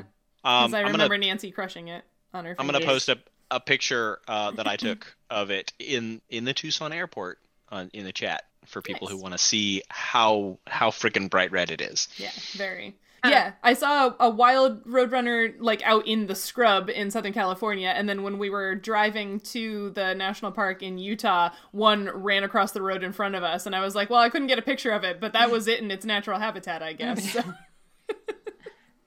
Speaker 1: because
Speaker 4: Um,
Speaker 1: I
Speaker 4: I'm
Speaker 1: remember
Speaker 4: gonna
Speaker 1: Nancy crushing it on her.
Speaker 4: I'm gonna
Speaker 1: fingers.
Speaker 4: post a, a picture uh, that I took of it in in the Tucson airport on in the chat for people who
Speaker 1: Nice.
Speaker 4: want to see how how freaking bright red it is.
Speaker 1: Yeah, very.
Speaker 5: Uh,
Speaker 1: yeah, I saw a, a wild roadrunner like out in the scrub in Southern California, and then when we were driving to the national park in Utah, one ran across the road in front of us, and I was like, "Well, I couldn't get a picture of it, but that was it in its natural habitat, I guess." So-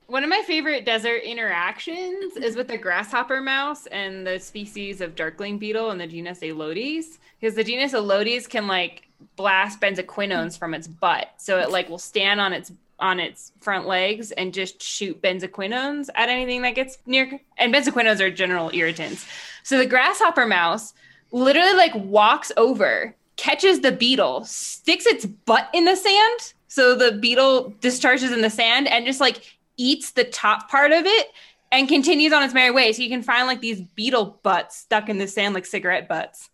Speaker 5: One of my favorite desert interactions is with the grasshopper mouse and the species of darkling beetle and the genus Elotes. Because the genus Elotes can like blast benzoquinones from its butt. So it like will stand on its on its front legs and just shoot benzoquinones at anything that gets near and benzoquinones are general irritants. So the grasshopper mouse literally like walks over, catches the beetle, sticks its butt in the sand. So the beetle discharges in the sand and just like eats the top part of it and continues on its merry way. So you can find like these beetle butts stuck in the sand, like cigarette butts,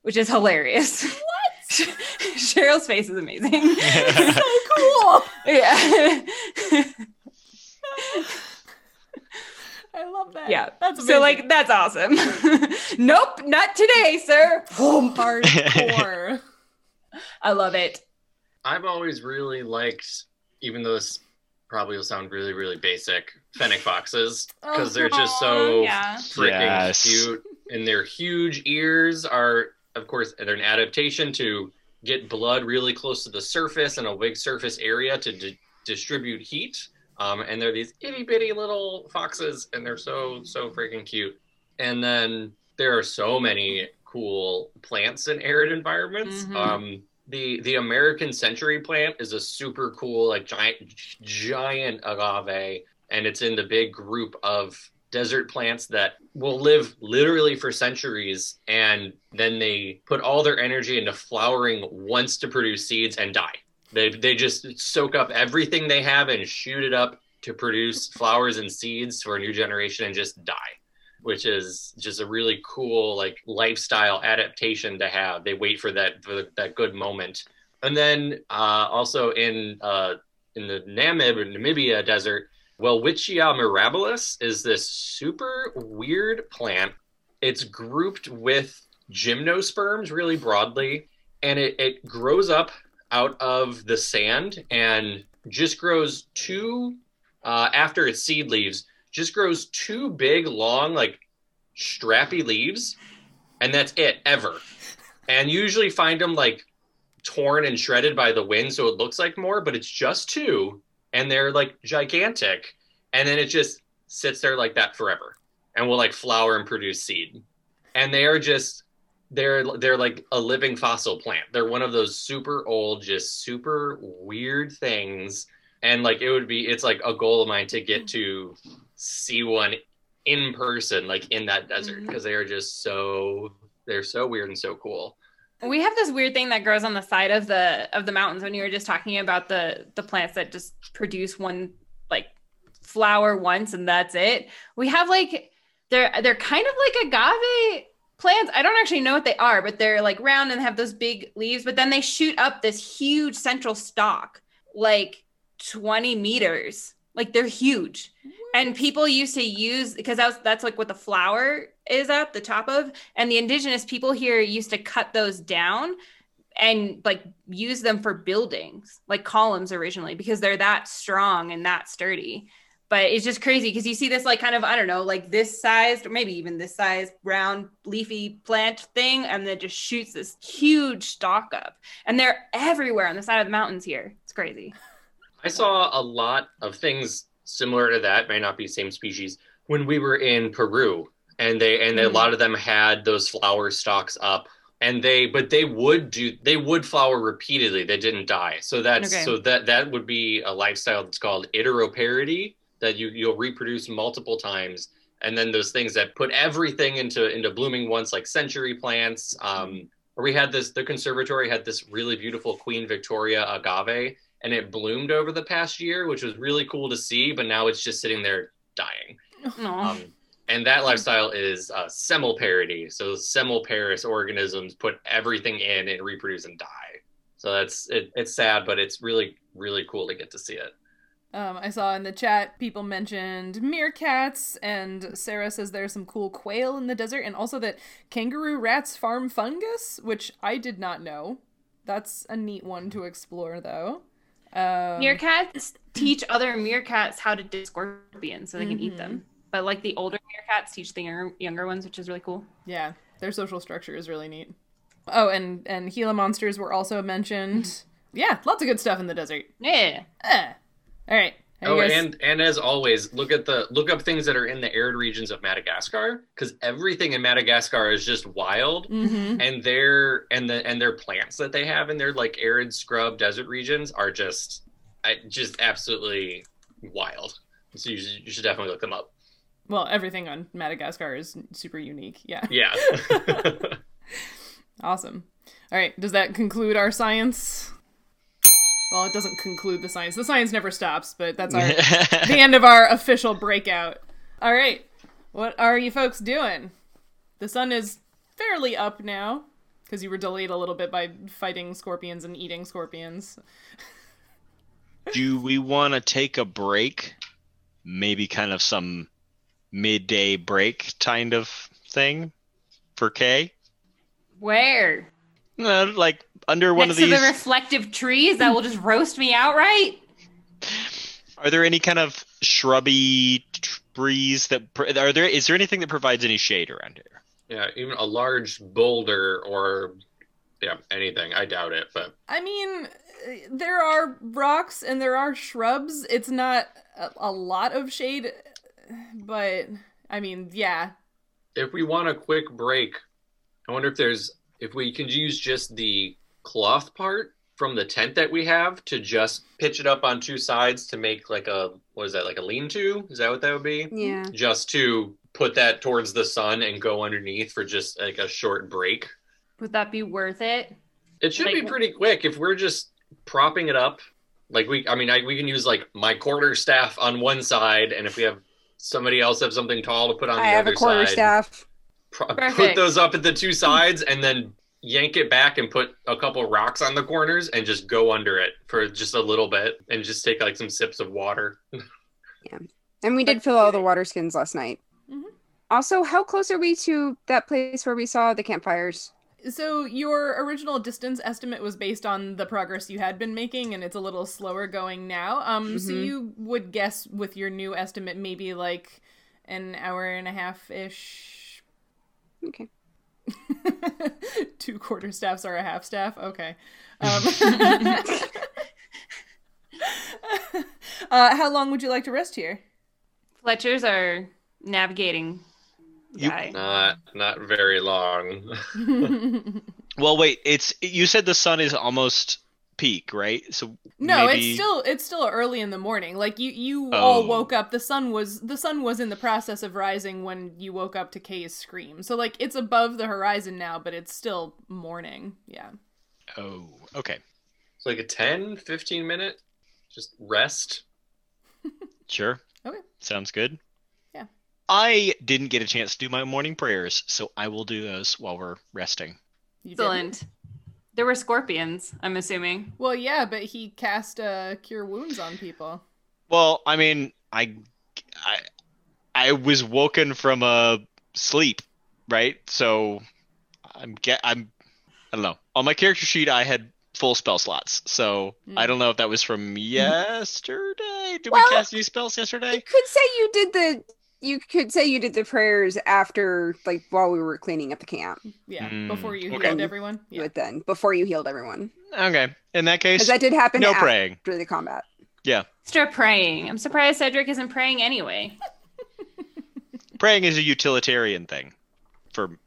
Speaker 5: which is hilarious. What? Cheryl's face is amazing.
Speaker 1: cool.
Speaker 5: yeah.
Speaker 1: I love that.
Speaker 5: Yeah.
Speaker 1: that's amazing.
Speaker 5: so like that's awesome. nope, not today, sir.
Speaker 1: hardcore.
Speaker 5: I love it.
Speaker 2: I've always really liked, even though this probably will sound really, really basic, fennec foxes
Speaker 1: Oh,
Speaker 2: because they're just so
Speaker 5: yeah.
Speaker 2: freaking
Speaker 4: Yes.
Speaker 2: cute, and their huge ears are, of course, they're an adaptation to get blood really close to the surface in a big surface area to di- distribute heat. Um, and they're these itty bitty little foxes, and they're so so freaking cute. And then there are so many cool plants in arid environments.
Speaker 5: Mhm.
Speaker 2: Um, the the American century plant is a super cool like giant giant agave, and it's in the big group of desert plants that will live literally for centuries, and then they put all their energy into flowering once to produce seeds and die. They they just soak up everything they have and shoot it up to produce flowers and seeds for a new generation and just die which is just a really cool like lifestyle adaptation to have. They wait for that for that good moment. And then uh, also in uh, in the Namib or Namibia desert, Welwitschia mirabilis is this super weird plant. It's grouped with gymnosperms really broadly, and it, it grows up out of the sand and just grows two uh, after its seed leaves just grows two big, long, like strappy leaves, and that's it ever. And usually find them like torn and shredded by the wind, so it looks like more, but it's just two, and they're like gigantic. And then it just sits there like that forever, and will like flower and produce seed. And they are just they're they're like a living fossil plant. They're one of those super old, just super weird things. And like it would be, it's like a goal of mine to get to see one in person, like in that desert, because they are just so they're so weird and so cool.
Speaker 5: We have this weird thing that grows on the side of the of the mountains when you were just talking about the the plants that just produce one like flower once and that's it. We have like they're they're kind of like agave plants. I don't actually know what they are, but they're like round and have those big leaves, but then they shoot up this huge central stalk, like 20 meters. Like they're huge and people used to use because that's that's like what the flower is at the top of and the indigenous people here used to cut those down and like use them for buildings like columns originally because they're that strong and that sturdy but it's just crazy because you see this like kind of i don't know like this sized or maybe even this sized round leafy plant thing and then it just shoots this huge stalk up and they're everywhere on the side of the mountains here it's crazy
Speaker 2: I saw a lot of things similar to that, may not be same species, when we were in Peru. And they and a
Speaker 5: Mhm.
Speaker 2: lot of them had those flower stalks up. And they but they would do they would flower repeatedly. They didn't die. So that's
Speaker 5: Okay.
Speaker 2: so that that would be a lifestyle that's called iteroparity, that you you'll reproduce multiple times. And then those things that put everything into into blooming once, like century plants. Um, or we had this the conservatory had this really beautiful Queen Victoria agave and it bloomed over the past year, which was really cool to see. But now it's just sitting there dying.
Speaker 5: Aw.
Speaker 2: Um, and that lifestyle is uh, semel parody. So semelparous organisms put everything in and reproduce and die. So that's it, it's sad, but it's really really cool to get to see it.
Speaker 1: Um, I saw in the chat people mentioned meerkats, and Sarah says there's some cool quail in the desert, and also that kangaroo rats farm fungus, which I did not know. That's a neat one to explore, though. Um,
Speaker 5: meerkats teach other meerkats how to dig scorpions so they can eat them. But like the older meerkats teach the younger, younger ones, which is really cool.
Speaker 1: Yeah, their social structure is really neat. Oh, and and Gila monsters were also mentioned. yeah, lots of good stuff in the desert.
Speaker 5: Yeah.
Speaker 1: Eh. All right. Are you
Speaker 2: Oh,
Speaker 1: guys-
Speaker 2: and and as always, look at the look up things that are in the arid regions of Madagascar because everything in Madagascar is just wild,
Speaker 1: Mhm.
Speaker 2: and their and the and their plants that they have in their like arid scrub desert regions are just I, just absolutely wild. So you, should- you should definitely look them up.
Speaker 1: Well, everything on Madagascar is super unique. Yeah.
Speaker 2: Yeah.
Speaker 1: Awesome. All right. Does that conclude our science? Well, it doesn't conclude the science. The science never stops, but that's our the end of our official breakout. All right. What are you folks doing? The sun is fairly up now because you were delayed a little bit by fighting scorpions and eating scorpions.
Speaker 4: Do we want to take a break? Maybe kind of some midday break kind of thing for Kay?
Speaker 5: Where?
Speaker 4: Uh, like under one
Speaker 5: Next
Speaker 4: of
Speaker 5: to
Speaker 4: these.
Speaker 5: the reflective trees that will just roast me outright.
Speaker 4: are there any kind of shrubby trees that pr- are there? Is there anything that provides any shade around here?
Speaker 2: yeah, even a large boulder or yeah, anything. I doubt it, but
Speaker 1: I mean, uh, there are rocks and there are shrubs. It's not a, a lot of shade, but I mean, yeah.
Speaker 2: if we want a quick break, I wonder if there's if we can use just the cloth part from the tent that we have to just pitch it up on two sides to make like a what is that like a lean-to? Is that what that would be?
Speaker 3: Yeah.
Speaker 2: Just to put that towards the sun and go underneath for just like a short break.
Speaker 5: Would that be worth it?
Speaker 2: It should be
Speaker 5: Like-
Speaker 2: pretty quick if we're just propping it up. Like we, I mean, I, we can use like my quarter staff on one side, and if we have somebody else have something tall to put on
Speaker 3: I
Speaker 2: the
Speaker 3: have
Speaker 2: other
Speaker 3: a quarter
Speaker 2: side,
Speaker 3: staff.
Speaker 2: pro- put
Speaker 5: Perfect.
Speaker 2: those up at the two sides and then yank it back and put a couple rocks on the corners and just go under it for just a little bit and just take like some sips of water.
Speaker 3: And we did fill all the water skins last night. Mm-hmm.
Speaker 1: Mhm.
Speaker 3: Also, how close are we to that place where we saw the campfires?
Speaker 1: So your original distance estimate was based on the progress you had been making, and it's a little slower going now. Um, so
Speaker 3: Mhm.
Speaker 1: you would guess with your new estimate maybe like an hour and a half ish.
Speaker 3: Okay.
Speaker 1: Two quarter staffs are a half staff. Okay. Um, uh, how long would you like to rest here?
Speaker 5: Fletchers are navigating.
Speaker 4: You-
Speaker 5: Guy.
Speaker 2: Not not very long.
Speaker 1: no,
Speaker 4: Well, wait. It's you said the sun is almost peak, right? So
Speaker 1: it's
Speaker 4: maybe-
Speaker 1: still it's still early in the morning. Like you you
Speaker 4: Oh.
Speaker 1: all woke up. The sun was the sun was in the process of rising when you woke up to Kay's scream. So like it's above the horizon now, but it's still morning. Yeah.
Speaker 4: Oh, okay.
Speaker 2: It's like a 10, 15 minute just rest.
Speaker 4: Sure.
Speaker 1: Okay.
Speaker 4: Sounds good.
Speaker 1: Yeah.
Speaker 4: I didn't get a chance to do my morning prayers, so I will do those while we're resting.
Speaker 1: You did.
Speaker 5: Excellent. There were scorpions, I'm assuming.
Speaker 1: Well, yeah, but he cast uh, cure wounds on people.
Speaker 4: Well, I mean, I, I, I was woken from a sleep, right? So, I'm get I'm, I don't know. On my character sheet, I had full spell slots, so I
Speaker 1: Mm.
Speaker 4: don't know if that was from yesterday. Did
Speaker 3: Well-
Speaker 4: we cast any spells yesterday?
Speaker 3: You could say you did the you could say you did the prayers after like while we were cleaning up the camp,
Speaker 1: Yeah,
Speaker 4: Mm,
Speaker 1: before you
Speaker 4: okay.
Speaker 1: healed everyone. Yeah.
Speaker 3: but then before you healed everyone.
Speaker 4: Okay, in that case,
Speaker 3: Because that did happen
Speaker 4: no
Speaker 3: after
Speaker 4: praying.
Speaker 3: the combat.
Speaker 5: Start praying. I'm surprised Cedric isn't praying anyway.
Speaker 4: Praying is a utilitarian thing. For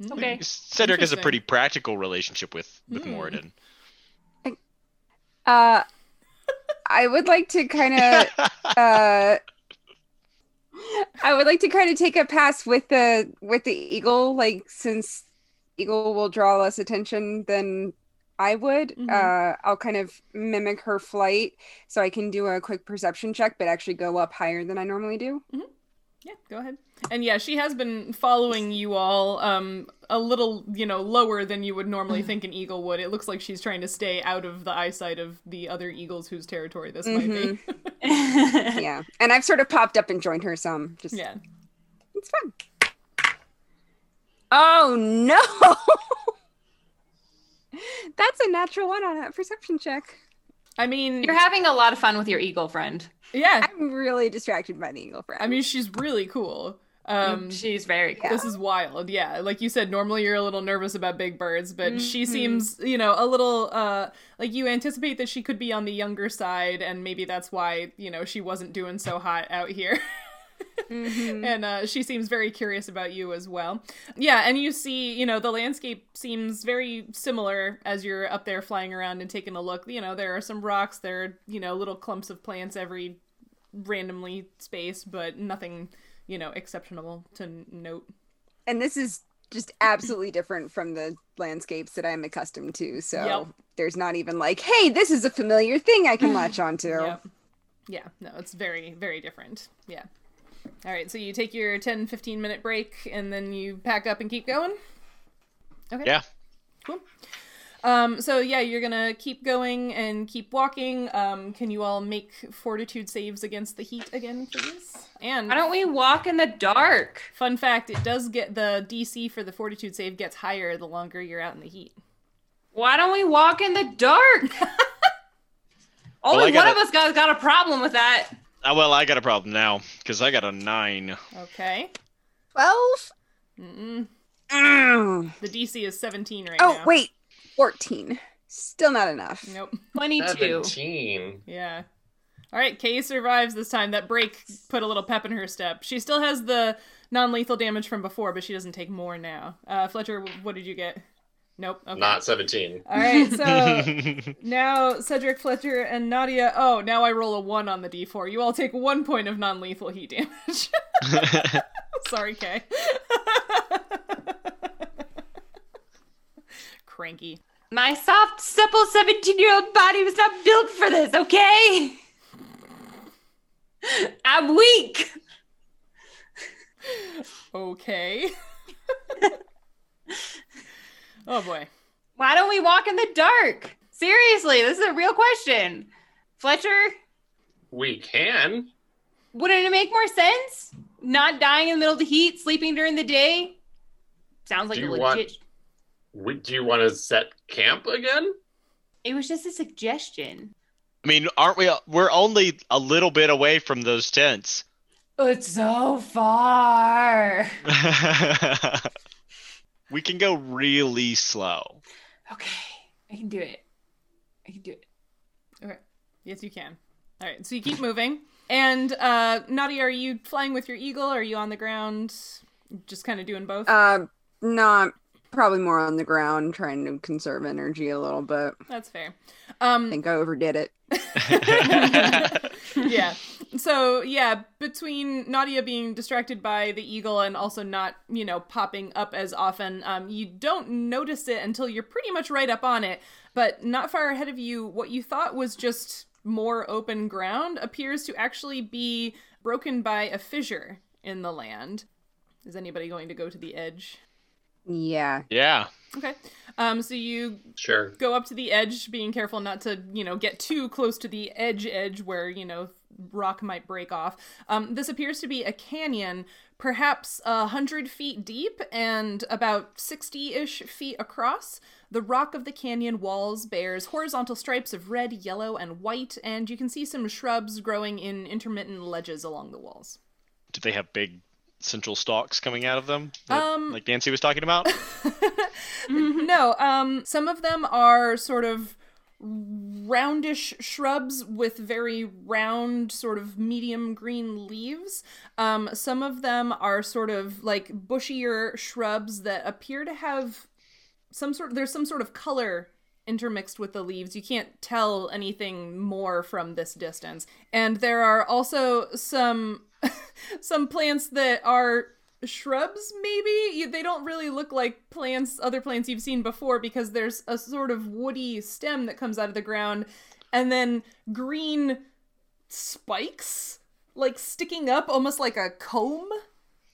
Speaker 1: Mm.
Speaker 5: Okay.
Speaker 4: Cedric has a
Speaker 1: Interesting.
Speaker 4: pretty practical relationship with with
Speaker 1: Hmm.
Speaker 4: Moradin.
Speaker 3: Uh I would like to kind of uh I would like to kind of take a pass with the with the eagle, like since eagle will draw less attention than I would.
Speaker 1: Mhm.
Speaker 3: Uh, I'll kind of mimic her flight so I can do a quick perception check, but actually go up higher than I normally do.
Speaker 1: Yeah, go ahead. And yeah, she has been following you all um a little, you know, lower than you would normally think an eagle would. It looks like she's trying to stay out of the eyesight of the other eagles whose territory this might be.
Speaker 3: yeah. And I've sort of popped up and joined her some. Just
Speaker 1: Yeah.
Speaker 3: it's fun. Oh no. That's a natural one on a perception check.
Speaker 1: I mean,
Speaker 5: You're having a lot of fun with your eagle friend.
Speaker 1: yeah.
Speaker 3: I'm really distracted by the eagle friend.
Speaker 1: I mean, she's really cool. Um,
Speaker 5: She's very cool.
Speaker 3: yeah.
Speaker 1: This is wild. Yeah. Like you said, normally you're a little nervous about big birds, but she seems, you know, a little, uh, like you anticipate that she could be on the younger side, and maybe that's why, you know, she wasn't doing so hot out here.
Speaker 3: Mhm.
Speaker 1: and uh, she seems very curious about you as well. Yeah, and you see, you know, the landscape seems very similar as you're up there flying around and taking a look. You know, there are some rocks, there are, you know, little clumps of plants every randomly spaced, but nothing, you know, exceptional to n- note.
Speaker 3: and this is just absolutely different from the landscapes that I'm accustomed to. So
Speaker 1: Yep.
Speaker 3: there's not even like, hey, this is a familiar thing I can latch onto.
Speaker 1: Yep. Yeah, no, it's very, very different. Yeah. All right, so you take your 10, 15 minute break and then you pack up and keep going? Okay.
Speaker 4: Yeah.
Speaker 1: Cool. Um, so, yeah, you're going to keep going and keep walking. Um, can you all make fortitude saves against the heat again, please? And
Speaker 6: Why don't we walk in the dark?
Speaker 1: fun fact it does get the DC for the fortitude save gets higher the longer you're out in the heat.
Speaker 6: Why don't we walk in the dark?
Speaker 4: Well, I
Speaker 6: Only one
Speaker 4: gotta-
Speaker 6: of us got, got a problem with that.
Speaker 4: Ah, well, I got a problem now because I got a nine.
Speaker 1: Okay.
Speaker 3: 12?
Speaker 1: Mm-mm.
Speaker 3: Mm.
Speaker 1: The DC is 17 right
Speaker 3: Oh,
Speaker 1: now.
Speaker 3: wait. 14. Still not enough.
Speaker 1: Nope.
Speaker 5: 22.
Speaker 2: 17.
Speaker 1: Yeah. All right, Kay survives this time. That break put a little pep in her step. She still has the non lethal damage from before, but she doesn't take more now. Uh, Fletcher, wh- what did you get? Nope. Okay.
Speaker 2: Not 17.
Speaker 1: All right, so now Cedric, Fletcher, and Nadia. Oh, now I roll a one on the d4. You all take one point of non lethal heat damage. Sorry, Kay. Cranky.
Speaker 6: My soft, supple 17 year old body was not built for this, okay? I'm weak.
Speaker 1: Okay. oh, boy.
Speaker 6: Why don't we walk in the dark? Seriously, this is a real question. Fletcher,
Speaker 2: We can.
Speaker 6: wouldn't it make more sense? Not dying in the middle of the heat, sleeping during the day? Sounds like
Speaker 2: Do
Speaker 6: a
Speaker 2: you
Speaker 6: legit.
Speaker 2: want- We, do you want to set camp again?
Speaker 6: It was just a suggestion.
Speaker 4: I mean, aren't we? We're only a little bit away from those tents.
Speaker 6: It's so far.
Speaker 4: we can go really slow.
Speaker 6: Okay, I can do it. I can do it.
Speaker 1: Okay. Yes, you can. All right. So you keep moving. And uh Nadia, are you flying with your eagle? Are you on the ground? Just kind of doing both?
Speaker 3: Uh, not probably more on the ground, trying to conserve energy a little bit.
Speaker 1: That's fair.
Speaker 3: I
Speaker 1: Um
Speaker 3: think I overdid it.
Speaker 1: yeah. So yeah, between Nadia being distracted by the eagle and also not, you know, popping up as often, um, you don't notice it until you're pretty much right up on it. But not far ahead of you, what you thought was just more open ground appears to actually be broken by a fissure in the land. Is anybody going to go to the edge?
Speaker 3: Yeah.
Speaker 4: Yeah.
Speaker 1: Okay. Um, so you
Speaker 2: Sure.
Speaker 1: go up to the edge, being careful not to, you know, get too close to the edge edge where, you know, rock might break off. Um, this appears to be a canyon, perhaps a hundred feet deep and about sixty-ish feet across. The rock of the canyon walls bears horizontal stripes of red, yellow, and white, and you can see some shrubs growing in intermittent ledges along the walls.
Speaker 4: Do they have big central stalks coming out of them? that-
Speaker 1: Um,
Speaker 4: like Nancy was talking about?
Speaker 1: no, um, some of them are sort of roundish shrubs with very round, sort of medium green leaves. Um, some of them are sort of like bushier shrubs that appear to have some sort. There's some sort of color intermixed with the leaves. You can't tell anything more from this distance. And there are also some some plants that are shrubs maybe You- they don't really look like plants other plants you've seen before because there's a sort of woody stem that comes out of the ground and then green spikes like sticking up almost like a comb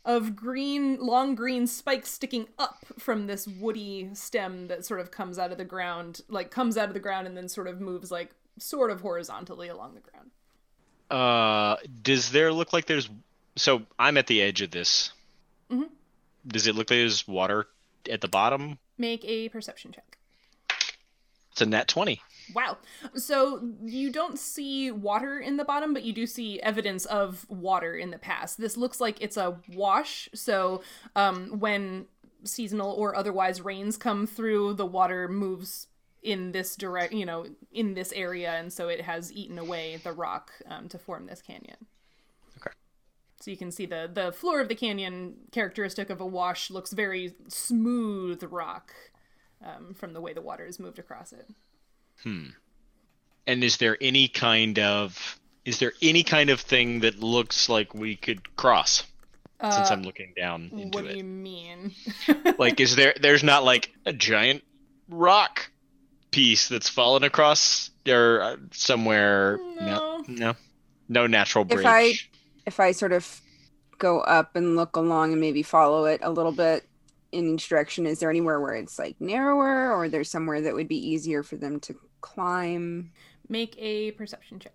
Speaker 1: of green long green spikes sticking up from this woody stem that sort of comes out of the ground like comes out of the ground and then sort of moves like sort of horizontally along the ground
Speaker 4: Uh, does there look like there's? So I'm at the edge of this.
Speaker 1: Mhm.
Speaker 4: Does it look like there's water at the bottom?
Speaker 1: Make a perception check.
Speaker 4: It's a net twenty.
Speaker 1: Wow. So you don't see water in the bottom, but you do see evidence of water in the past. This looks like it's a wash. So um, when seasonal or otherwise rains come through, the water moves in this direct, you know, in this area, and so it has eaten away the rock um, to form this canyon.
Speaker 4: Okay.
Speaker 1: So you can see the the floor of the canyon, characteristic of a wash, looks very smooth rock um, from the way the water has moved across it.
Speaker 4: And is there any kind of is there any kind of thing that looks like we could cross? Since I'm looking down into
Speaker 1: Uh, What
Speaker 4: it,
Speaker 1: do you mean?
Speaker 4: like is there there's not like a giant rock piece that's fallen across or uh, somewhere?
Speaker 1: No.
Speaker 4: no, no, No natural
Speaker 3: If
Speaker 4: bridge.
Speaker 3: I- if I sort of go up and look along and maybe follow it a little bit in each direction, is there anywhere where it's like narrower or there's somewhere that would be easier for them to climb?
Speaker 1: Make a perception check.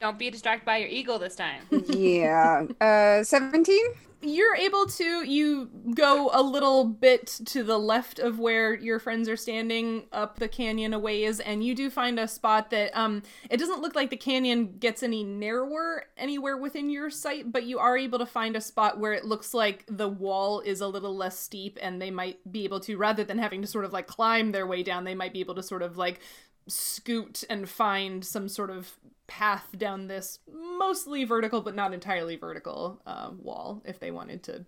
Speaker 5: Don't be distracted by your eagle this time.
Speaker 3: yeah. Uh 17?
Speaker 1: You're able to you go a little bit to the left of where your friends are standing up the canyon a ways, and you do find a spot that um it doesn't look like the canyon gets any narrower anywhere within your sight, but you are able to find a spot where it looks like the wall is a little less steep and they might be able to rather than having to sort of like climb their way down, they might be able to sort of like scoot and find some sort of path down this mostly vertical but not entirely vertical uh, wall if they wanted to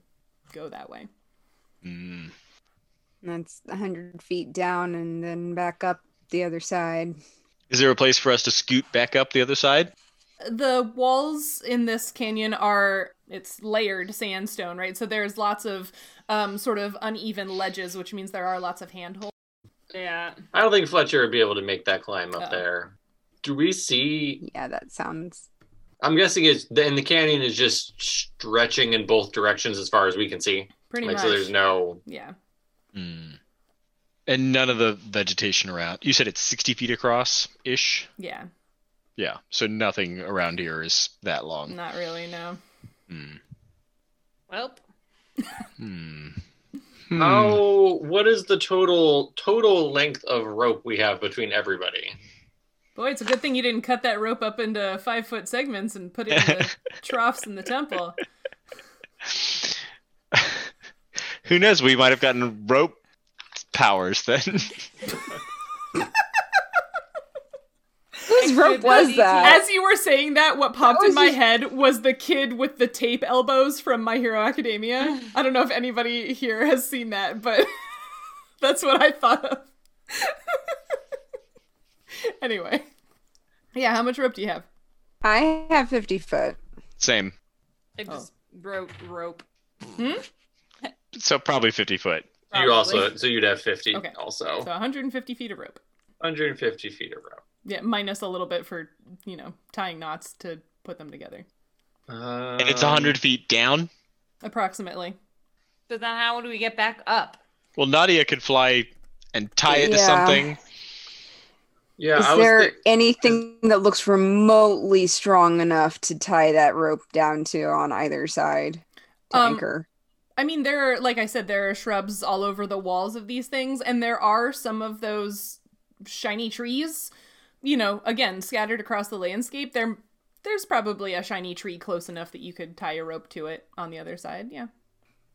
Speaker 1: go that way.
Speaker 4: Mm.
Speaker 3: That's 100 feet down and then back up the other side.
Speaker 4: Is there a place for us to scoot back up the other side?
Speaker 1: The walls in this canyon are it's layered sandstone, right? So there's lots of um, sort of uneven ledges, which means there are lots of handholds.
Speaker 5: yeah.
Speaker 2: I don't think Fletcher would be able to make that climb up
Speaker 1: Oh.
Speaker 2: there. Do we see?
Speaker 3: Yeah, that sounds
Speaker 2: I'm guessing it's and the canyon is just stretching in both directions as far as we can see.
Speaker 1: Pretty
Speaker 2: like
Speaker 1: much.
Speaker 2: so, there's no.
Speaker 1: yeah.
Speaker 4: Mm. And none of the vegetation around. You said it's 60 feet across ish.
Speaker 1: Yeah.
Speaker 4: Yeah. So nothing around here is that long.
Speaker 1: Not really, no.
Speaker 4: Mm.
Speaker 5: Well,
Speaker 4: Hmm.
Speaker 2: How? What is the total total length of rope we have between everybody?
Speaker 1: Boy, it's a good thing you didn't cut that rope up into five foot segments and put it in the troughs in the temple.
Speaker 4: Who knows? We might have gotten rope powers then.
Speaker 3: Whose rope was that?
Speaker 1: As you were saying that, what popped
Speaker 3: That
Speaker 1: in
Speaker 3: was
Speaker 1: my
Speaker 3: just-
Speaker 1: head was the kid with the tape elbows from My Hero Academia. I don't know if anybody here has seen that, but that's what I thought of. anyway. Yeah, how much rope do you have?
Speaker 3: I have 50 foot.
Speaker 4: Same.
Speaker 5: I just rope rope.
Speaker 4: So probably 50 foot.
Speaker 2: You also so you'd have 50
Speaker 1: Okay.
Speaker 2: also
Speaker 1: So 150 feet of rope.
Speaker 2: 150 feet of rope.
Speaker 1: Yeah, minus a little bit for, you know, tying knots to put them together.
Speaker 2: Um,
Speaker 4: And it's 100 feet down.
Speaker 1: Approximately.
Speaker 5: So then how do we get back up?
Speaker 4: Well, Nadia could fly and tie it
Speaker 3: Yeah.
Speaker 4: to something.
Speaker 2: Yeah, I
Speaker 3: Is
Speaker 2: was
Speaker 3: there
Speaker 2: thi-
Speaker 3: anything that looks remotely strong enough to tie that rope down to on either side to
Speaker 1: Um,
Speaker 3: anchor?
Speaker 1: I mean, there are, like I said, there are shrubs all over the walls of these things, and there are some of those shiny trees, you know, again, scattered across the landscape. There, there's probably a shiny tree close enough that you could tie a rope to it on the other side. Yeah.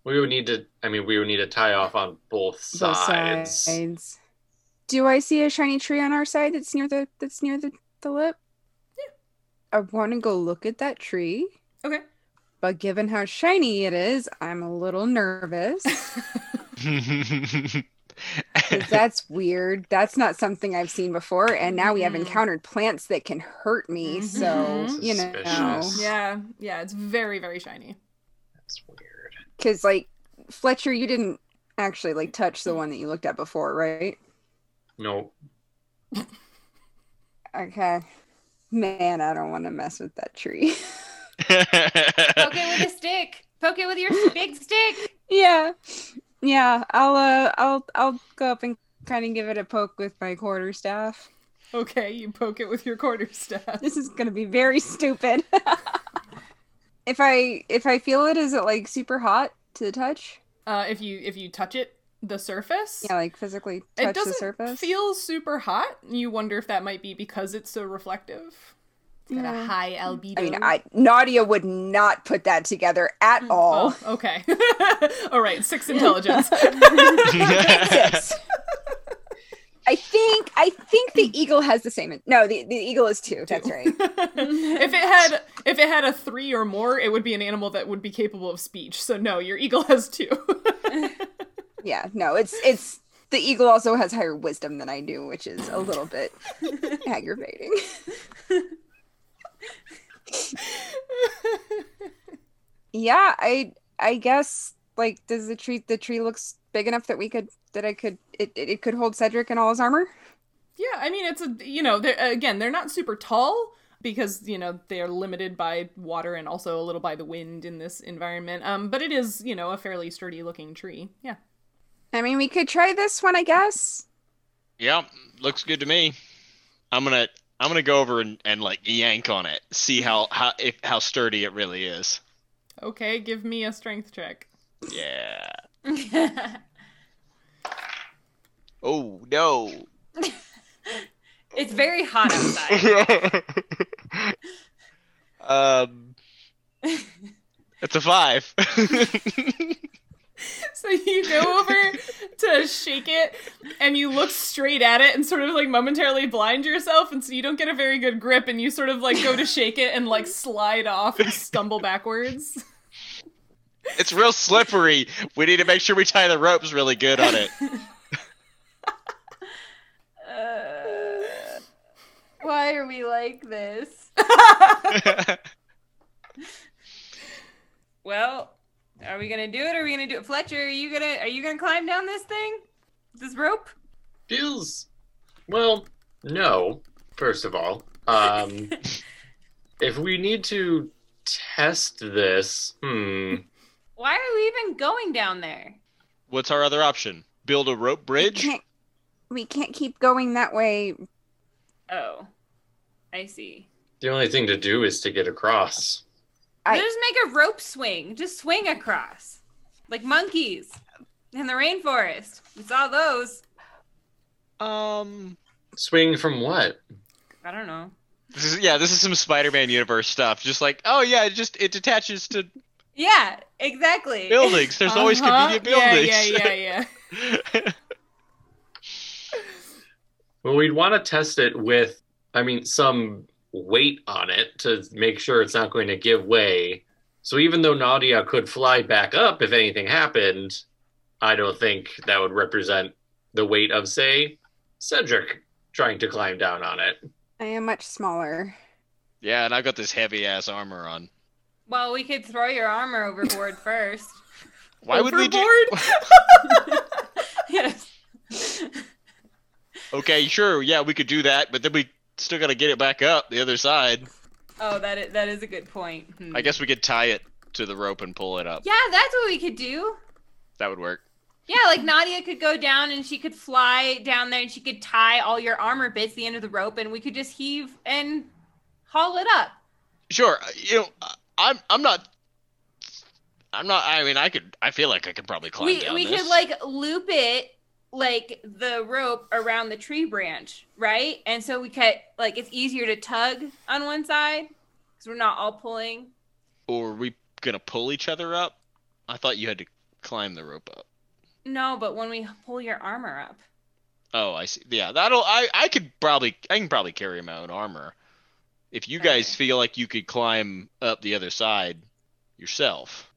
Speaker 2: we would need to. I mean, we would need to tie off on both
Speaker 3: Both
Speaker 2: sides.
Speaker 3: sides. Do I see a shiny tree on our side that's near the that's near the, the lip? Yeah. I want to go look at that tree,
Speaker 1: Okay.
Speaker 3: but given how shiny it is, I'm a little nervous. 'Cause that's weird. That's not something I've seen before, and now we have
Speaker 1: Mhm.
Speaker 3: encountered plants that can hurt me. So
Speaker 1: Mhm.
Speaker 3: you know,
Speaker 2: Suspicious.
Speaker 1: Yeah. Yeah. It's very, very shiny.
Speaker 2: That's weird.
Speaker 3: because like Fletcher, you didn't actually like touch the one that you looked at before, right?
Speaker 2: No,
Speaker 3: Okay. Man, I don't want to mess with that tree.
Speaker 5: Poke it with a stick. Poke it with your big stick.
Speaker 3: Yeah. Yeah, I'll uh I'll I'll go up and kind of give it a poke with my quarter staff.
Speaker 1: Okay, you poke it with your quarterstaff.
Speaker 3: This is gonna be very stupid. if I if I feel it, is it like super hot to the touch?
Speaker 1: Uh, if you if you touch it, the surface.
Speaker 3: Yeah, like physically touch
Speaker 1: it
Speaker 3: the
Speaker 1: doesn't
Speaker 3: surface.
Speaker 1: feel super hot. You wonder if that might be because it's so reflective. It's got a
Speaker 3: Yeah.
Speaker 1: high albedo.
Speaker 3: I mean, I Nadia would not put that together at all.
Speaker 1: Oh, okay. All right, six intelligence.
Speaker 3: Six. I think I think the eagle has the same. No, the, the eagle is two. That's right.
Speaker 1: if it had if it had a three or more, it would be an animal that would be capable of speech. So no, your eagle has two.
Speaker 3: Yeah, no, it's it's the eagle also has higher wisdom than I do, which is a little bit aggravating. yeah, I I guess like does the tree the tree looks big enough that we could that I could it it, it could hold Cedric and all his armor?
Speaker 1: yeah, I mean it's a you know they're again they're not super tall because you know they're limited by water and also a little by the wind in this environment. Um, but it is you know a fairly sturdy looking tree. Yeah.
Speaker 3: I mean, we could try this one, I guess.
Speaker 4: Yep, looks good to me. I'm gonna I'm gonna go over and, and like yank on it, see how how if how sturdy it really is.
Speaker 1: Okay, give me a strength check.
Speaker 4: Yeah. Oh no.
Speaker 8: It's very hot outside.
Speaker 4: um, it's a five.
Speaker 1: So you go over to shake it and you look straight at it and sort of like momentarily blind yourself and so you don't get a very good grip and you sort of like go to shake it and like slide off and stumble backwards.
Speaker 4: it's real slippery. We need to make sure we tie the ropes really good on it.
Speaker 8: Uh, why are we like this?
Speaker 5: Well, are we gonna do it? Or are we gonna do it, Fletcher? Are you gonna are you gonna climb down this thing? This rope?
Speaker 2: Feels well, no, first of all. Um if we need to test this, hmm.
Speaker 5: Why are we even going down there?
Speaker 4: What's our other option? Build a rope
Speaker 3: We
Speaker 4: bridge?
Speaker 3: can't, we can't keep going that way.
Speaker 5: Oh, I see.
Speaker 2: The only thing to do is to get across.
Speaker 3: I-
Speaker 5: Just make a rope swing. Just swing across, like monkeys in the rainforest. We saw those.
Speaker 4: Um,
Speaker 2: Swing from what?
Speaker 5: I don't know.
Speaker 4: this is yeah, this is some Spider-Man universe stuff. Just like, oh yeah, it just it detaches to
Speaker 5: Yeah, exactly.
Speaker 4: buildings. There's always
Speaker 1: Uh-huh.
Speaker 4: convenient buildings.
Speaker 1: Yeah, yeah, yeah, yeah.
Speaker 2: Well, we'd want to test it with, I mean, some weight on it to make sure it's not going to give way. So even though Nadia could fly back up if anything happened, I don't think that would represent the weight of, say, Cedric trying to climb down on it.
Speaker 3: I am much smaller.
Speaker 4: Yeah, and I've got this heavy ass armor on.
Speaker 5: Well, we could throw your armor overboard first.
Speaker 4: Why would we do?
Speaker 1: Overboard?
Speaker 5: yes.
Speaker 4: Okay, sure. Yeah, we could do that, but then we still gotta get it back up the other side.
Speaker 5: Oh, that is, that is a good point. Hmm.
Speaker 4: I guess we could tie it to the rope and pull it up.
Speaker 5: Yeah, that's what we could do.
Speaker 4: That would work.
Speaker 5: Yeah, like Nadia could go down and she could fly down there and she could tie all your armor bits the end of the rope and we could just heave and haul it up.
Speaker 4: Sure. uh, You know, I- I'm I'm not. I'm not. I mean, I could. I feel like I could probably climb
Speaker 5: we
Speaker 4: down.
Speaker 5: we
Speaker 4: this.
Speaker 5: could like loop it like the rope around the tree branch, right? And so we could like it's easier to tug on one side because we're not all pulling.
Speaker 4: Or are we gonna pull each other up? I thought you had to climb the rope up.
Speaker 5: No, but when we pull your armor up,
Speaker 4: Oh, I see. Yeah, that'll. I I could probably. I can probably carry my own armor. If you guys
Speaker 5: Okay.
Speaker 4: feel like you could climb up the other side yourself,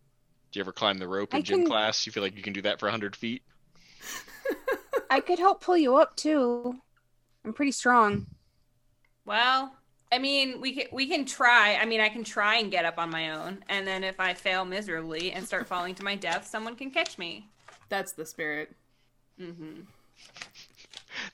Speaker 4: do you ever climb the rope in
Speaker 3: I
Speaker 4: gym
Speaker 3: can-
Speaker 4: class? You feel like you can do that for hundred feet?
Speaker 3: I could help pull you up too. I'm pretty strong.
Speaker 5: well, I mean, we can we can try. I mean, I can try and get up on my own, and then if I fail miserably and start falling to my death, someone can catch me.
Speaker 1: That's the spirit.
Speaker 5: Mm-hmm.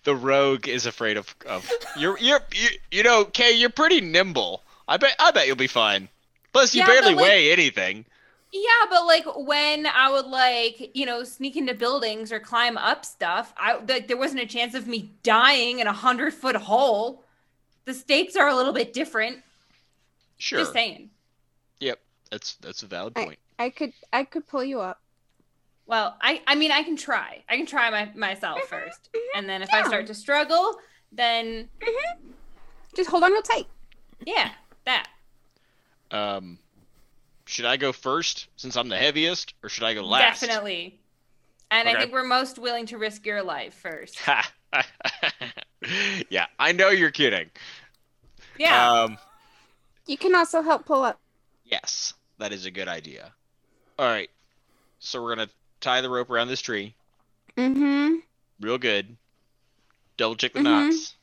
Speaker 4: The rogue is afraid of of you're you're you, you know Kay. You're pretty nimble. I bet I bet you'll be fine. Plus, you
Speaker 5: Yeah,
Speaker 4: barely
Speaker 5: but, like-
Speaker 4: weigh anything.
Speaker 5: Yeah, but like when I would like, you know, sneak into buildings or climb up stuff, I like there wasn't a chance of me dying in a hundred foot hole. The stakes are a little bit different.
Speaker 4: Sure.
Speaker 5: Just saying.
Speaker 4: That's that's a valid
Speaker 3: I-
Speaker 4: point.
Speaker 3: I could I could pull you up.
Speaker 5: Well, I I mean I can try. I can try my myself first.
Speaker 3: mhm,
Speaker 5: And then if I
Speaker 3: yeah.
Speaker 5: start to struggle, then
Speaker 3: Just hold on real tight.
Speaker 5: yeah, that.
Speaker 4: Um, should I go first since I'm the heaviest, or should I go last?
Speaker 5: Definitely. And I
Speaker 4: Okay. Uh,
Speaker 5: think we're most willing to risk your life first.
Speaker 4: Ha. yeah, I know you're kidding.
Speaker 5: Yeah.
Speaker 4: Um,
Speaker 3: You can also help pull up.
Speaker 4: yes, that is a good idea. All right, so we're gonna tie the rope around this tree
Speaker 3: Mm-hmm.
Speaker 4: real good, double check the
Speaker 3: Mhm.
Speaker 1: Mm-hmm.
Speaker 4: knots,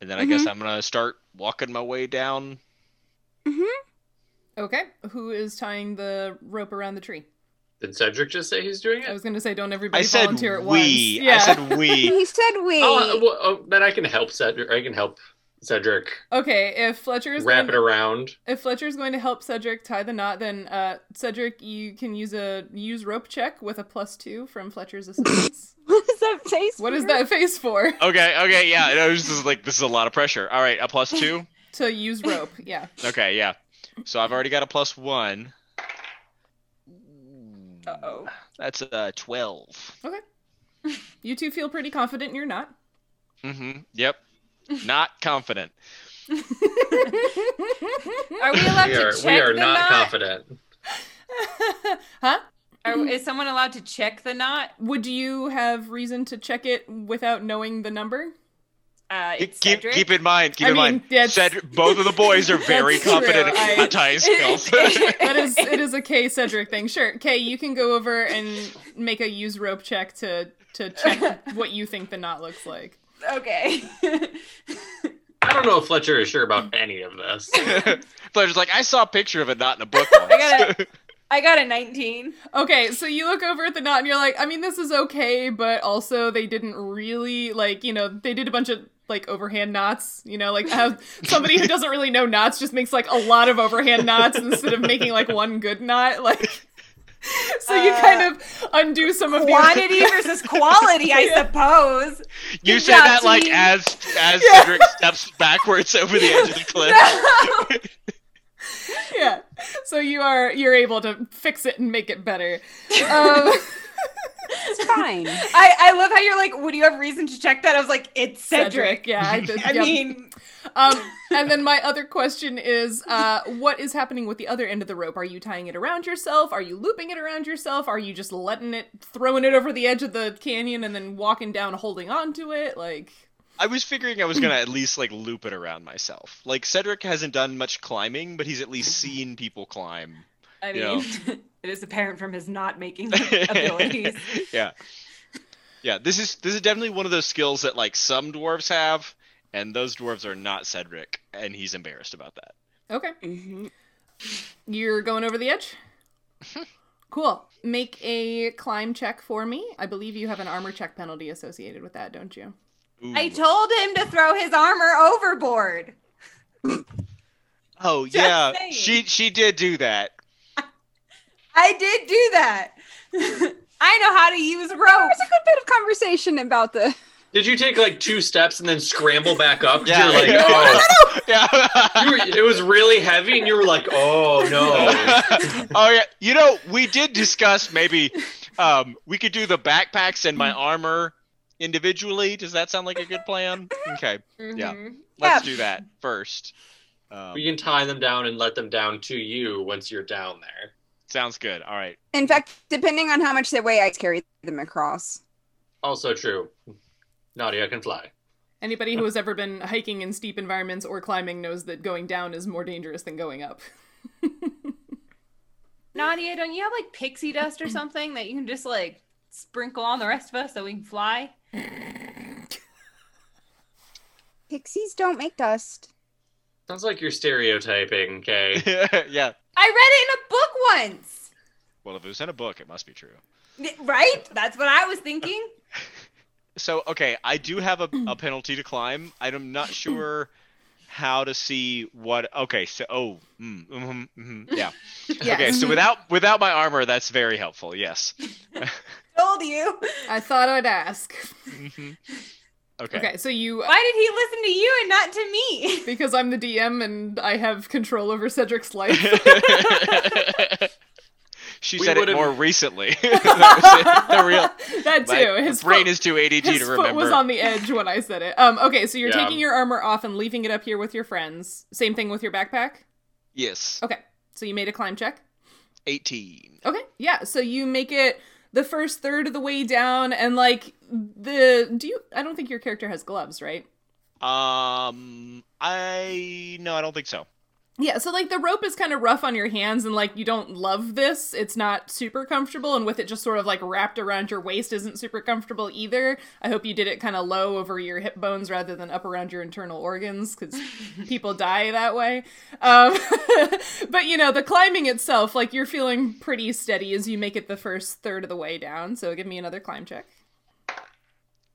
Speaker 4: and then I guess I'm gonna start walking my way down.
Speaker 1: Okay. Who is tying the rope around the tree?
Speaker 2: Did Cedric just say he's doing
Speaker 1: I
Speaker 2: it?
Speaker 1: was going to say, don't everybody
Speaker 4: I said
Speaker 1: volunteer at once.
Speaker 4: we. I said we.
Speaker 3: He said we.
Speaker 2: Oh, uh, well, oh, then I can help Cedric. I can help Cedric
Speaker 1: okay. If Fletcher is
Speaker 2: wrap
Speaker 1: going
Speaker 2: it around.
Speaker 1: if Fletcher's going to help Cedric tie the knot, then uh, Cedric, you can use a use rope check with a plus two from Fletcher's assistance.
Speaker 3: what does that face?
Speaker 1: what is
Speaker 3: for?
Speaker 1: that face for?
Speaker 4: okay, okay, yeah. No, this is like this is a lot of pressure. All right, a plus two.
Speaker 1: to use rope. Yeah.
Speaker 4: Okay, yeah. So I've already got a plus one.
Speaker 5: Uh-oh.
Speaker 4: That's a twelve.
Speaker 1: You two feel pretty confident you're not.
Speaker 4: Mm-hmm. Yep. Not confident.
Speaker 5: Are we allowed
Speaker 2: We
Speaker 5: to
Speaker 2: are,
Speaker 5: check
Speaker 2: we are
Speaker 5: the
Speaker 2: not
Speaker 5: knot?
Speaker 2: confident.
Speaker 1: huh?
Speaker 5: Are, is someone allowed to check the knot?
Speaker 1: Would you have reason to check it without knowing the number?
Speaker 5: Uh, it's
Speaker 4: keep
Speaker 5: Cedric.
Speaker 4: keep in mind. Keep
Speaker 1: I
Speaker 4: in
Speaker 1: mean,
Speaker 4: mind.
Speaker 1: that's-
Speaker 4: Cedric, both of the boys are very
Speaker 1: That's true,
Speaker 4: confident
Speaker 1: I-
Speaker 4: in Matthias skills.
Speaker 1: That is it is a K Cedric thing. Sure. Kay, you can go over and make a use rope check to to check what you think the knot looks like.
Speaker 5: okay.
Speaker 2: I don't know if Fletcher is sure about any of this.
Speaker 4: Fletcher's like, I saw a picture of it, not in a book.
Speaker 5: I got a, I got a 19.
Speaker 1: Okay, so you look over at the knot and you're like, I mean, this is okay, but also they didn't really like, you know, they did a bunch of like overhand knots, you know, like how somebody who doesn't really know knots just makes like a lot of overhand knots instead of making like one good knot, like. So you
Speaker 5: Uh,
Speaker 1: kind of undo some of the
Speaker 5: Quantity versus quality, I suppose.
Speaker 4: you
Speaker 5: Good
Speaker 4: say
Speaker 5: job,
Speaker 4: that like
Speaker 5: team.
Speaker 4: as as
Speaker 1: Yeah.
Speaker 4: Cedric steps backwards over the edge of the cliff.
Speaker 1: yeah. So you are you're able to fix it and make it better. Um,
Speaker 3: It's fine.
Speaker 5: I, I love how you're like, would you have reason to check that? I was like, it's Cedric.
Speaker 1: Cedric, yeah. I, did,
Speaker 5: I
Speaker 1: yep.
Speaker 5: mean,
Speaker 1: Um, and then my other question is, uh, what is happening with the other end of the rope? Are you tying it around yourself? Are you looping it around yourself? Are you just letting it, throwing it over the edge of the canyon and then walking down, holding on to it? Like,
Speaker 4: I was figuring I was gonna at least like loop it around myself. Like Cedric hasn't done much climbing, but he's at least
Speaker 5: Mm-hmm.
Speaker 4: seen people climb.
Speaker 5: I
Speaker 4: Yeah.
Speaker 5: mean, it is apparent from his knot making abilities.
Speaker 4: yeah, yeah. This is this is definitely one of those skills that like some dwarves have, and those dwarves are not Cedric, and he's embarrassed about that.
Speaker 1: okay,
Speaker 3: Mhm.
Speaker 1: you're going over the edge. Cool. Make a climb check for me. I believe you have an armor check penalty associated with that, don't you?
Speaker 4: Ooh.
Speaker 5: I told him to throw his armor overboard.
Speaker 4: oh
Speaker 5: just
Speaker 4: yeah,
Speaker 5: saying.
Speaker 4: she she did do that.
Speaker 5: I did do that. I know how to use
Speaker 3: There
Speaker 5: rope.
Speaker 3: was a good bit of conversation about the.
Speaker 2: Did you take like two steps and then scramble back up?
Speaker 4: Yeah, oh.
Speaker 2: You're like,
Speaker 4: yeah.
Speaker 2: oh,
Speaker 4: yeah.
Speaker 2: you were, it was really heavy, and you were like, oh no.
Speaker 4: oh yeah, you know we did discuss maybe um, we could do the backpacks and my armor individually. Does that sound like a good plan? Okay,
Speaker 5: Mm-hmm.
Speaker 4: Yeah. let's do that first. Um,
Speaker 2: We can tie them down and let them down to you once you're down there.
Speaker 4: sounds good. All right.
Speaker 3: In fact, depending on how much they weigh, I carry them across.
Speaker 2: Also true. Nadia can fly.
Speaker 1: Anybody who has ever been hiking in steep environments or climbing knows that going down is more dangerous than going up.
Speaker 5: Nadia, don't you have like pixie dust or something that you can just like sprinkle on the rest of us so we can fly?
Speaker 3: Pixies don't make dust.
Speaker 2: Sounds like you're stereotyping, okay?
Speaker 4: yeah.
Speaker 5: I read it in a book once.
Speaker 4: Well, if it was in a book, it must be true.
Speaker 5: Right? That's what I was thinking.
Speaker 4: So okay, I do have a, a penalty to climb. I'm not sure how to see what. Okay, so oh, mm, hmm hmm yeah.
Speaker 1: Yes.
Speaker 4: Okay, so without without my armor, that's very helpful. Yes.
Speaker 6: Told you.
Speaker 1: I thought I'd ask.
Speaker 4: Mhm. Okay.
Speaker 1: Okay, so you
Speaker 6: Why did he listen to you and not to me?
Speaker 1: because I'm the DM and I have control over Cedric's life.
Speaker 4: she
Speaker 2: We
Speaker 4: said it
Speaker 2: would've-
Speaker 4: more recently. that was it. The real
Speaker 1: that
Speaker 4: my
Speaker 1: too. his
Speaker 4: brain
Speaker 1: foot,
Speaker 4: is too ADG
Speaker 1: his
Speaker 4: to
Speaker 1: foot
Speaker 4: remember.
Speaker 1: was on the edge when I said it. Um. Okay, so you're
Speaker 2: Yeah.
Speaker 1: taking your armor off and leaving it up here with your friends. Same thing with your backpack.
Speaker 4: Yes.
Speaker 1: Okay, so you made a climb check.
Speaker 4: 18.
Speaker 1: Okay, yeah. So you make it the first third of the way down, and like the do you? I don't think your character has gloves, right?
Speaker 4: Um I no, I don't think so.
Speaker 1: Yeah, so like the rope is kind of rough on your hands, and like you don't love this. It's not super comfortable, and with it just sort of like wrapped around your waist isn't super comfortable either. I hope you did it kind of low over your hip bones rather than up around your internal organs because people die that way. Um, but you know, the climbing itself, like you're feeling pretty steady as you make it the first third of the way down. So give me another climb check.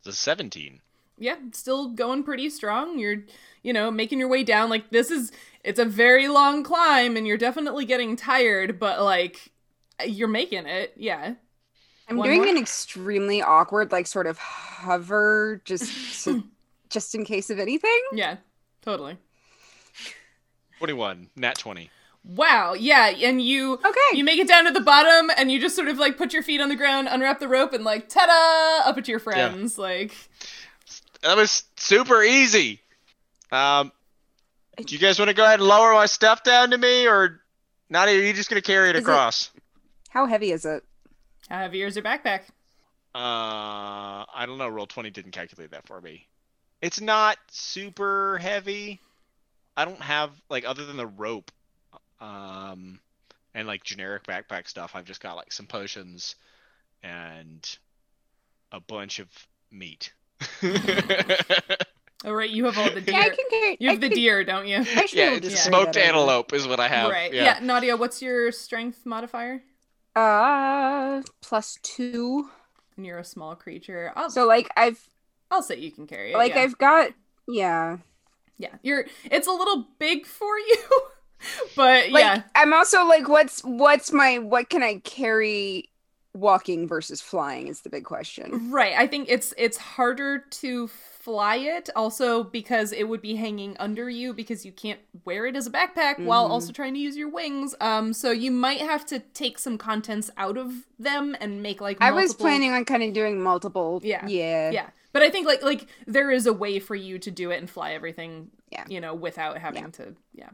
Speaker 4: The 17.
Speaker 1: yeah, still going pretty strong. You're, you know, making your way down. Like this is it's a very long climb and you're definitely getting tired, but like you're making it. Yeah.
Speaker 3: I'm
Speaker 1: One
Speaker 3: doing
Speaker 1: more?
Speaker 3: an extremely awkward, like sort of hover, just to- just in case of anything.
Speaker 1: Yeah. Totally.
Speaker 4: 21. Nat 20.
Speaker 1: Wow. Yeah, and you
Speaker 3: Okay.
Speaker 1: you make it down to the bottom and you just sort of like put your feet on the ground, unwrap the rope and like ta-da up at your friends like
Speaker 4: That was super easy. Um do you guys want to go ahead and lower my stuff down to me or not are you just going to carry it
Speaker 3: Is it-
Speaker 4: across?
Speaker 3: How heavy is it?
Speaker 1: how heavy is your backpack?
Speaker 4: Uh, I don't know. Roll twenty didn't calculate that for me. It's not super heavy. I don't have like other than the rope, um, and like generic backpack stuff. I've just got like some potions and a bunch of meat.
Speaker 1: All Oh, right, you have all the deer.
Speaker 3: Yeah, I can carry.
Speaker 1: you
Speaker 3: I
Speaker 1: have the
Speaker 3: can-
Speaker 1: deer, don't you?
Speaker 3: I should be
Speaker 4: yeah,
Speaker 3: able to
Speaker 4: it's
Speaker 3: just carry
Speaker 4: smoked
Speaker 3: that over.
Speaker 4: antelope is what I have.
Speaker 1: right.
Speaker 4: Yeah.
Speaker 1: yeah, Nadia, what's your strength modifier?
Speaker 3: Uh, plus two.
Speaker 1: And you're a small creature. I'll,
Speaker 3: So like I've
Speaker 1: I'll say you can carry it.
Speaker 3: like
Speaker 1: yeah.
Speaker 3: I've got yeah.
Speaker 1: Yeah, you're. It's a little big for you, but
Speaker 3: Like
Speaker 1: yeah,
Speaker 3: I'm also like what's what's my what can I carry walking versus flying is the big question.
Speaker 1: right. I think it's it's harder to fly it also because it would be hanging under you because you can't wear it as a backpack while
Speaker 3: Mhm.
Speaker 1: also trying to use your wings. Um, so you might have to take some contents out of them and make like.
Speaker 3: I was
Speaker 1: multiple-
Speaker 3: planning on kind of doing multiple.
Speaker 1: Yeah.
Speaker 3: Yeah.
Speaker 1: Yeah, but I think like like there is a way for you to do it and fly everything.
Speaker 3: Yeah.
Speaker 1: you know, without having to. Yeah.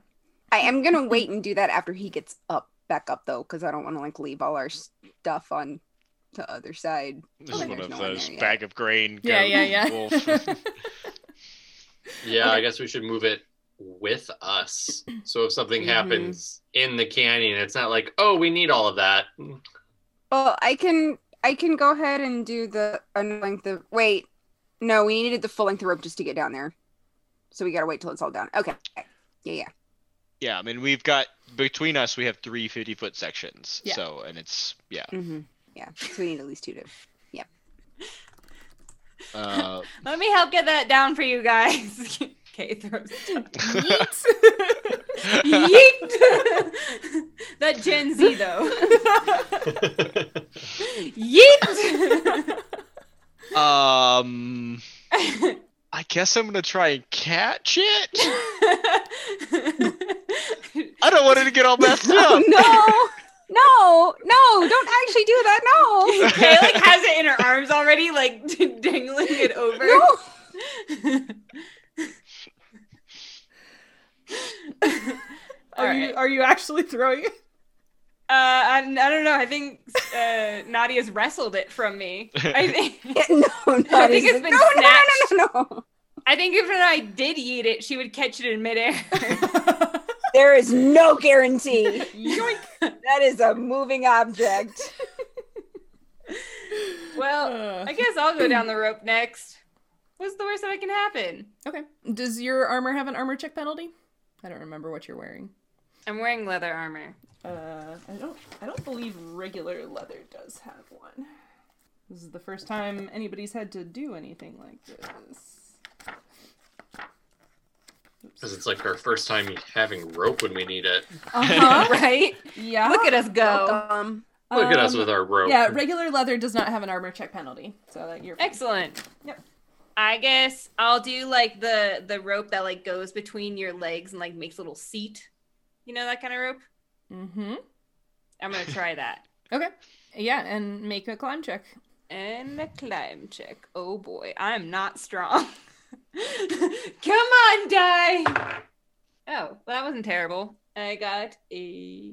Speaker 3: I am gonna wait and do that after he gets up back up though, because I don't want to like leave all our stuff on the other side.
Speaker 4: This
Speaker 1: Okay.
Speaker 4: is one
Speaker 3: There's
Speaker 4: of
Speaker 3: no one
Speaker 4: those
Speaker 3: there yet.
Speaker 4: bag of grain.
Speaker 1: Yeah,
Speaker 4: goat,
Speaker 1: yeah, yeah.
Speaker 4: wolf.
Speaker 2: Yeah, I guess we should move it with us. So if something
Speaker 3: Mhm.
Speaker 1: Mm-hmm.
Speaker 2: happens in the canyon, it's not like, oh, we need all of that.
Speaker 3: Well, I can I can go ahead and do the unlength of wait. No, we needed the full length of rope just to get down there. So we gotta wait till it's all down. Okay. Yeah, yeah.
Speaker 4: yeah, I mean we've got between us we have three 50 foot sections.
Speaker 1: Yeah.
Speaker 4: So and it's yeah.
Speaker 3: Mm-hmm. Yeah. So we need at least two to
Speaker 4: Uh,
Speaker 5: Let me help get that down for you guys. okay, throws.
Speaker 1: Yeet.
Speaker 5: Yeet! that Gen Z though. Yeet!
Speaker 4: Um, I guess I'm gonna try and catch it. I don't want it to get all messed up.
Speaker 3: Oh, no. No, no, don't actually do that. No.
Speaker 5: Kay like has it in her arms already, like dangling it over.
Speaker 3: No.
Speaker 1: Are
Speaker 5: All right.
Speaker 1: you are you actually throwing it?
Speaker 5: Uh, I, I don't know. I think uh, Nadia's wrestled it from me. I think
Speaker 3: Yeah, no, no.
Speaker 5: I think it's been
Speaker 3: no,
Speaker 5: snatched.
Speaker 3: no, no, no, no.
Speaker 5: I think if I did eat it, she would catch it in midair.
Speaker 3: There is no guarantee.
Speaker 1: Yoink.
Speaker 3: That is a moving object.
Speaker 5: well,
Speaker 1: Uh.
Speaker 5: I guess I'll go down the rope next. What's the worst that can happen?
Speaker 1: Okay. Does your armor have an armor check penalty? I don't remember what you're wearing.
Speaker 5: I'm wearing leather armor.
Speaker 1: Uh, I don't. I don't believe regular leather does have one. This is the first time anybody's had to do anything like this.
Speaker 2: because it's like our first time having rope when we need it.
Speaker 1: Uh-huh.
Speaker 6: right?
Speaker 1: yeah.
Speaker 5: Look at us go.
Speaker 3: Welcome.
Speaker 2: Look at us
Speaker 1: Um,
Speaker 2: with our rope.
Speaker 1: Yeah, regular leather does not have an armor check penalty, so that you're
Speaker 5: Excellent.
Speaker 1: Yep.
Speaker 5: I guess I'll do like the the rope that like goes between your legs and like makes a little seat. You know that kind of rope?
Speaker 1: Mm-hmm.
Speaker 5: I'm gonna try that.
Speaker 1: Okay. Yeah, and make a climb check.
Speaker 5: And a climb check. Oh boy, I'm not strong. Come on, die. Oh, well, that wasn't terrible. I got a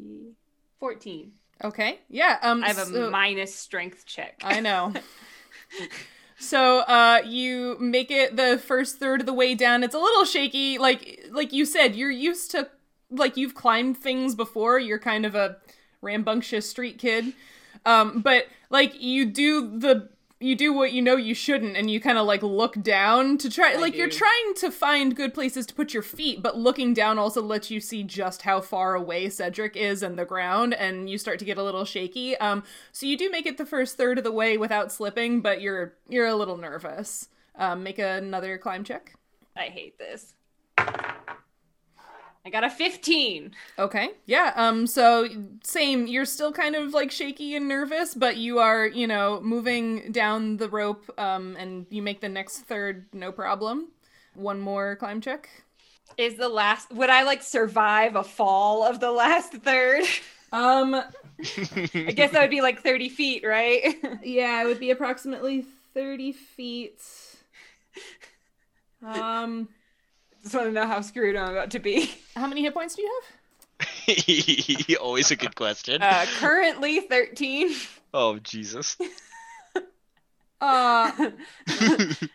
Speaker 5: 14.
Speaker 1: Okay. Yeah. Um.
Speaker 5: I have a
Speaker 1: so-
Speaker 5: minus strength check.
Speaker 1: I know. So uh you make it the first third of the way down. It's a little shaky. Like like you said, you're used to like you've climbed things before. You're kind of a rambunctious street kid. Um but like you do the you do what you know you shouldn't and you kind of like look down to try like you're
Speaker 2: do.
Speaker 1: trying to find good places to put your feet but looking down also lets you see just how far away cedric is and the ground and you start to get a little shaky um so you do make it the first third of the way without slipping, but you're you're a little nervous. Um, make another climb check.
Speaker 5: I hate this. I got a 15.
Speaker 1: Okay. Yeah. Um. So same. You're still kind of like shaky and nervous, but you are you know moving down the rope. Um. And you make the next third no problem. One more climb check.
Speaker 5: Is the last would I like survive a fall of the last third?
Speaker 1: Um.
Speaker 5: I guess that would be like 30 feet, right?
Speaker 1: Yeah. It would be approximately thirty feet. Um.
Speaker 5: Just want to know how screwed I'm about to be.
Speaker 1: How many hit points do you have?
Speaker 4: Always a good question.
Speaker 5: Uh, currently 13.
Speaker 4: oh Jesus.
Speaker 1: Uh. The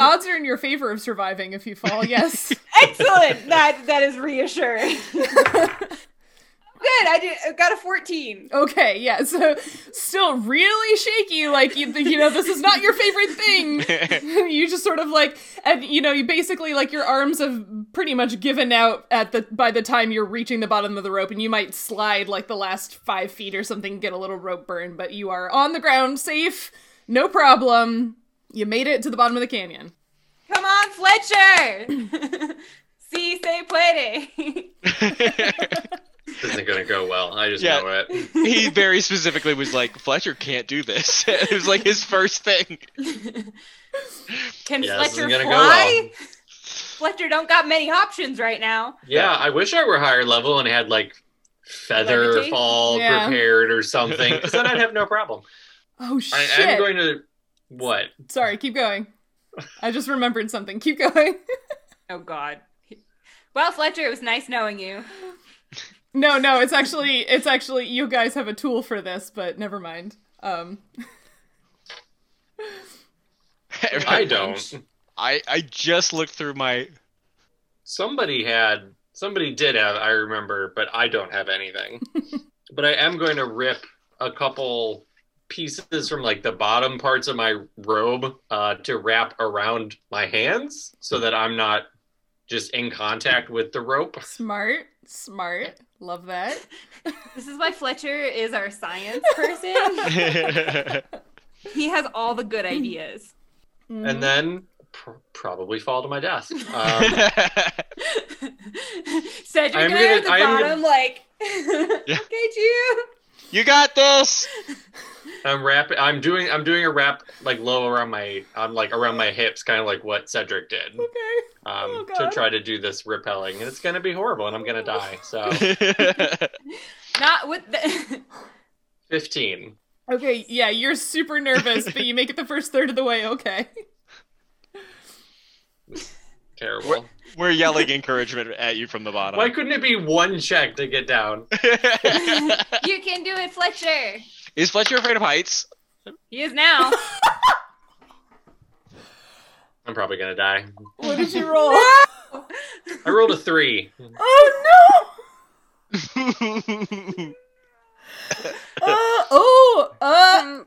Speaker 1: odds are in your favor of surviving if you fall, yes.
Speaker 5: Excellent. That that is reassuring. Good. I did. I got a fourteen.
Speaker 1: okay, yeah, so still really shaky, like, you, you know, this is not your favorite thing. you just sort of like, and you know, you basically, like, your arms have pretty much given out at the by the time you're reaching the bottom of the rope, and you might slide like the last five feet or something, get a little rope burn, but you are on the ground, safe, no problem. You made it to the bottom of the canyon.
Speaker 5: Come on, Fletcher. Si se puede.
Speaker 2: This isn't gonna go well. I just
Speaker 4: Yeah.
Speaker 2: know it.
Speaker 4: he very specifically was like, Fletcher can't do this. it was like his first thing.
Speaker 5: Can
Speaker 2: Yeah, this
Speaker 5: Fletcher
Speaker 2: isn't gonna go
Speaker 5: fly?
Speaker 2: well.
Speaker 5: Fletcher don't got many options right now.
Speaker 2: Yeah, I wish I were higher level and had like feather
Speaker 5: Levitate?
Speaker 2: fall
Speaker 1: Yeah.
Speaker 2: prepared or something. 'cause then I'd have no problem.
Speaker 1: Oh,
Speaker 2: I,
Speaker 1: shit.
Speaker 2: I'm going to what?
Speaker 1: Sorry, keep going. I just remembered something. Keep going.
Speaker 5: Oh God. Well, Fletcher, it was nice knowing you.
Speaker 1: No, no, it's actually it's actually you guys have a tool for this, but never mind. Um
Speaker 2: I don't.
Speaker 4: I, I just looked through my
Speaker 2: Somebody had. Somebody did have. I remember, but I don't have anything. but I am going to rip a couple pieces from like the bottom parts of my robe uh, to wrap around my hands so that I'm not just in contact with the rope.
Speaker 1: Mm-hmm. smart, smart. Love that.
Speaker 5: This is why Fletcher is our science person. he has all the good ideas.
Speaker 2: and then pr- probably fall to my death. Um,
Speaker 4: That's
Speaker 5: Cedric
Speaker 2: I'm
Speaker 5: and I
Speaker 2: gonna-
Speaker 5: are at the
Speaker 2: I'm gonna-
Speaker 5: bottom, like, okay, Jew.
Speaker 4: You got this.
Speaker 2: I'm wrapping. I'm doing. I'm doing a wrap like low around my. I'm like around my hips, kind of like what Cedric did, um,
Speaker 1: Mm, Okay. Oh,
Speaker 2: to
Speaker 1: God.
Speaker 2: try to do this repelling, and it's gonna be horrible, and I'm gonna die. So oh.
Speaker 5: Not with the.
Speaker 2: fifteen.
Speaker 1: Okay, yeah, you're super nervous, but you make it the first third of the way, okay.
Speaker 2: Terrible.
Speaker 4: We're yelling encouragement at you from the bottom.
Speaker 2: Why couldn't it be one check to get down?
Speaker 5: you can do it, Fletcher.
Speaker 4: Is Fletcher afraid of heights?
Speaker 5: He is now.
Speaker 2: I'm probably gonna die.
Speaker 1: What did you roll?
Speaker 2: I rolled a three.
Speaker 1: Ah! oh no! Uh, oh, uh,
Speaker 3: Um,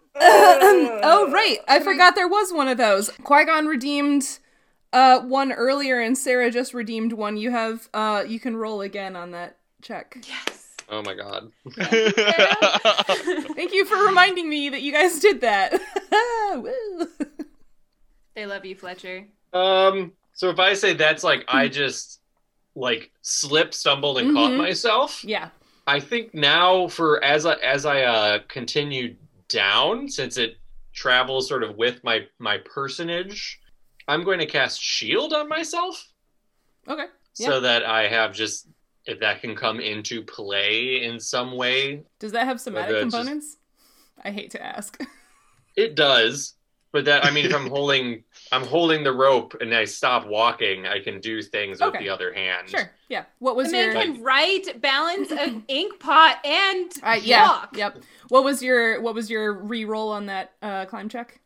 Speaker 1: oh, right. I forgot there was one of those. Qui Gon redeemed uh, one earlier, and Sarah just redeemed one. You have, uh, you can roll again on that check.
Speaker 5: yes.
Speaker 2: Oh my god.
Speaker 1: Thank you for reminding me that you guys did that. Woo.
Speaker 5: They love you, Fletcher.
Speaker 2: Um, So if I say that's like I just like slipped, stumbled, and caught
Speaker 1: Mhm.
Speaker 2: myself,
Speaker 1: Yeah.
Speaker 2: I think now for as I as I uh, continue down, since it travels sort of with my my personage, I'm going to cast shield on myself
Speaker 1: Okay. Yeah.
Speaker 2: so that I have just if that can come into play in some way.
Speaker 1: Does that have somatic
Speaker 2: that's just-
Speaker 1: components? I hate to ask.
Speaker 2: It does, but that I mean, if I'm holding I'm holding the rope and I stop walking, I can do things with
Speaker 1: Okay.
Speaker 2: the other hand.
Speaker 1: sure. Yeah. What
Speaker 5: The
Speaker 1: was
Speaker 5: man
Speaker 1: your?
Speaker 5: can write balance of ink pot and
Speaker 1: I- yeah.
Speaker 5: walk.
Speaker 1: Yep. What was your What was your re-roll on that uh, climb check?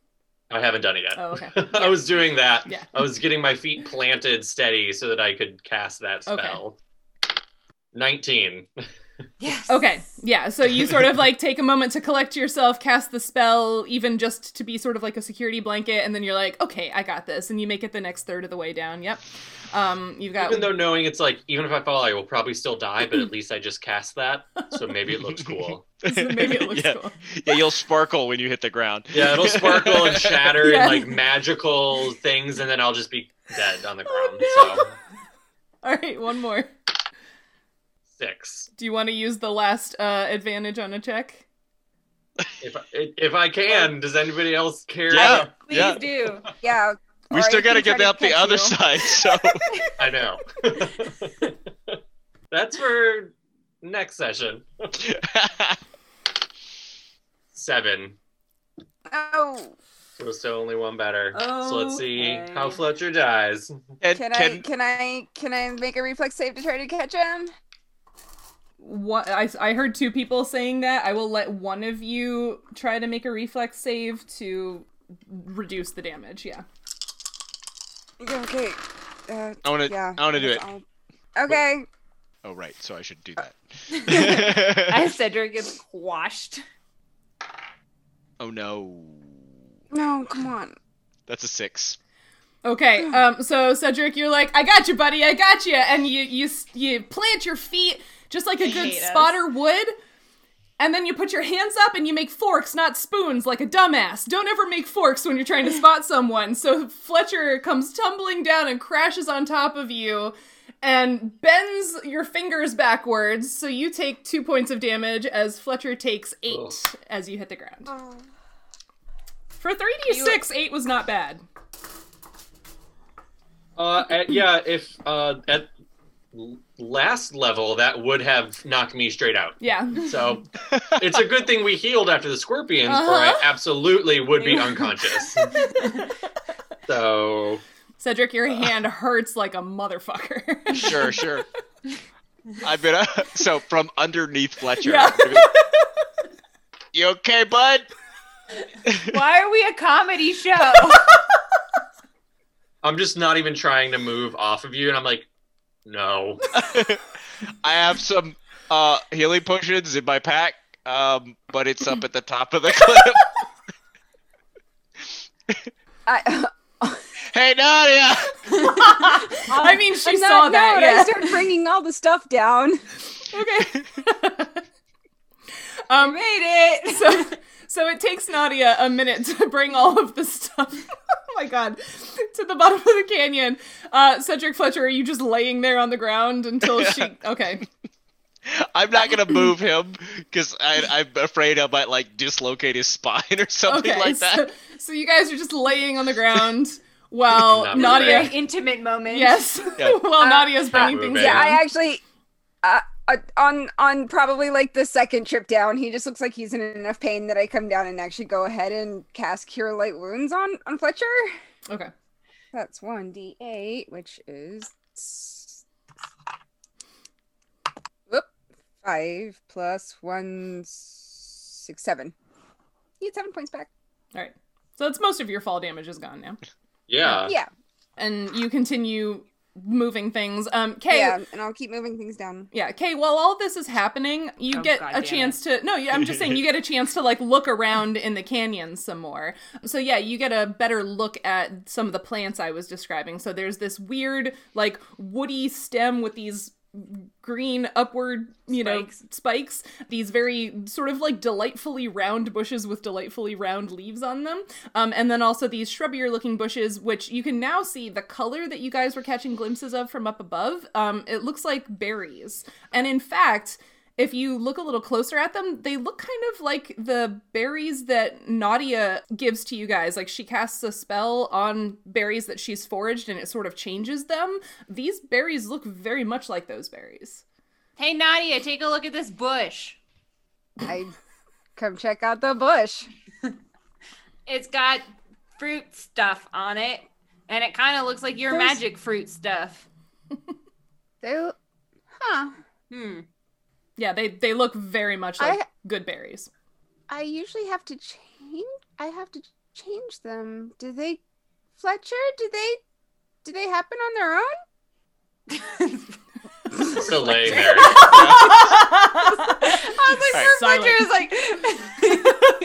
Speaker 2: I haven't done it yet.
Speaker 1: Oh, okay.
Speaker 2: I was doing that.
Speaker 1: Yeah.
Speaker 2: I was getting my feet planted steady so that I could cast that
Speaker 1: Okay.
Speaker 2: spell. 19.
Speaker 5: Yes.
Speaker 1: Okay. Yeah. So you sort of like take a moment to collect yourself, cast the spell, even just to be sort of like a security blanket, and then you're like, okay, I got this, and you make it the next third of the way down. Yep. Um, you've got
Speaker 2: Even though knowing it's like, even if I fall, I will probably still die, but at least I just cast that. So maybe it looks cool.
Speaker 1: maybe it looks
Speaker 4: yeah.
Speaker 1: cool.
Speaker 4: yeah, you'll sparkle when you hit the ground.
Speaker 2: Yeah, it'll sparkle and shatter
Speaker 1: Yeah.
Speaker 2: and like magical things, and then I'll just be dead on the
Speaker 1: Oh,
Speaker 2: ground.
Speaker 1: All right, one more.
Speaker 2: So, six.
Speaker 1: Do you want to use the last uh, advantage on a check?
Speaker 2: If I, if I can, does anybody else care?
Speaker 4: Yeah.
Speaker 6: Please
Speaker 4: Yeah.
Speaker 6: do.
Speaker 3: Yeah.
Speaker 4: We
Speaker 3: Or
Speaker 4: still
Speaker 3: if
Speaker 4: got to
Speaker 3: we try
Speaker 4: get out the
Speaker 3: catch
Speaker 4: other
Speaker 3: you.
Speaker 4: side. So
Speaker 2: I know. That's for next session. Seven.
Speaker 3: Oh,
Speaker 2: So it's still only one better. So let's see
Speaker 6: Okay.
Speaker 2: how Fletcher dies.
Speaker 4: and
Speaker 3: can
Speaker 4: can,
Speaker 3: I can I can I make a reflex save to try to catch him?
Speaker 1: What I, I heard two people saying that. I will let one of you try to make a reflex save to reduce the damage. Yeah.
Speaker 3: Yeah, Okay. Uh,
Speaker 4: I want to
Speaker 3: yeah.
Speaker 4: I want to do it.
Speaker 3: that's all. Okay.
Speaker 4: Oh right, so I should do that.
Speaker 5: As Cedric gets quashed.
Speaker 4: oh no,
Speaker 3: No, come on.
Speaker 4: that's a six.
Speaker 1: Okay, um, so Cedric, you're like, I got you, buddy, I got you, and you you you plant your feet just like a good
Speaker 5: hate us.
Speaker 1: spotter would, and then you put your hands up and you make forks, not spoons, like a dumbass. Don't ever make forks when you're trying to spot someone. So Fletcher comes tumbling down and crashes on top of you, and bends your fingers backwards, so you take two points of damage as Fletcher takes eight
Speaker 2: Ugh.
Speaker 1: as you hit the ground.
Speaker 3: Oh.
Speaker 1: For three d six, eight was not bad.
Speaker 2: Uh, at, yeah, if uh, at l- last level, that would have knocked me straight out.
Speaker 1: Yeah.
Speaker 2: So it's a good thing we healed after the scorpions, or I
Speaker 1: Uh-huh.
Speaker 2: absolutely would be unconscious. so
Speaker 1: Cedric,
Speaker 4: Uh.
Speaker 1: your hand hurts like a motherfucker.
Speaker 4: Sure, sure. I'm gonna so from underneath Fletcher.
Speaker 1: Yeah.
Speaker 4: you okay, bud?
Speaker 5: Why are we a comedy show?
Speaker 2: I'm just not even trying to move off of you, and I'm like, no.
Speaker 4: I have some uh, healing potions in my pack, um, but it's up at the top of the cliff.
Speaker 3: I,
Speaker 4: hey, Nadia!
Speaker 1: I mean, she
Speaker 3: I'm
Speaker 1: saw
Speaker 3: not,
Speaker 1: that.
Speaker 3: no, I
Speaker 1: yeah.
Speaker 3: start bringing all the stuff down.
Speaker 1: Okay. um, made it. So, so it takes Nadia a minute to bring all of the stuff. oh my god, to the bottom of the canyon. Uh, Cedric Fletcher, are you just laying there on the ground until she? Okay.
Speaker 4: I'm not gonna move him because I'm afraid I might like dislocate his spine or something
Speaker 1: Okay.
Speaker 4: like that.
Speaker 1: So, so you guys are just laying on the ground while
Speaker 2: Not really
Speaker 1: Nadia.
Speaker 5: Very intimate moment.
Speaker 1: Yes.
Speaker 4: Yeah.
Speaker 1: while
Speaker 3: Uh,
Speaker 1: Nadia's bringing
Speaker 2: uh,
Speaker 1: things.
Speaker 2: Yeah.
Speaker 3: Yeah,
Speaker 1: down.
Speaker 3: I actually uh, uh, on on probably like the second trip down, he just looks like he's in enough pain that I come down and actually go ahead and cast cure light wounds on on Fletcher.
Speaker 1: Okay.
Speaker 3: That's one d eight, which is whoop five plus one six seven. You had seven points back.
Speaker 1: All right. So that's most of your fall damage is gone now.
Speaker 2: Yeah.
Speaker 3: yeah,
Speaker 1: and you continue moving things. Um, Kay, yeah.
Speaker 3: yeah, and I'll keep moving things down.
Speaker 1: Kay. While all this is happening, you
Speaker 5: Oh,
Speaker 1: get
Speaker 5: God
Speaker 1: a
Speaker 5: damn it.
Speaker 1: chance to. No, yeah, I'm just saying you get a chance to like look around in the canyon some more. So yeah, you get a better look at some of the plants I was describing. So there's this weird like woody stem with these green upward, you know, spikes, these very sort of like delightfully round bushes with delightfully round leaves on them. Um, and then also these shrubbier looking bushes, which you can now see the color that you guys were catching glimpses of from up above. Um, it looks like berries. And in fact, if you look a little closer at them, they look kind of like the berries that Nadia gives to you guys. Like she casts a spell on berries that she's foraged and it sort of changes them. These berries look very much like those berries.
Speaker 5: Hey, Nadia, take a look at this bush.
Speaker 3: I come check out the bush.
Speaker 5: It's got fruit stuff on it, and it kind of looks like your
Speaker 3: There's-
Speaker 5: magic fruit stuff.
Speaker 3: They, huh?
Speaker 5: Hmm.
Speaker 1: Yeah, they, they look very much
Speaker 3: I-
Speaker 1: like good berries.
Speaker 3: I usually have to change. I have to change them. Do they, Fletcher? Do they, do they happen on their own?
Speaker 2: Still laying there.
Speaker 6: I
Speaker 1: Oh
Speaker 6: was like,
Speaker 1: All right.
Speaker 6: Fletcher is like,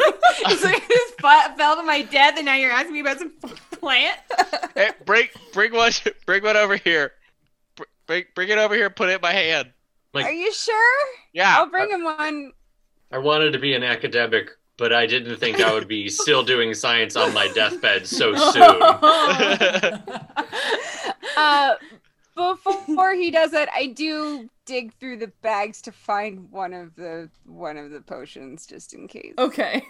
Speaker 6: it's like I just fa- fell to my death, and now you're asking me about some plant.
Speaker 4: Hey, bring bring one bring one over here. Br- Bring bring it over here. Put it in my hand.
Speaker 2: Like-
Speaker 3: Are you sure?
Speaker 4: Yeah. uh,
Speaker 3: I'll bring him one.
Speaker 2: I wanted to be an academic, but I didn't think I would be still doing science on my deathbed so soon.
Speaker 1: Oh.
Speaker 3: Uh, before he does it, I do dig through the bags to find one of the one of the potions just in case.
Speaker 1: Okay.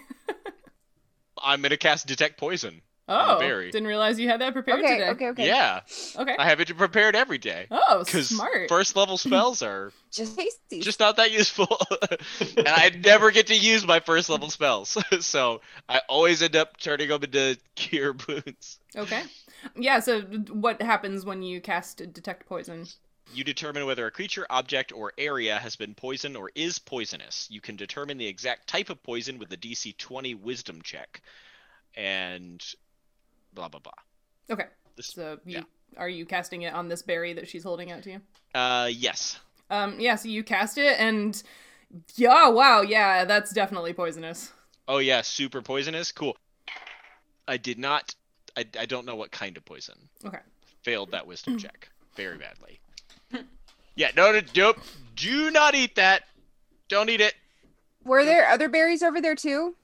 Speaker 4: I'm gonna cast detect poison.
Speaker 1: Oh,
Speaker 4: berry.
Speaker 1: didn't realize you had that prepared
Speaker 3: okay,
Speaker 1: today.
Speaker 3: okay, okay.
Speaker 4: Yeah,
Speaker 1: Okay.
Speaker 4: I have it prepared every day
Speaker 1: Oh,
Speaker 4: because
Speaker 1: smart.
Speaker 4: first level spells are
Speaker 3: Just tasty.
Speaker 4: just not that useful, and I never get to use my first level spells, so I always end up turning them into cure wounds.
Speaker 1: Okay. Yeah, so d- what happens when you cast detect poison?
Speaker 4: You determine whether a creature, object, or area has been poisoned or is poisonous. You can determine the exact type of poison with the DC 20 wisdom check. And blah, blah, blah.
Speaker 1: Okay.
Speaker 4: This-
Speaker 1: So you,
Speaker 4: yeah.
Speaker 1: are you casting it on this berry that she's holding out to you?
Speaker 4: Uh, yes.
Speaker 1: Um, yeah, so you cast it and yeah, wow, yeah, that's definitely poisonous.
Speaker 4: Oh, yeah, super poisonous. Cool. I did not. I, I don't know what kind of poison.
Speaker 1: Okay.
Speaker 4: Failed that wisdom check very badly. yeah, no, no, nope. Do not eat that. Don't eat it.
Speaker 3: Were there other berries over there too?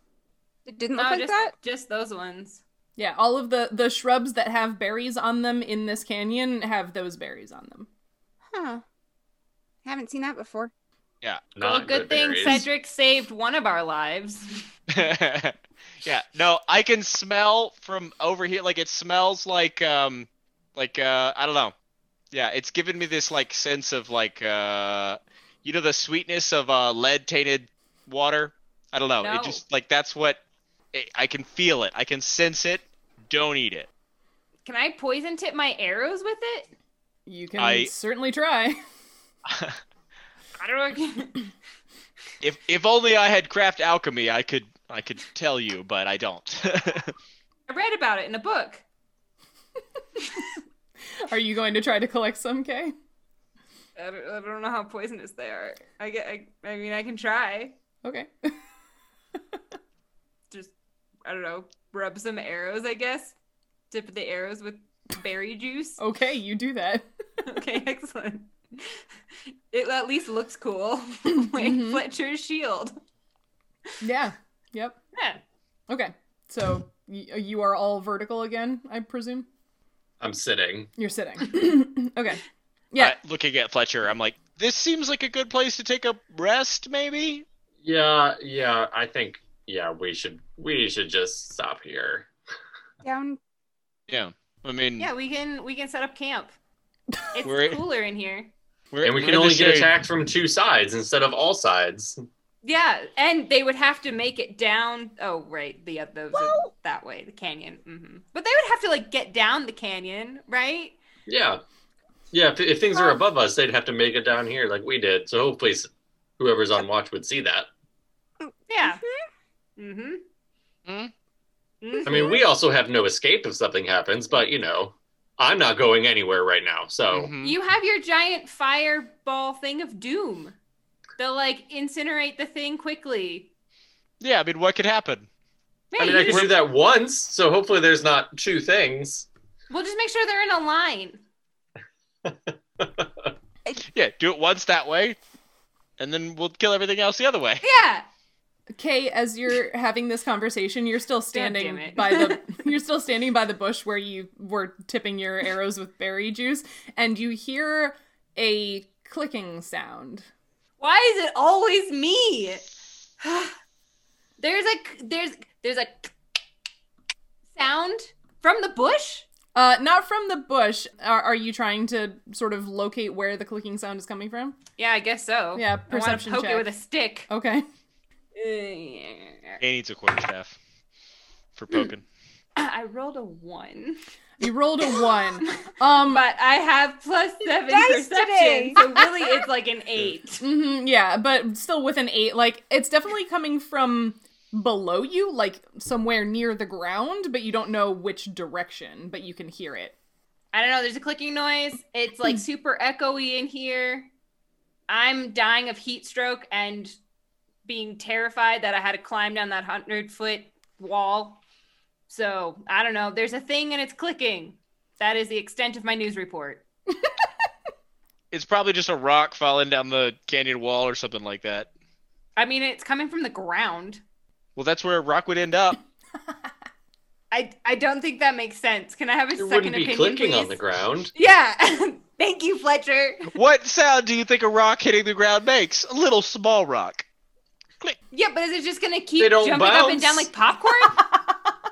Speaker 3: It didn't look
Speaker 5: No,
Speaker 3: like
Speaker 5: just,
Speaker 3: that.
Speaker 5: just those ones.
Speaker 1: Yeah, all of the the shrubs that have berries on them in this canyon have those berries on them.
Speaker 3: Huh. Haven't seen that before.
Speaker 4: Yeah.
Speaker 5: Well,
Speaker 2: Not
Speaker 5: good, thing
Speaker 2: berries.
Speaker 5: Cedric saved one of our lives.
Speaker 4: yeah, no, I can smell from over here. Like it smells like um, like uh, I don't know. Yeah, it's given me this like sense of like uh, you know, the sweetness of uh, lead tainted water. I don't know.
Speaker 5: No.
Speaker 4: It just like that's what it, I can feel it. I can sense it. Don't eat it.
Speaker 5: Can I poison tip my arrows with it?
Speaker 1: You can
Speaker 4: I-
Speaker 1: certainly try.
Speaker 5: I don't know.
Speaker 4: If if only I had craft alchemy, I could I could tell you, but I don't.
Speaker 5: I read about it in a book.
Speaker 1: Are you going to try to collect some, Kay?
Speaker 5: I don't, I don't know how poisonous they are. I get. I, I mean, I can try.
Speaker 1: Okay.
Speaker 5: Just I don't know. Rub some arrows, I guess. Dip the arrows with berry juice.
Speaker 1: Okay, you do that.
Speaker 5: Okay, excellent. It at least looks cool. like
Speaker 1: Mhm.
Speaker 5: Fletcher's shield.
Speaker 1: Yeah. Yep.
Speaker 5: Yeah.
Speaker 1: Okay. So y- you are all vertical again, I presume.
Speaker 2: I'm sitting.
Speaker 1: You're sitting. okay. Yeah.
Speaker 4: I- looking at Fletcher, I'm like, this seems like a good place to take a rest, maybe.
Speaker 2: Yeah, yeah. I think yeah. We should we should just stop here.
Speaker 3: Down.
Speaker 4: Yeah, I mean,
Speaker 5: Yeah, we can we can set up camp. It's
Speaker 4: Mm. We're-
Speaker 5: cooler in here.
Speaker 4: we're,
Speaker 2: And we
Speaker 4: we're
Speaker 2: can
Speaker 4: in
Speaker 2: only
Speaker 4: the
Speaker 2: get
Speaker 4: shade.
Speaker 2: attacked from two sides instead of all sides.
Speaker 5: Yeah, and they would have to make it down. Oh, right, the uh, those are
Speaker 3: Well-
Speaker 5: that way, the canyon. hmm But they would have to like get down the canyon, right?
Speaker 2: Yeah, yeah. If, if things are above us, they'd have to make it down here like we did. So hopefully, s- whoever's on watch would see that.
Speaker 5: Yeah. Mm-hmm.
Speaker 4: Hmm?
Speaker 2: I mean, mm-hmm. we also have no escape if something happens, but you know, I'm not going anywhere right now. So
Speaker 4: Mhm.
Speaker 5: you have your giant fireball thing of doom. They'll like incinerate the thing quickly.
Speaker 4: Yeah, I mean, what could happen?
Speaker 2: I
Speaker 5: Yeah,
Speaker 2: mean,
Speaker 5: you
Speaker 2: I can
Speaker 5: just-
Speaker 2: do that once. So hopefully, there's not two things.
Speaker 5: We'll just make sure they're in a line.
Speaker 4: Yeah, do it once that way, and then we'll kill everything else the other way.
Speaker 5: Yeah.
Speaker 1: Kay, as you're having this conversation, you're still standing
Speaker 6: damn it.
Speaker 1: by the you're still standing by the bush where you were tipping your arrows with berry juice, and you hear a clicking sound.
Speaker 6: Why is it always me?
Speaker 5: There's a there's there's a sound from the bush.
Speaker 1: Uh, not from the bush. Are, are you trying to sort of locate where the clicking sound is coming from?
Speaker 6: Yeah, I guess so. I
Speaker 1: Yeah,
Speaker 6: want to
Speaker 1: perception
Speaker 6: poke
Speaker 1: check.
Speaker 6: it with a stick.
Speaker 1: okay.
Speaker 5: Uh,
Speaker 4: He needs a quarterstaff for
Speaker 5: Hmm.
Speaker 4: poking.
Speaker 6: I rolled a one,
Speaker 1: You rolled a one. Um,
Speaker 6: but I have plus seven
Speaker 3: Dice
Speaker 6: perception,
Speaker 3: today.
Speaker 6: so really it's like an eight.
Speaker 1: mhm, yeah, but still with an eight. Like it's definitely coming from below you, like somewhere near the ground, but you don't know which direction. But you can hear it.
Speaker 5: I don't know. There's a clicking noise. It's
Speaker 1: Hmm.
Speaker 5: like super echoey in here. I'm dying of heat stroke and being terrified that I had to climb down that 100 foot wall. So I don't know. There's a thing and it's clicking. That is the extent of my news report.
Speaker 4: It's probably just a rock falling down the canyon wall or something like that.
Speaker 5: I mean, it's coming from the ground.
Speaker 4: Well, that's where a rock would end up.
Speaker 5: I, I don't think that makes sense. Can I have a
Speaker 2: It
Speaker 5: 2nd
Speaker 2: wouldn't be
Speaker 5: opinion?
Speaker 2: clicking
Speaker 5: please?
Speaker 2: on the ground.
Speaker 5: Yeah. Thank you, Fletcher.
Speaker 4: what sound do you think a rock hitting the ground makes? A little small rock.
Speaker 5: Yeah, but is it just going to keep
Speaker 2: They don't
Speaker 5: jumping up and
Speaker 2: bounce.
Speaker 5: down like popcorn?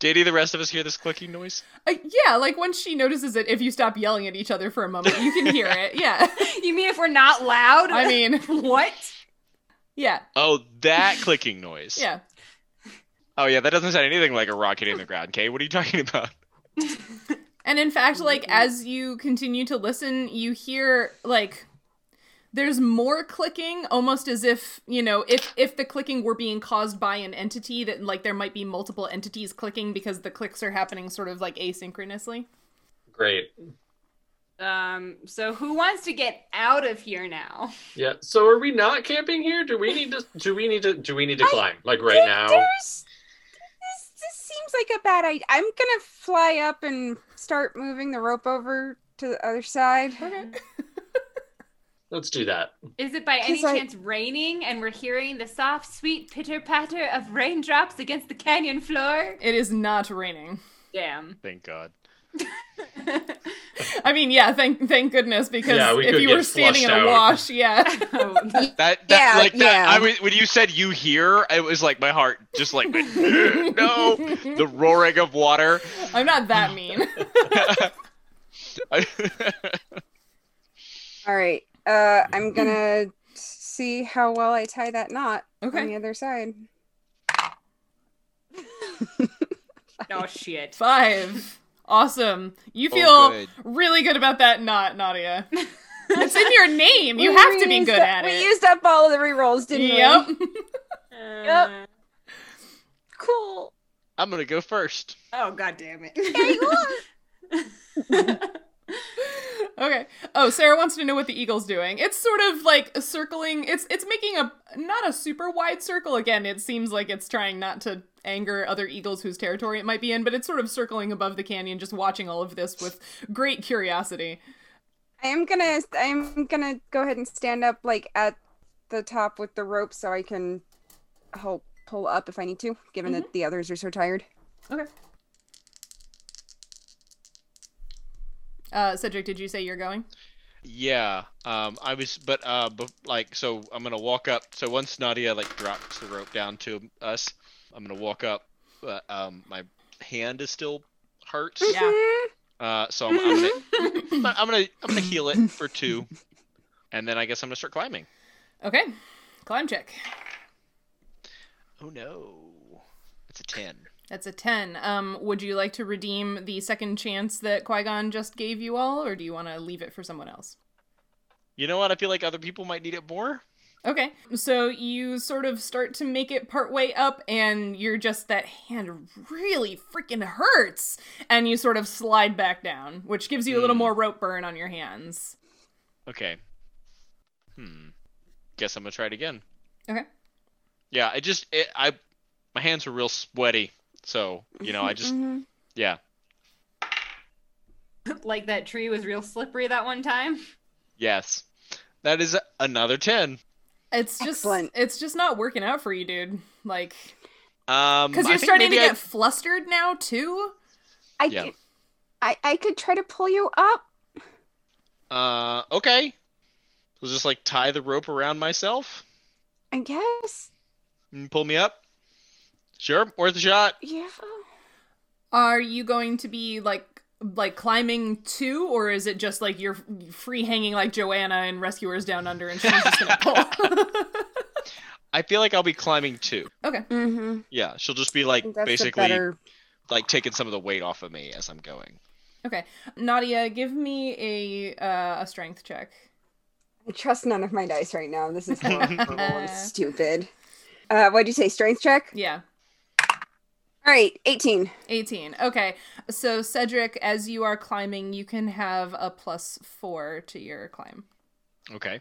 Speaker 4: Did any of the rest of us hear this clicking noise?
Speaker 1: Uh, yeah, like once she notices it, if you stop yelling at each other for a moment, you can hear it. Yeah.
Speaker 5: you mean if we're not loud?
Speaker 1: I mean,
Speaker 5: what?
Speaker 1: yeah,
Speaker 4: Oh, that clicking noise.
Speaker 1: yeah.
Speaker 4: Oh yeah, that doesn't sound anything like a rock hitting the ground. Kay, what are you talking about?
Speaker 1: And in fact, like as you continue to listen, you hear like there's more clicking, almost as if, you know, if if the clicking were being caused by an entity that like there might be multiple entities clicking because the clicks are happening sort of like asynchronously.
Speaker 2: Great.
Speaker 5: Um, so who wants to get out of here now?
Speaker 2: Yeah. So are we not camping here? Do we need to? Do we need to? Do we need to climb like right now?
Speaker 3: There's. This, this seems like a bad idea. I'm gonna fly up and start moving the rope over to the other side.
Speaker 2: Let's do that.
Speaker 5: Is it by any
Speaker 3: 'Cause I-
Speaker 5: chance raining and we're hearing the soft, sweet pitter patter of raindrops against the canyon floor?
Speaker 1: It is not raining.
Speaker 5: Damn.
Speaker 4: Thank God.
Speaker 1: I mean, yeah, thank thank goodness because
Speaker 2: Yeah, we
Speaker 1: if
Speaker 2: could
Speaker 1: you
Speaker 2: get
Speaker 1: were standing in
Speaker 2: flushed
Speaker 1: a
Speaker 2: out.
Speaker 1: wash, yeah.
Speaker 5: Oh,
Speaker 4: That, that
Speaker 3: Yeah,
Speaker 4: like that.
Speaker 3: yeah.
Speaker 4: I was, when you said you hear, it was like my heart just like went, no, the roaring of water.
Speaker 1: I'm not that mean.
Speaker 3: All right. Uh, I'm gonna see how well I tie that knot on
Speaker 1: Okay.
Speaker 3: the other side.
Speaker 5: no shit.
Speaker 1: Five. Awesome. You feel
Speaker 4: Oh, good.
Speaker 1: really Oh, good about that knot, Nadia. it's in your name. You
Speaker 3: We
Speaker 1: have to be
Speaker 3: used
Speaker 1: good
Speaker 3: up-
Speaker 1: at
Speaker 3: We
Speaker 1: it.
Speaker 3: used up all of the rerolls, didn't
Speaker 1: Yep.
Speaker 3: we?
Speaker 5: Yep.
Speaker 3: Cool.
Speaker 4: I'm gonna go first.
Speaker 6: Oh god damn it!
Speaker 1: okay. Oh, Sarah wants to know what the eagle's doing. It's sort of like circling. It's it's making a not a super wide circle again. It seems like it's trying not to anger other eagles whose territory it might be in, but it's sort of circling above the canyon just watching all of this with great curiosity.
Speaker 3: I am gonna. I am gonna go ahead and stand up like at the top with the rope so I can help pull up if I need to, given
Speaker 1: Mm-hmm.
Speaker 3: that the others are so tired.
Speaker 1: Uh Cedric, did you say you're going?
Speaker 4: Yeah. Um. I was, but uh, bef- like, so I'm gonna walk up. So once Nadia like drops the rope down to us, I'm gonna walk up. But um, my hand is still hurt.
Speaker 3: Mm-hmm.
Speaker 1: Yeah.
Speaker 4: Uh. So I'm, I'm gonna I'm gonna- I'm gonna I'm gonna heal it for two, and then I guess I'm gonna start climbing.
Speaker 1: Okay. Climb check.
Speaker 4: Oh no, it's a ten.
Speaker 1: That's a 10. Um, would you like to redeem the second chance that Qui Gon just gave you all, or do you want to leave it for someone else?
Speaker 4: You know what? I feel like other people might need it more.
Speaker 1: Okay, so you sort of start to make it partway up, and you're just that hand really freaking hurts, and you sort of slide back down, which gives you a little
Speaker 4: Hmm.
Speaker 1: more rope burn on your hands.
Speaker 4: Okay. Hmm. Guess I'm gonna try it again.
Speaker 1: Okay.
Speaker 4: Yeah. I just it, I my hands were real sweaty, so you know I just
Speaker 1: Mm-hmm.
Speaker 3: Mhm.
Speaker 4: yeah.
Speaker 5: Like that tree was real slippery that one time.
Speaker 4: Yes. That is another 10.
Speaker 1: It's just
Speaker 3: Excellent.
Speaker 1: it's just not working out for you, dude. Like
Speaker 4: Um,
Speaker 1: because
Speaker 4: I
Speaker 1: you're
Speaker 4: think
Speaker 1: starting to
Speaker 4: maybe I-
Speaker 1: get flustered now too.
Speaker 3: I,
Speaker 4: Yeah.
Speaker 3: could- I I could try to pull you up.
Speaker 4: Uh, okay. We'll just like tie the rope around myself
Speaker 3: I guess.
Speaker 4: and pull me up. Sure, worth a shot.
Speaker 3: Yeah.
Speaker 1: Are you going to be like like climbing too, or is it just like you're free hanging like Joanna in Rescuers Down Under, and she's just gonna pull?
Speaker 4: I feel like I'll be climbing too.
Speaker 3: Mm-hmm.
Speaker 4: Yeah, she'll just be like
Speaker 3: That's
Speaker 4: basically
Speaker 3: a better.
Speaker 4: like taking some of the weight off of me as I'm going.
Speaker 1: Nadia, give me a uh, a strength check.
Speaker 3: I trust none of my dice right now. This is horrible and stupid. Uh, what'd you say? Strength check.
Speaker 1: Yeah.
Speaker 3: All right, eighteen.
Speaker 1: 18. Okay. So, Cedric, as you are climbing, you can have a plus four to your climb.
Speaker 4: Okay.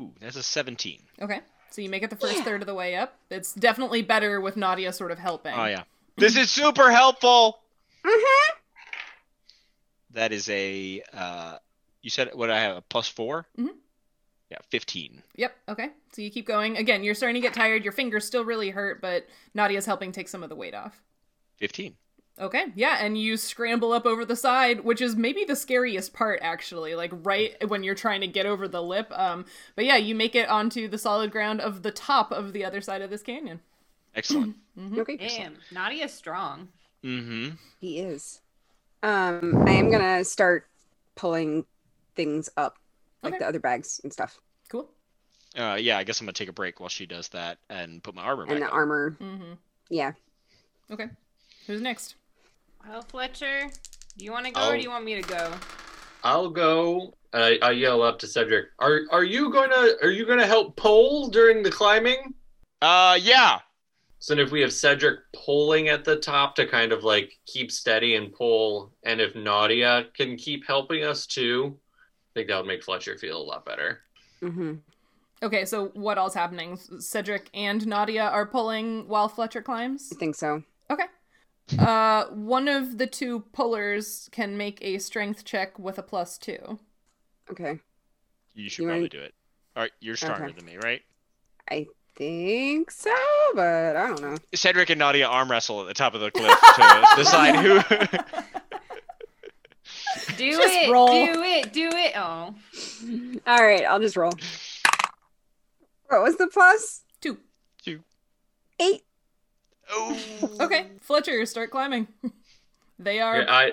Speaker 4: Ooh, that's a 17.
Speaker 1: Okay. So, you make it the first third of the way up. It's definitely better with Nadia sort of helping.
Speaker 4: Oh yeah. This is super helpful.
Speaker 3: Mm-hmm.
Speaker 4: That is a uh you said what I have a plus 4?
Speaker 3: Mm-hmm.
Speaker 1: Mhm.
Speaker 4: Yeah, 15.
Speaker 1: Yep. Okay. So, you keep going. Again, you're starting to get tired. Your fingers still really hurt, but Nadia's helping take some of the weight off.
Speaker 4: 15.
Speaker 1: Okay. Yeah. And you scramble up over the side, which is maybe the scariest part, actually, like right when you're trying to get over the lip. Um, but yeah, you make it onto the solid ground of the top of the other side of this canyon.
Speaker 4: Excellent.
Speaker 1: hmm
Speaker 3: Okay.
Speaker 5: Damn, Nadia's strong.
Speaker 4: mhm.
Speaker 3: He is. Um, I am gonna start pulling things up, like
Speaker 1: Okay.
Speaker 3: the other bags and stuff,
Speaker 1: Cool.
Speaker 4: Uh yeah, I guess I'm going to take a break while she does that and put my armor back.
Speaker 3: and the
Speaker 4: on.
Speaker 3: armor.
Speaker 1: Mm-hmm.
Speaker 3: Yeah.
Speaker 1: Okay. Who's next?
Speaker 5: Well, Fletcher, do you want to go
Speaker 2: Oh.
Speaker 5: or do you want me to go?
Speaker 2: I'll go. And I, I yell up to Cedric. Are are you gonna are you gonna help pole during the climbing?
Speaker 4: Uh yeah.
Speaker 2: So then if we have Cedric pulling at the top to kind of like keep steady and pull, and if Nadia can keep helping us too, I think that would make Fletcher feel a lot better.
Speaker 3: Mm-hmm.
Speaker 1: Okay, so what all's happening? Cedric and Nadia are pulling while Fletcher climbs.
Speaker 3: I think so.
Speaker 1: Uh, one of the two pullers can make a strength check with a plus two.
Speaker 3: Okay.
Speaker 4: You should
Speaker 3: You
Speaker 4: probably
Speaker 3: wanna-
Speaker 4: do it. All right, you're stronger
Speaker 3: Okay.
Speaker 4: than me, right?
Speaker 3: Think so, but I don't know.
Speaker 4: Cedric and Nadia arm wrestle at the top of the cliff to decide who.
Speaker 5: Do
Speaker 1: Just
Speaker 5: it,
Speaker 1: roll.
Speaker 5: do it, do it. Oh,
Speaker 3: All right, I'll just roll. What was the plus?
Speaker 1: Two.
Speaker 3: Eight.
Speaker 4: oh.
Speaker 1: Okay, Fletcher, start climbing. they are
Speaker 2: Yeah, I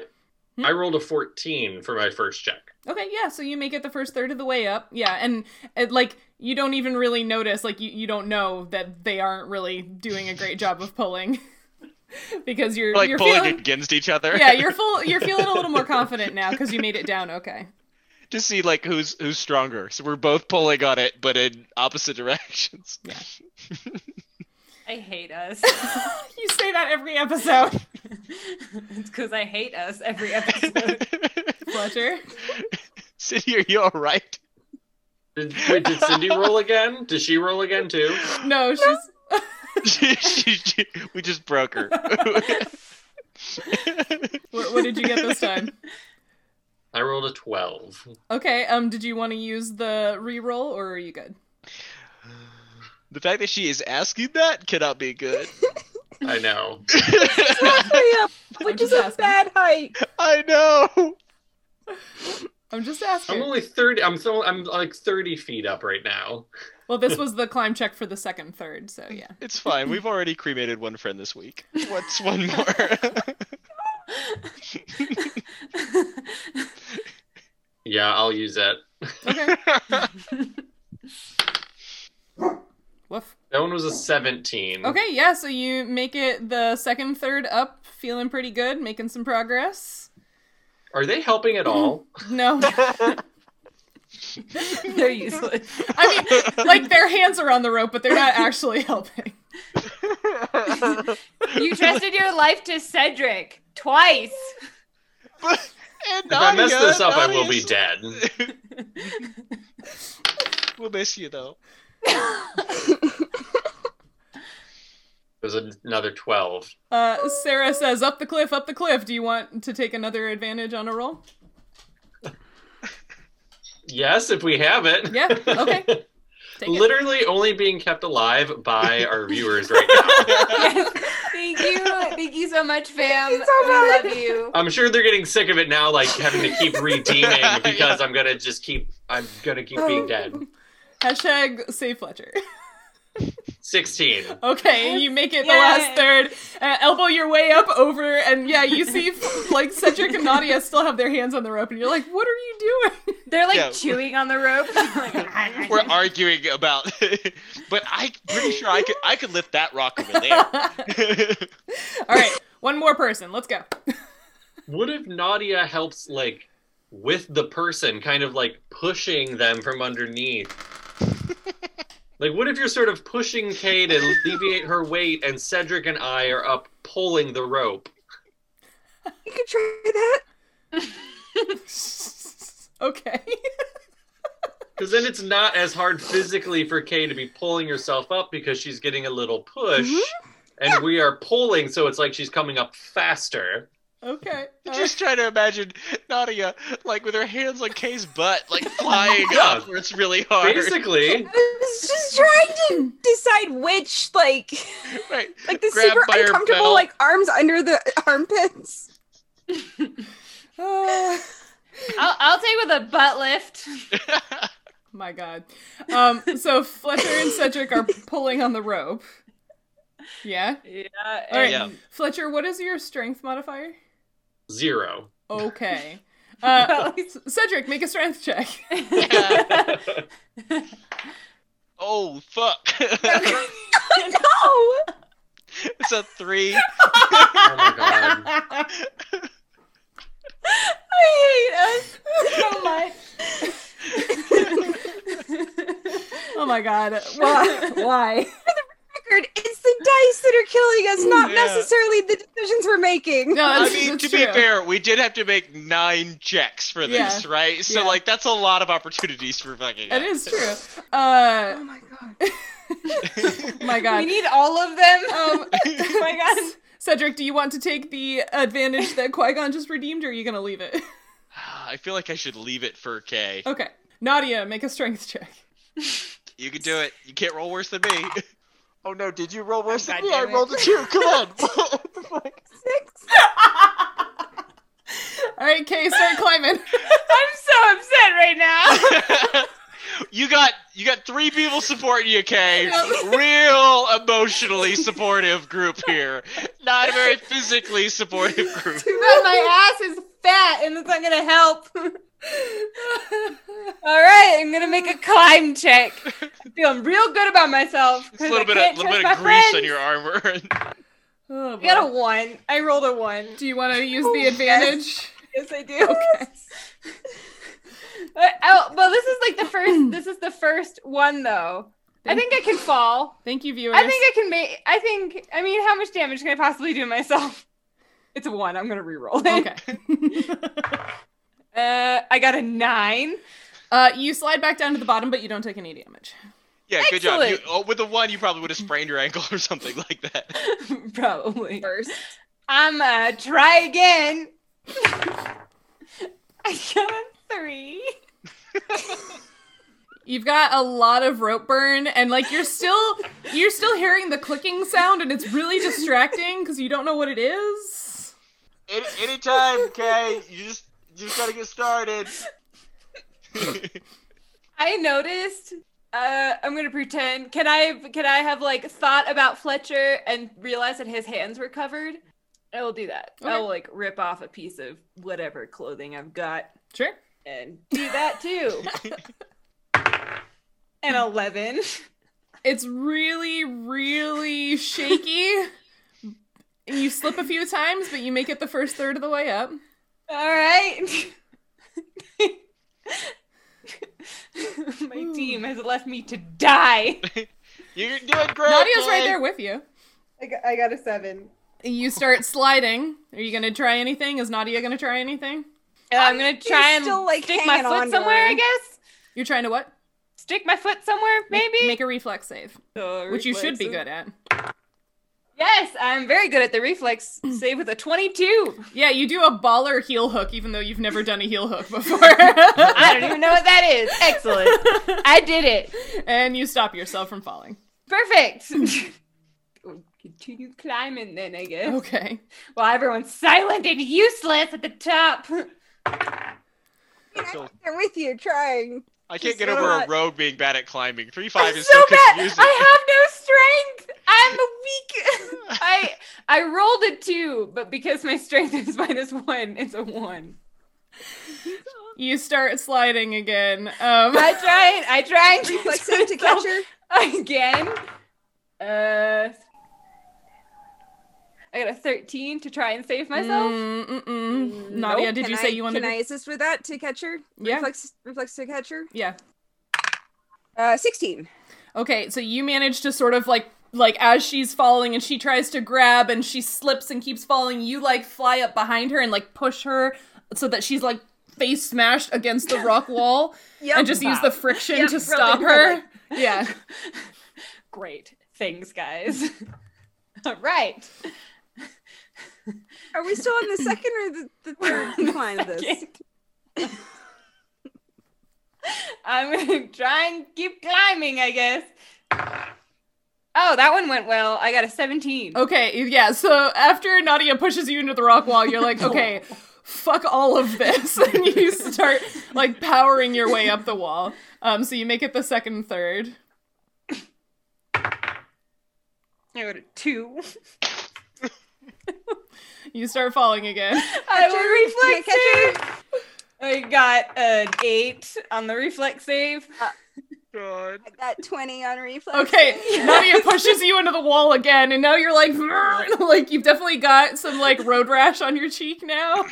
Speaker 1: Hmm?
Speaker 2: I rolled a fourteen for my first check.
Speaker 1: Okay, yeah, so you make it the first third of the way up. Yeah, and it, like you don't even really notice, like you, you don't know that they aren't really doing a great job of pulling. because you're
Speaker 4: Like
Speaker 1: you're
Speaker 4: pulling
Speaker 1: feeling
Speaker 4: against each other.
Speaker 1: Yeah, you're full you're feeling a little more confident now cuz you made it down okay.
Speaker 4: to see like who's who's stronger. So we're both pulling on it, but in opposite directions.
Speaker 5: I hate us.
Speaker 1: you say that every episode,
Speaker 5: it's because I hate us every episode.
Speaker 1: Fletcher.
Speaker 4: Cindy, are you all right?
Speaker 2: Did, wait, did Cindy roll again? Did she roll again too?
Speaker 1: No, she's
Speaker 4: She- she- she- we just broke her.
Speaker 1: what, what did you get this time?
Speaker 2: I rolled a twelve.
Speaker 1: Okay, um did you want to use the re-roll or are you good?
Speaker 4: the fact that she is asking that cannot be good.
Speaker 2: I know.
Speaker 3: Halfway up,
Speaker 1: I'm
Speaker 3: which is
Speaker 1: just
Speaker 3: a
Speaker 1: asking.
Speaker 3: bad height.
Speaker 4: I know.
Speaker 1: I'm just
Speaker 2: I'm
Speaker 1: asking.
Speaker 2: only thirty. I'm so I'm like thirty feet up right now.
Speaker 1: Well, this was the climb check for the second third, so yeah.
Speaker 4: It's fine. We've already cremated one friend this week. What's one more?
Speaker 2: Yeah, I'll use that.
Speaker 1: Okay. Woof.
Speaker 2: That one was a seventeen.
Speaker 1: Okay, yeah, so you make it the second third up, feeling pretty good, making some progress.
Speaker 2: Are they helping at all?
Speaker 1: No.
Speaker 5: They're useless.
Speaker 1: I mean, like their hands are on the rope, but they're not actually helping.
Speaker 5: You trusted your life to Cedric twice.
Speaker 4: And
Speaker 2: If I mess
Speaker 4: Nadia,
Speaker 2: this up, I will be
Speaker 4: Nadia's-
Speaker 2: dead.
Speaker 4: We'll miss you though.
Speaker 2: It was an- another 12.
Speaker 1: Uh, Sarah says, "Up the cliff, up the cliff." Do you want to take another advantage on a roll?
Speaker 2: Yes, if we have it.
Speaker 1: Yeah, okay. Take it.
Speaker 2: Literally only being kept alive by our viewers right now.
Speaker 5: Yes. Thank you. Thank you so much, fam.
Speaker 3: Thank you so much.
Speaker 5: We love you.
Speaker 2: I'm sure they're getting sick of it now, like having to keep redeeming because I'm gonna just keep I'm gonna keep
Speaker 1: Oh.
Speaker 2: being dead.
Speaker 1: Hashtag save Fletcher.
Speaker 2: Sixteen.
Speaker 1: Okay, you make it the
Speaker 5: Yay.
Speaker 1: last third. Uh, elbow your way up over, and yeah, you see like Cedric and Nadia still have their hands on the rope, and you're like, "What are you doing?"
Speaker 5: They're like
Speaker 4: Yeah.
Speaker 5: chewing on the rope. Like,
Speaker 4: We're arguing about, but I'm pretty sure I could I could lift that rock over there.
Speaker 1: All right, one more person. Let's go.
Speaker 2: What if Nadia helps like with the person, kind of like pushing them from underneath? like what if you're sort of pushing Kay to alleviate her weight and Cedric and I are up pulling the rope?
Speaker 3: You could try that.
Speaker 1: okay.
Speaker 2: Because then it's not as hard physically for Kay to be pulling herself up because she's getting a little push.
Speaker 5: Mm-hmm.
Speaker 2: And we are pulling, so it's like she's coming up faster.
Speaker 1: Okay. All right.
Speaker 4: Just trying to imagine Nadia like with her hands on Kay's butt, like flying
Speaker 2: Yeah.
Speaker 4: up where it's really hard.
Speaker 2: Basically,
Speaker 5: I was just trying to decide which, like,
Speaker 4: Right.
Speaker 3: Like the
Speaker 4: Grab
Speaker 3: super
Speaker 4: by her
Speaker 3: uncomfortable,
Speaker 4: belt.
Speaker 3: like arms under the armpits.
Speaker 1: Ah.
Speaker 9: I'll, I'll take with a butt lift.
Speaker 1: My God. Um, so Fletcher and Cedric are pulling on the rope. Yeah.
Speaker 5: yeah.
Speaker 1: All right.
Speaker 4: Yeah.
Speaker 1: Fletcher, what is your strength modifier?
Speaker 2: zero.
Speaker 1: Okay. Uh, Cedric, make a strength check.
Speaker 4: oh fuck!
Speaker 5: no.
Speaker 4: it's a three.
Speaker 2: Oh my god.
Speaker 5: I
Speaker 3: Oh,
Speaker 5: hate us
Speaker 1: Oh my God. Why? Why?
Speaker 3: Record, it's the dice that are killing us, not
Speaker 4: Yeah.
Speaker 3: necessarily the decisions we're making.
Speaker 1: No,
Speaker 4: I
Speaker 1: that's,
Speaker 4: mean,
Speaker 1: that's
Speaker 4: to
Speaker 1: true.
Speaker 4: be fair, we did have to make nine checks for this, right? So
Speaker 1: Yeah.
Speaker 4: like, that's a lot of opportunities for fucking.
Speaker 1: That
Speaker 4: up.
Speaker 1: is true. Uh,
Speaker 3: Oh my god.
Speaker 1: my
Speaker 5: so much.
Speaker 1: God.
Speaker 5: We need all of them.
Speaker 1: um,
Speaker 5: Oh my god.
Speaker 1: Cedric, do you want to take the advantage that Qui Gon just redeemed, or are you going to leave it?
Speaker 4: I feel like I should leave it for Kay.
Speaker 1: Okay. Nadia, make a strength check.
Speaker 4: You can do it. You can't roll worse than me. Oh no! Did you roll worse
Speaker 5: Oh,
Speaker 4: than
Speaker 5: God
Speaker 4: me? I
Speaker 5: damn it.
Speaker 4: rolled a two. Come on. What the fuck?
Speaker 1: All right, Kay, start climbing.
Speaker 5: I'm so upset right now.
Speaker 4: you got you got three people supporting you, Kay. Real emotionally supportive group here. Not a very physically supportive group.
Speaker 5: But my ass is fat and it's not gonna help. All right, I'm gonna make a climb check. I'm feeling real good about myself.
Speaker 4: It's
Speaker 5: 'cause
Speaker 4: a
Speaker 5: I
Speaker 4: little bit
Speaker 5: can't
Speaker 4: of, little
Speaker 5: trust
Speaker 4: bit
Speaker 5: my
Speaker 4: of grease on
Speaker 5: friends.
Speaker 4: your armor.
Speaker 1: Oh,
Speaker 5: I got a
Speaker 1: boy.
Speaker 5: one. I rolled a one.
Speaker 1: Do you want to use
Speaker 5: Oh,
Speaker 1: the
Speaker 5: yes.
Speaker 1: advantage?
Speaker 5: Yes, I do. But, oh, well, this is like the first. This is the first one, though. I think I can fall.
Speaker 1: Thank you, viewers.
Speaker 5: I think I can make. I think. I mean, how much damage can I possibly do myself? It's a one. I'm gonna re-roll. it.
Speaker 1: okay.
Speaker 5: Uh, I got a nine.
Speaker 1: uh, you slide back down to the bottom, but you don't take any damage.
Speaker 4: Yeah, good job. You,
Speaker 5: Excellent.
Speaker 4: oh, with the one, you probably would have sprained your ankle or something like that.
Speaker 5: Probably. I'm gonna try again. I got a three.
Speaker 1: You've got a lot of rope burn, and like you're still you're still hearing the clicking sound, and it's really distracting because you don't know what it is.
Speaker 4: Any, anytime, Kay. You just you just gotta get started.
Speaker 5: I noticed. Uh, I'm gonna pretend. Can I? Can I have like thought about Fletcher and realize that his hands were covered? I will do that. I
Speaker 1: Okay.
Speaker 5: will like rip off a piece of whatever clothing I've got
Speaker 1: Sure.
Speaker 5: and do that too. An eleven.
Speaker 1: It's really, really shaky. And you slip a few times, but you make it the first third of the way up.
Speaker 5: All right. My team has left me to die.
Speaker 4: You're doing
Speaker 3: Oh,
Speaker 4: great.
Speaker 1: Nadia's right
Speaker 4: Kay.
Speaker 1: there with you.
Speaker 5: I got, I got a seven.
Speaker 1: You start sliding. Are you gonna try anything? Is Nadia gonna try anything?
Speaker 5: I'm gonna try and
Speaker 3: still, like,
Speaker 5: stick my
Speaker 3: hanging on
Speaker 5: foot
Speaker 3: to
Speaker 5: somewhere.
Speaker 3: her.
Speaker 5: I guess
Speaker 1: You're trying to what?
Speaker 5: stick my foot somewhere,
Speaker 1: Make-
Speaker 5: maybe.
Speaker 1: make a reflex save, which you should be good at.
Speaker 5: Yes, I'm very good at the reflex save with a 22.
Speaker 1: Yeah, you do a baller heel hook, even though you've never done a heel hook before.
Speaker 5: I don't even know what that is. Excellent. I did it.
Speaker 1: and you stop yourself from falling.
Speaker 5: Perfect. Continue climbing then, I guess.
Speaker 1: Okay.
Speaker 5: While everyone's silent and useless at the top.
Speaker 3: I'm there with you trying.
Speaker 4: I can't
Speaker 5: Just
Speaker 4: get
Speaker 5: so
Speaker 4: over
Speaker 5: much.
Speaker 4: a rogue being bad at climbing. Three
Speaker 5: I'm
Speaker 4: five is
Speaker 5: so
Speaker 4: so
Speaker 5: bad.
Speaker 4: confusing.
Speaker 5: I have no strength. I'm weak. I I rolled a two, but because my strength is minus one, it's a one.
Speaker 1: You start sliding again. Um,
Speaker 5: I try. I try and
Speaker 3: Reflex save to catch her.
Speaker 5: again. Uh, I got a thirteen to try and save myself.
Speaker 1: mm, mm, mm. Nadia,
Speaker 3: Nope.
Speaker 1: did
Speaker 3: Can
Speaker 1: you
Speaker 3: I-
Speaker 1: say you wanted
Speaker 3: Can I
Speaker 1: to?
Speaker 3: assist with that to catch her?
Speaker 1: Yeah.
Speaker 3: Reflex, reflex to catch her.
Speaker 1: Yeah.
Speaker 3: Uh, 16.
Speaker 1: Okay, so you manage to sort of like like as she's falling and she tries to grab and she slips and keeps falling, you like fly up behind her and like push her so that she's like face smashed against the rock wall
Speaker 3: Yep.
Speaker 1: and just use the friction
Speaker 5: Yep,
Speaker 1: to
Speaker 5: really
Speaker 1: stop her. Yeah.
Speaker 5: Great things, guys. All right.
Speaker 3: Are we still on the second or the, the third decline of this?
Speaker 5: Second. I'm gonna try and keep climbing, I guess. Oh, that one went well. I got a 17.
Speaker 1: Okay, yeah. So after Nadia pushes you into the rock wall, you're like, "Okay, fuck all of this." and you start like powering your way up the wall. Um so you make it the second and third.
Speaker 5: I got a two.
Speaker 1: You start falling again.
Speaker 5: I
Speaker 3: Catcher,
Speaker 5: will reflex save. I got an eight on the reflex save.
Speaker 4: God.
Speaker 3: I got 20 on reflex.
Speaker 1: Okay, Nadia pushes you into the wall again, and now you're like, "Grr," like you've definitely got some like road rash on your cheek now.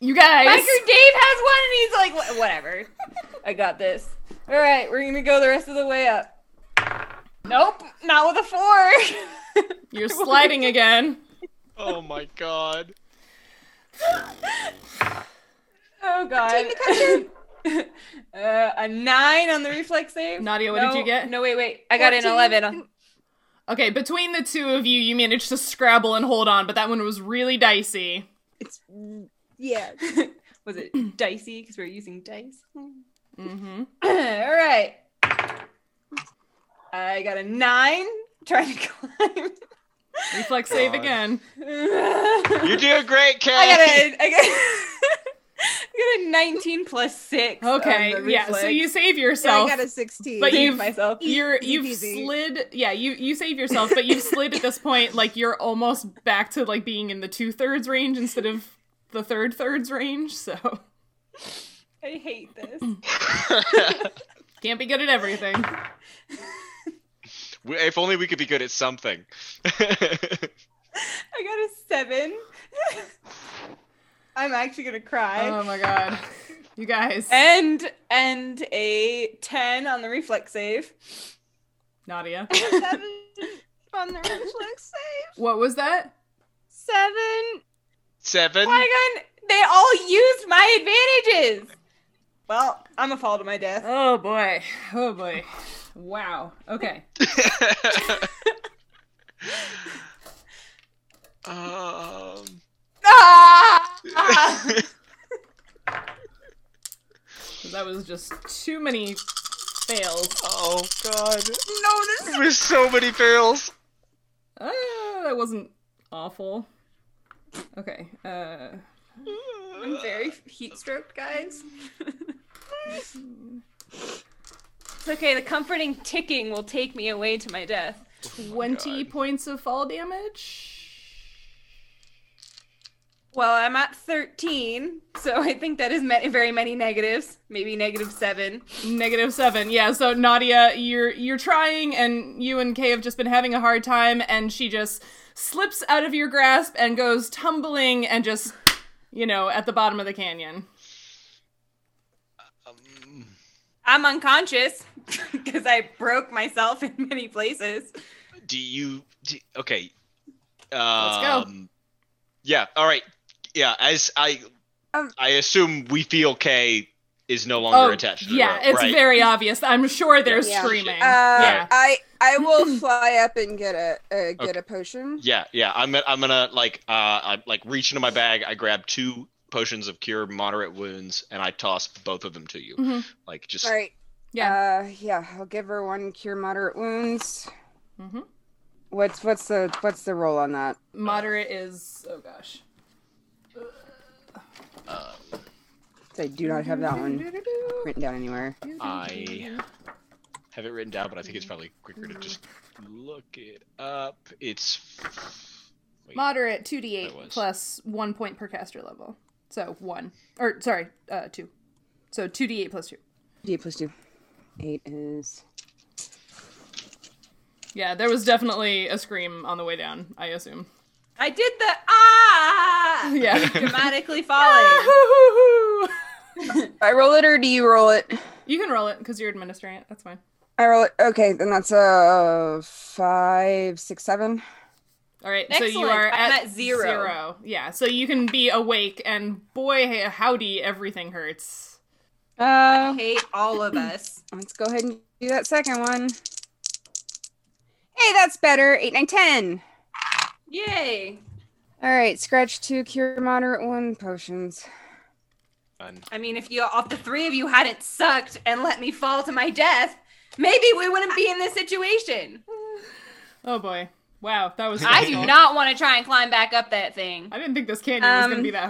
Speaker 1: You guys,
Speaker 5: Biker Dave has one, and he's like, "Wha- whatever. I got this. All right, we're gonna go the rest of the way up. Nope, not with a four.
Speaker 1: you're sliding again.
Speaker 4: Oh my god.
Speaker 5: Oh god. uh, a nine on the reflex save.
Speaker 1: Nadia, what did
Speaker 5: No,
Speaker 1: you get?
Speaker 5: No, wait, wait. I got an
Speaker 3: 14.
Speaker 5: eleven. on-
Speaker 1: Okay, between the two of you, you managed to scrabble and hold on, but that one was really dicey.
Speaker 3: It's, mm, yeah.
Speaker 5: Was it dicey? Because we are using dice.
Speaker 1: Mm-hmm.
Speaker 5: All right. I got a nine. Trying to climb.
Speaker 1: Reflex save
Speaker 10: God.
Speaker 1: again.
Speaker 4: You're doing great, Kay.
Speaker 5: I got a. I got, I got a nineteen plus six. on
Speaker 1: Okay,
Speaker 5: the
Speaker 1: yeah. So
Speaker 5: reflex.
Speaker 1: you save
Speaker 3: Yeah, I
Speaker 1: yourself.
Speaker 3: got a 16.
Speaker 1: But
Speaker 5: Save
Speaker 1: you've-
Speaker 5: myself.
Speaker 1: you're you've
Speaker 3: peasy.
Speaker 1: slid yeah you you save yourself but you've slid at this point like you're almost back to like being in the two thirds range instead of the third thirds range so
Speaker 5: I hate this.
Speaker 1: can't be good at everything
Speaker 4: We- if only we could be good at something.
Speaker 5: I got a seven. I'm actually gonna cry.
Speaker 1: oh my god you guys
Speaker 5: and and a 10 on the reflex save
Speaker 1: nadia
Speaker 3: Seven on the reflex save.
Speaker 1: what was that
Speaker 5: seven
Speaker 4: Seven.
Speaker 5: Qui-Gon, they all used my advantages well i'm a fall to my death
Speaker 1: oh boy oh boy wow okay
Speaker 4: um.
Speaker 5: ah! Ah!
Speaker 1: that was just too many fails
Speaker 4: oh god.
Speaker 3: No, this is
Speaker 4: There's so many fails.
Speaker 1: uh, that wasn't awful okay uh
Speaker 5: i'm very heat stroked guys it's okay the comforting ticking will take me away to my death
Speaker 1: 20 points of fall damage
Speaker 5: well i'm at 13 so i think that is ma- very many negatives maybe negative seven
Speaker 1: Negative seven. Yeah. So Nadia, you're you're trying, and you and Kay have just been having a hard time, and she just slips out of your grasp and goes tumbling, and just you know at the bottom of the canyon.
Speaker 4: Um,
Speaker 5: I'm unconscious because I broke myself in many places.
Speaker 4: do you? Do, okay.
Speaker 1: go.
Speaker 4: Um, Yeah. All right. Yeah. As I,
Speaker 3: Um,
Speaker 4: I assume we feel Kay is no longer
Speaker 1: Oh,
Speaker 4: attached to the
Speaker 1: yeah,
Speaker 4: rope,
Speaker 1: it's
Speaker 4: right?
Speaker 1: very obvious. I'm sure they're
Speaker 3: Yeah.
Speaker 1: screaming.
Speaker 3: Uh,
Speaker 1: yeah.
Speaker 3: I I will fly up and get a uh, get a potion.
Speaker 4: Yeah, yeah. I'm gonna, I'm gonna like uh I like reach into my bag. I grab two potions of cure moderate wounds and I toss both of them to you.
Speaker 1: Mhm.
Speaker 4: Like just
Speaker 3: All right.
Speaker 1: Yeah.
Speaker 3: Uh, yeah. I'll give her one cure moderate wounds.
Speaker 1: hmm
Speaker 3: What's what's the what's the roll on that?
Speaker 1: Moderate is oh gosh.
Speaker 4: uh,
Speaker 3: I do not have that one written down anywhere.
Speaker 4: I have it written down, but I think it's probably quicker to just look it up. It's wait,
Speaker 1: Moderate two d
Speaker 4: That
Speaker 1: eight
Speaker 4: was-
Speaker 1: plus one point per caster level. So one or sorry, uh, two. So two d eight plus two.
Speaker 3: D plus two. Eight is.
Speaker 1: Yeah, there was definitely a scream on the way down. I assume.
Speaker 5: I did the ah
Speaker 1: Yeah.
Speaker 5: dramatically falling.
Speaker 3: I roll it or do you roll it?
Speaker 1: you can roll it because you're administering it. That's fine.
Speaker 3: I roll it. Okay, then that's a five, six, seven.
Speaker 1: All right, so you
Speaker 5: Excellent.
Speaker 1: are
Speaker 5: I'm
Speaker 1: at,
Speaker 5: at zero.
Speaker 1: zero. Yeah, so you can be awake, and boy, hey, howdy, everything hurts.
Speaker 3: Uh,
Speaker 5: Hate all of us.
Speaker 3: let's go ahead and do that second one. Hey, that's better. Eight, nine, ten.
Speaker 5: Yay!
Speaker 3: All right, scratch two, cure moderate one potions.
Speaker 4: fun.
Speaker 5: I mean, if you, if the three of you hadn't sucked and let me fall to my death, maybe we wouldn't be in this situation.
Speaker 1: Oh boy, wow, that was.
Speaker 5: I do
Speaker 1: painful.
Speaker 5: not want to try and climb back up that thing.
Speaker 1: I didn't think this canyon was gonna
Speaker 3: Um,
Speaker 1: be that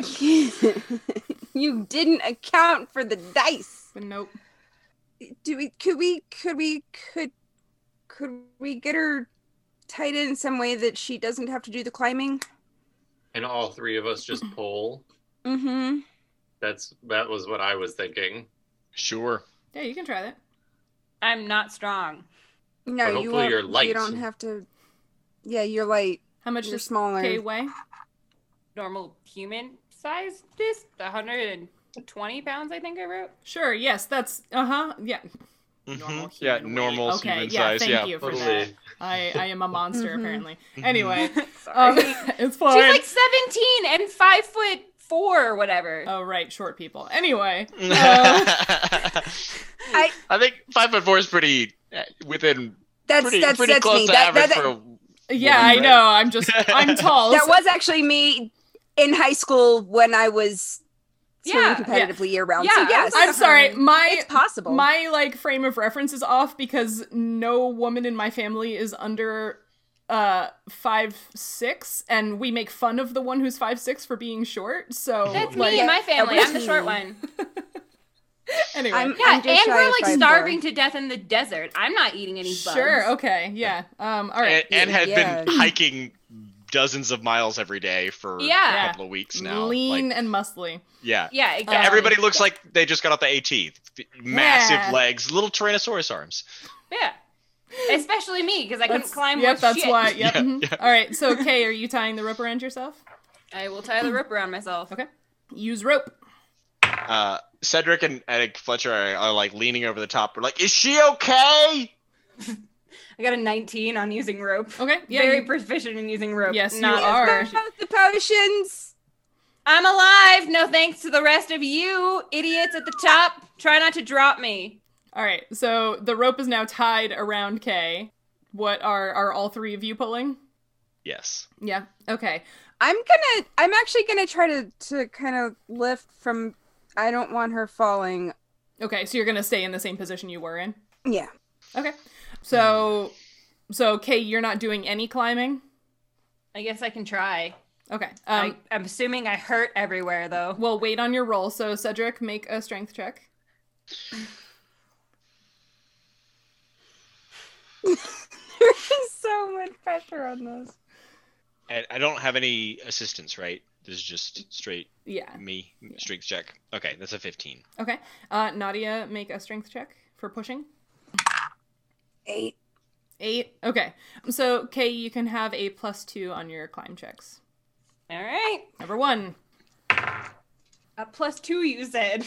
Speaker 1: hard.
Speaker 3: you didn't account for the dice.
Speaker 1: but nope.
Speaker 3: Do we? Could we? Could we? Could? Could we get her tied in some way that she doesn't have to do the climbing?
Speaker 2: And all three of us just pull.
Speaker 3: Mm-hmm.
Speaker 2: That's that was what I was thinking.
Speaker 4: sure.
Speaker 1: Yeah, you can try that.
Speaker 5: I'm not strong.
Speaker 3: No,
Speaker 2: But
Speaker 3: you
Speaker 2: hopefully
Speaker 3: won't.
Speaker 2: you're
Speaker 3: You
Speaker 2: light.
Speaker 3: don't have to. Yeah, you're light.
Speaker 1: How much
Speaker 3: You're
Speaker 1: does
Speaker 3: smaller.
Speaker 1: K weigh?
Speaker 5: Normal human size, this 120 pounds, I think I wrote.
Speaker 1: Sure. Yes, that's uh huh. Yeah. Normal
Speaker 4: Mhm. yeah,
Speaker 1: human weight.
Speaker 4: normal
Speaker 1: Okay,
Speaker 4: human
Speaker 1: yeah,
Speaker 4: size.
Speaker 1: thank
Speaker 4: yeah,
Speaker 1: you for
Speaker 4: totally.
Speaker 1: that. I I am a monster
Speaker 3: Mhm.
Speaker 1: apparently. Anyway, um,
Speaker 5: Sorry.
Speaker 1: it's
Speaker 5: Mm-hmm. She's
Speaker 1: fine.
Speaker 5: like 17 and five foot four or whatever.
Speaker 1: oh right, short people. Anyway, Uh,
Speaker 3: I-
Speaker 4: I think five foot four is pretty uh, within
Speaker 3: That's
Speaker 4: pretty,
Speaker 3: that's
Speaker 4: pretty
Speaker 3: that's
Speaker 4: close
Speaker 3: me.
Speaker 4: to
Speaker 3: That,
Speaker 4: average
Speaker 3: that, that,
Speaker 4: for a
Speaker 1: yeah,
Speaker 4: Woman,
Speaker 1: I
Speaker 4: right?
Speaker 1: know. I'm just I'm tall.
Speaker 3: that
Speaker 1: so-
Speaker 3: was actually me in high school when I was swimming
Speaker 5: Yeah,
Speaker 3: competitively year round.
Speaker 5: Yeah,
Speaker 3: so
Speaker 5: I was
Speaker 3: yes,
Speaker 1: I'm sorry. My
Speaker 3: it's possible.
Speaker 1: my like frame of reference is off because no woman in my family is under uh five six and we make fun of the one who's five six for being short so
Speaker 5: That's
Speaker 1: Oh, like
Speaker 5: me and my family. I'm the
Speaker 3: Originally.
Speaker 5: short one.
Speaker 1: anyway
Speaker 3: I'm,
Speaker 5: Yeah,
Speaker 3: I'm
Speaker 5: and
Speaker 3: just shy
Speaker 5: we're
Speaker 3: of
Speaker 5: like
Speaker 3: five
Speaker 5: starving
Speaker 3: four.
Speaker 5: to death in the desert. I'm not eating any bugs.
Speaker 1: sure okay yeah um all
Speaker 4: and,
Speaker 1: right
Speaker 4: and had been
Speaker 3: Yeah.
Speaker 4: hiking dozens of miles every day for
Speaker 5: Yeah.
Speaker 4: a couple of weeks now.
Speaker 1: lean
Speaker 4: Like,
Speaker 1: and muscly
Speaker 4: yeah.
Speaker 5: Yeah, exactly.
Speaker 4: Everybody looks like they just got off the AT. Massive
Speaker 1: Yeah.
Speaker 4: legs, little Tyrannosaurus arms.
Speaker 5: Yeah. Especially me, because I couldn't
Speaker 1: that's,
Speaker 5: climb
Speaker 1: yep
Speaker 5: worth
Speaker 1: that's
Speaker 5: shit.
Speaker 1: why yep
Speaker 4: Yeah,
Speaker 1: mhm.
Speaker 4: yeah.
Speaker 1: all right so kay are you tying the rope around yourself
Speaker 5: I will tie the rope around myself.
Speaker 1: Okay. use rope
Speaker 4: Uh, Cedric and, and Fletcher are, are like leaning over the top. We're like, is she okay?
Speaker 5: I got a 19 on using rope.
Speaker 1: okay yeah
Speaker 5: Very
Speaker 1: you-
Speaker 5: proficient in using rope.
Speaker 1: Yes, you
Speaker 5: Not-
Speaker 1: are.
Speaker 3: Yes, but The potions.
Speaker 5: I'm alive. No thanks to the rest of you idiots at the top. Try not to drop me.
Speaker 1: all right so the rope is now tied around kay what are are all three of you pulling
Speaker 4: Yes.
Speaker 1: yeah okay
Speaker 3: I'm gonna. I'm actually gonna try to to kind of lift from. I don't want her falling.
Speaker 1: Okay, so you're gonna stay in the same position you were in.
Speaker 3: Yeah.
Speaker 1: Okay, so so Kay, you're not doing any climbing.
Speaker 5: I guess I can try.
Speaker 1: Okay, um,
Speaker 5: I, I'm assuming I hurt everywhere though.
Speaker 1: well, wait on your roll. So Cedric, make a strength check.
Speaker 3: There's so much pressure on those.
Speaker 4: And I don't have any assistance, right? This is just straight
Speaker 1: Yeah.
Speaker 4: me, strength check. Okay, that's a 15.
Speaker 1: Okay. Uh, Nadia, make a strength check for pushing.
Speaker 3: Eight.
Speaker 1: Eight. Okay. So Kay, you can have a plus two on your climb checks.
Speaker 5: All right.
Speaker 1: Number one.
Speaker 5: A plus two, you said.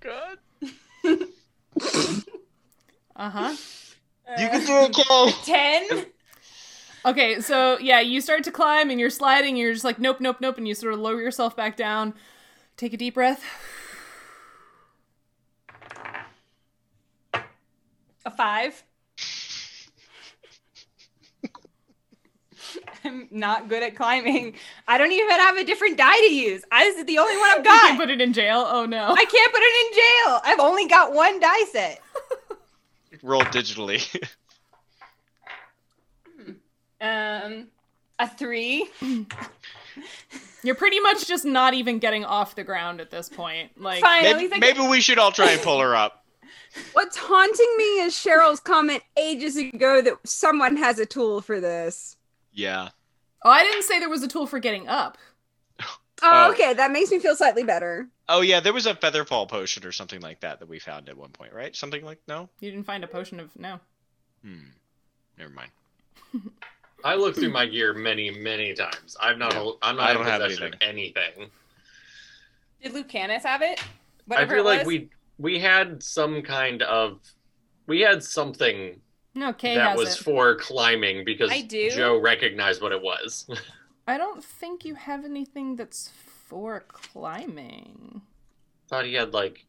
Speaker 4: Good.
Speaker 1: Uh huh.
Speaker 4: You can
Speaker 5: Uh,
Speaker 4: do okay.
Speaker 5: Ten.
Speaker 1: Okay, so yeah, you start to climb and you're sliding. You're just like, nope, nope, nope, and you sort of lower yourself back down. Take a deep breath.
Speaker 5: A five. I'm not good at climbing. I don't even have a different die to use. I, this is the only one I've
Speaker 1: You
Speaker 5: got.
Speaker 1: can put it in jail. Oh no.
Speaker 5: I can't put it in jail. I've only got one die set.
Speaker 4: Roll digitally.
Speaker 5: Um, a three.
Speaker 1: You're pretty much just not even getting off the ground at this point. Like
Speaker 5: Fine. at
Speaker 4: maybe,
Speaker 5: least I
Speaker 4: maybe we should all try and pull her up.
Speaker 3: What's haunting me is Cheryl's comment ages ago that someone has a tool for this.
Speaker 4: Yeah.
Speaker 1: Oh, I didn't say there was a tool for getting up.
Speaker 3: Oh,
Speaker 4: Oh.
Speaker 3: okay, that makes me feel slightly better.
Speaker 4: Oh yeah, there was a featherfall potion or something like that that we found at one point, right? Something like no.
Speaker 1: You didn't find a potion of no.
Speaker 4: Hmm. Never mind.
Speaker 2: I look through my gear many, many times. I'm not.
Speaker 4: Yeah.
Speaker 2: I'm not
Speaker 4: I
Speaker 2: in
Speaker 4: don't have
Speaker 2: possession of anything.
Speaker 5: Did Lucanus have it?
Speaker 2: I
Speaker 5: Whatever
Speaker 2: feel
Speaker 5: it was.
Speaker 2: like we we had some kind of we had something
Speaker 1: No, Kay
Speaker 2: that
Speaker 1: has
Speaker 2: was
Speaker 1: it.
Speaker 2: for climbing because
Speaker 5: I do.
Speaker 2: Joe recognized what it was.
Speaker 1: I don't think you have anything that's for climbing.
Speaker 2: thought he had like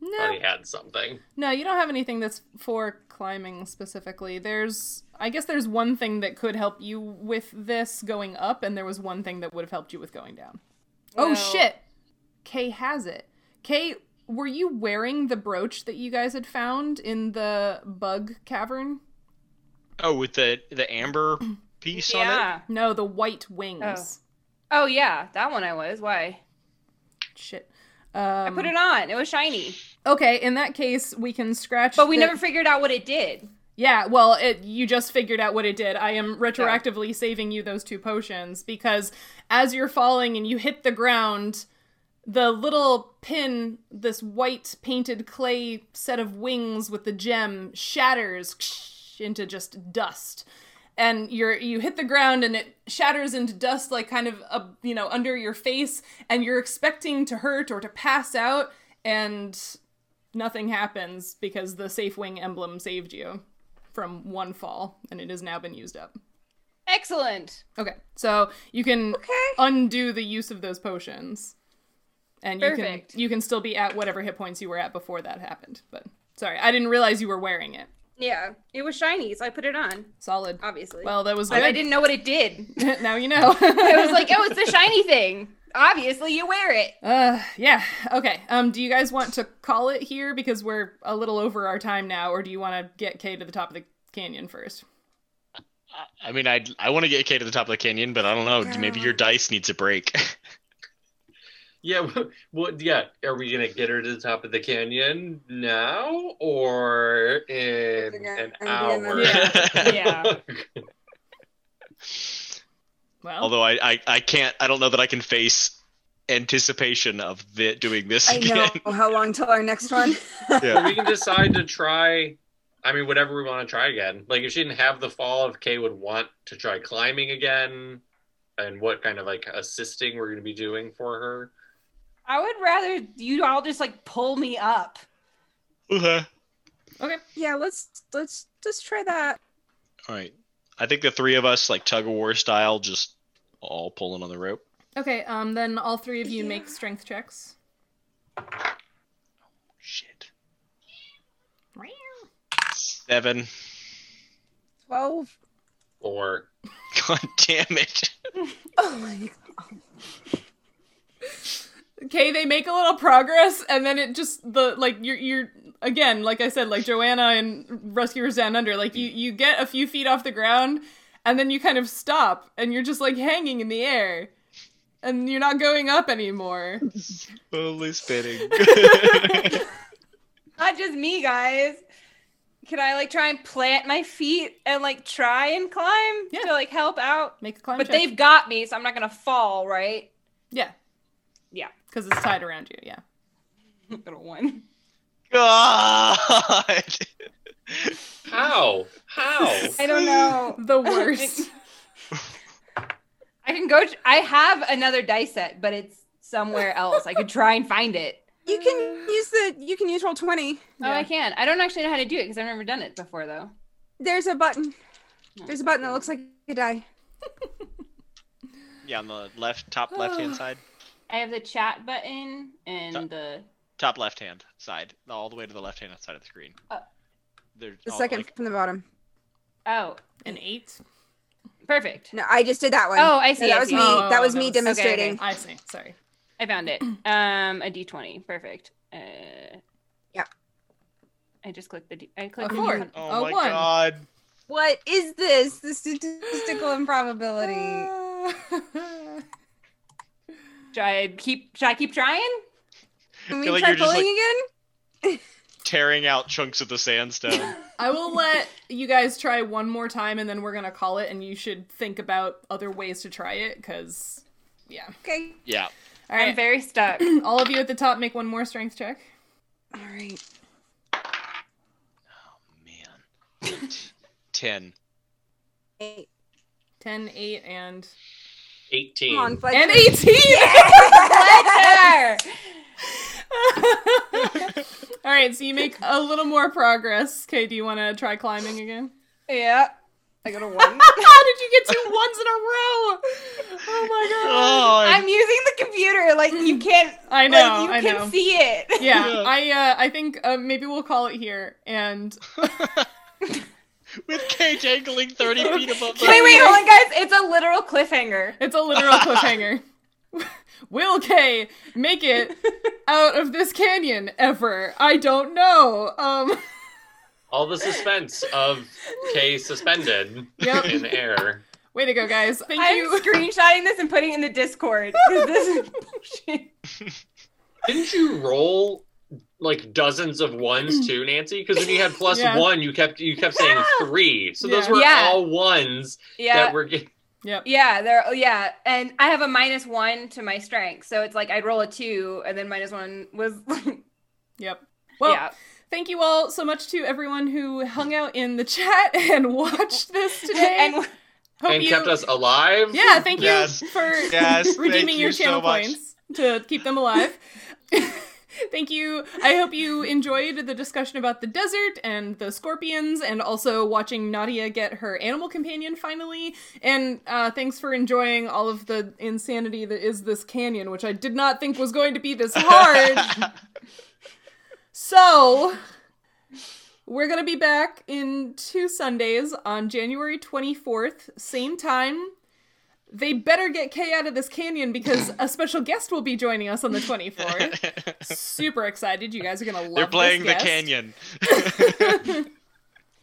Speaker 1: No.
Speaker 2: thought he had something.
Speaker 1: No, you don't have anything that's for climbing specifically. There's, I guess, there's one thing that could help you with this going up, and there was one thing that would have helped you with going down. oh
Speaker 5: Well-
Speaker 1: shit! Kay has it. Kay, were you wearing the brooch that you guys had found in the bug cavern?
Speaker 4: Oh, with the the amber piece on it.
Speaker 5: Yeah.
Speaker 1: No, the white wings.
Speaker 5: Oh yeah, that one I was. Why?
Speaker 1: Shit.
Speaker 5: I
Speaker 1: Um,
Speaker 5: put it on. It was shiny,
Speaker 1: Okay, in that case, we can scratch.
Speaker 5: but we
Speaker 1: the-
Speaker 5: never figured out what it did.
Speaker 1: Yeah, well, it, you just figured out what it did. I am retroactively saving you those two potions because as you're falling and you hit the ground, the little pin, this white painted clay set of wings with the gem, shatters into just dust. And you're you hit the ground and it shatters into dust, like kind of uh, you know under your face, and you're expecting to hurt or to pass out, and nothing happens because the safe wing emblem saved you from one fall and it has now been used up.
Speaker 5: Excellent.
Speaker 1: Okay. So you can
Speaker 3: Okay.
Speaker 1: undo the use of those potions. And you
Speaker 5: Perfect.
Speaker 1: can you can still be at whatever hit points you were at before that happened. But sorry, I didn't realize you were wearing it.
Speaker 5: Yeah, it was shiny, so I put it on.
Speaker 1: Solid.
Speaker 5: Obviously.
Speaker 1: Well, that was
Speaker 5: I, I
Speaker 1: good.
Speaker 5: didn't know what it did.
Speaker 1: now you know.
Speaker 5: I was like, oh, it's the shiny thing. Obviously, you wear it.
Speaker 1: uh, yeah. Okay. Um, do you guys want to call it here because we're a little over our time now, or do you want to get Kay to the top of the canyon first?
Speaker 4: I mean, I I want to get Kay to the top of the canyon, but I don't know. Maybe your dice needs a break.
Speaker 2: Yeah, what? Yeah, are we gonna get her to the top of the canyon now or in
Speaker 3: Figure
Speaker 2: an
Speaker 3: out- I'm
Speaker 2: hour?
Speaker 3: gonna-
Speaker 5: Yeah.
Speaker 3: Oh.
Speaker 1: Well,
Speaker 4: Although I, I I can't. I don't know that I can face anticipation of the, doing this
Speaker 3: I
Speaker 4: again.
Speaker 3: know how long till our next one.
Speaker 4: yeah.
Speaker 2: we can decide to try. I mean, whatever we want to try again. Like, if she didn't have the fall, if Kay would want to try climbing again, and what kind of like assisting we're going to be doing for her.
Speaker 5: I would rather you all just like pull me up.
Speaker 4: Okay.
Speaker 3: yeah, let's let's let's try that.
Speaker 4: All right. I think the three of us, like tug of war style, just all pulling on the rope.
Speaker 1: okay. Um, then all three of you make strength checks.
Speaker 4: Shit. Seven.
Speaker 3: Twelve.
Speaker 2: Or
Speaker 4: God damn it.
Speaker 3: Oh my god.
Speaker 1: okay they make a little progress and then it just the like you're you're again like i said like joanna and rescuers down under like you you get a few feet off the ground and then you kind of stop and you're just like hanging in the air and you're not going up anymore
Speaker 4: Slowly spinning.
Speaker 5: Not just me, guys. Can I like try and plant my feet and like try and climb
Speaker 1: Yeah.
Speaker 5: to like help out?
Speaker 1: make a climb
Speaker 5: But
Speaker 1: check.
Speaker 5: they've got me, so I'm not gonna fall, right?
Speaker 1: yeah
Speaker 5: Yeah.
Speaker 1: because it's tied around you yeah
Speaker 5: Little one.
Speaker 4: God.
Speaker 2: how? How?
Speaker 5: I don't know.
Speaker 1: the worst
Speaker 5: I can go. t- I have another dice set, but it's somewhere else. I could try and find it.
Speaker 3: You can use the you can use roll twenty.
Speaker 5: Oh,
Speaker 1: Yeah.
Speaker 5: I can. I don't actually know how to do it because I've never done it before, though.
Speaker 3: There's a button. There's a button that looks like a die.
Speaker 4: Yeah, on the left, top left hand side.
Speaker 5: I have the chat button and the
Speaker 11: Top left hand side, all the way to the left hand side of the screen.
Speaker 5: Uh,
Speaker 11: There's
Speaker 3: The
Speaker 11: all,
Speaker 3: second
Speaker 11: like-
Speaker 3: from the bottom.
Speaker 5: oh,
Speaker 1: An eight.
Speaker 5: perfect.
Speaker 3: No, I just did that one.
Speaker 5: Oh, I see.
Speaker 3: No, that
Speaker 5: I
Speaker 3: was
Speaker 5: see.
Speaker 3: me. that was me
Speaker 1: okay, okay.
Speaker 3: demonstrating.
Speaker 1: I see. Sorry.
Speaker 5: I found it. Um, a D twenty. Perfect. Uh,
Speaker 3: Yep.
Speaker 5: I just clicked the. D- I clicked
Speaker 1: A
Speaker 5: the
Speaker 1: four.
Speaker 5: D1.
Speaker 11: oh
Speaker 1: a
Speaker 11: my
Speaker 1: one.
Speaker 11: god.
Speaker 3: What is this? The statistical improbability.
Speaker 1: Uh,
Speaker 5: Should I keep? Should I keep trying?
Speaker 3: Can we
Speaker 11: feel like
Speaker 3: try
Speaker 11: you're just,
Speaker 3: pulling
Speaker 11: like-
Speaker 3: again?
Speaker 11: Tearing out chunks of the sandstone.
Speaker 1: I will let you guys try one more time, and then we're gonna call it. And you should think about other ways to try it, because yeah.
Speaker 3: Okay.
Speaker 11: yeah.
Speaker 1: All
Speaker 5: I'm
Speaker 1: right.
Speaker 5: very stuck.
Speaker 1: All of you at the top make one more strength check.
Speaker 3: All right.
Speaker 11: Oh, Man. Ten.
Speaker 3: Eight.
Speaker 1: 10, 8, and
Speaker 2: 18.
Speaker 3: Come on, Fletcher.
Speaker 1: and 18.
Speaker 5: There.
Speaker 1: All right, so you make a little more progress. Okay, do you want to try climbing again?
Speaker 6: Yeah. I got a one.
Speaker 1: How did you get two ones in a row? Oh my god!
Speaker 11: Oh,
Speaker 6: I'm using the computer. Like you can't.
Speaker 1: I know,
Speaker 6: Like, you
Speaker 1: I
Speaker 6: can
Speaker 1: know.
Speaker 6: see it.
Speaker 1: yeah,
Speaker 11: Yeah.
Speaker 1: I uh, I think uh, maybe we'll call it here. And
Speaker 11: with K dangling 30 feet above the
Speaker 6: Wait, wait, hold on, guys. It's a literal cliffhanger.
Speaker 1: it's a literal cliffhanger. Will K make it out of this canyon ever? I don't know. Um,
Speaker 2: All the suspense of K suspended
Speaker 1: Yep.
Speaker 2: in air.
Speaker 1: way to go, guys! Thank
Speaker 6: I'm
Speaker 1: you.
Speaker 6: screenshotting this and putting it in the Discord. 'cause This is bullshit.
Speaker 2: Didn't you roll like dozens of ones too, Nancy? Because when you had plus
Speaker 1: Yeah.
Speaker 2: one, you kept you kept saying three. So those
Speaker 1: Yeah.
Speaker 2: were
Speaker 5: Yeah.
Speaker 2: all ones
Speaker 6: Yeah.
Speaker 2: that were getting
Speaker 1: Yep.
Speaker 5: Yeah, there. Yeah, and I have a minus one to my strength, so it's like I'd roll a two, and then minus one was.
Speaker 1: Yep. Well,
Speaker 5: yeah.
Speaker 1: thank you all so much to everyone who hung out in the chat and watched this today.
Speaker 6: and
Speaker 1: Hope
Speaker 2: and
Speaker 1: you-
Speaker 2: kept us alive.
Speaker 1: Yeah, thank you
Speaker 11: Yes.
Speaker 1: for
Speaker 11: Yes, thank
Speaker 1: redeeming your
Speaker 11: you so
Speaker 1: channel
Speaker 11: much.
Speaker 1: points to keep them alive. thank you. I hope you enjoyed the discussion about the desert and the scorpions, and also watching Nadia get her animal companion finally. And uh, thanks for enjoying all of the insanity that is this canyon, which I did not think was going to be this hard. so. We're going to be back in two Sundays on January 24th, same time, they better get Kay out of this canyon because a special guest will be joining us on the 24th. Super excited. You guys are going to love
Speaker 11: They're playing
Speaker 1: this
Speaker 11: the
Speaker 1: guest.
Speaker 11: canyon.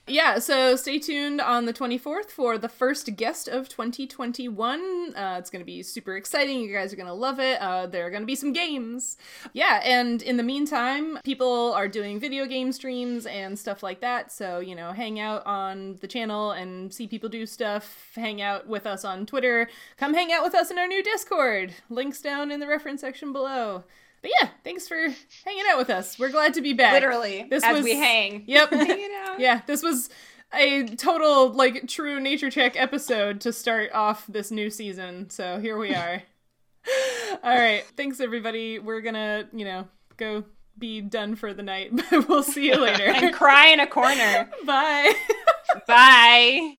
Speaker 1: Yeah, so stay tuned on the 24th for the first guest of 2021. Uh, it's going to be super exciting. You guys are going to love it. Uh, there are going to be some games. Yeah, and in the meantime, people are doing video game streams and stuff like that. So, you know, hang out on the channel and see people do stuff. Hang out with us on Twitter. Come hang out with us in our new Discord. Links down in the reference section below. But yeah, thanks for hanging out with us. We're glad to be back.
Speaker 5: Literally,
Speaker 1: This
Speaker 5: as
Speaker 1: was-
Speaker 5: we hang.
Speaker 1: Yep.
Speaker 6: you know.
Speaker 1: Yeah, this was a total like true nature check episode to start off this new season. So here we are. All right, thanks everybody. We're gonna you know go be done for the night, but we'll see you later.
Speaker 6: And cry in a corner.
Speaker 1: Bye.
Speaker 6: Bye.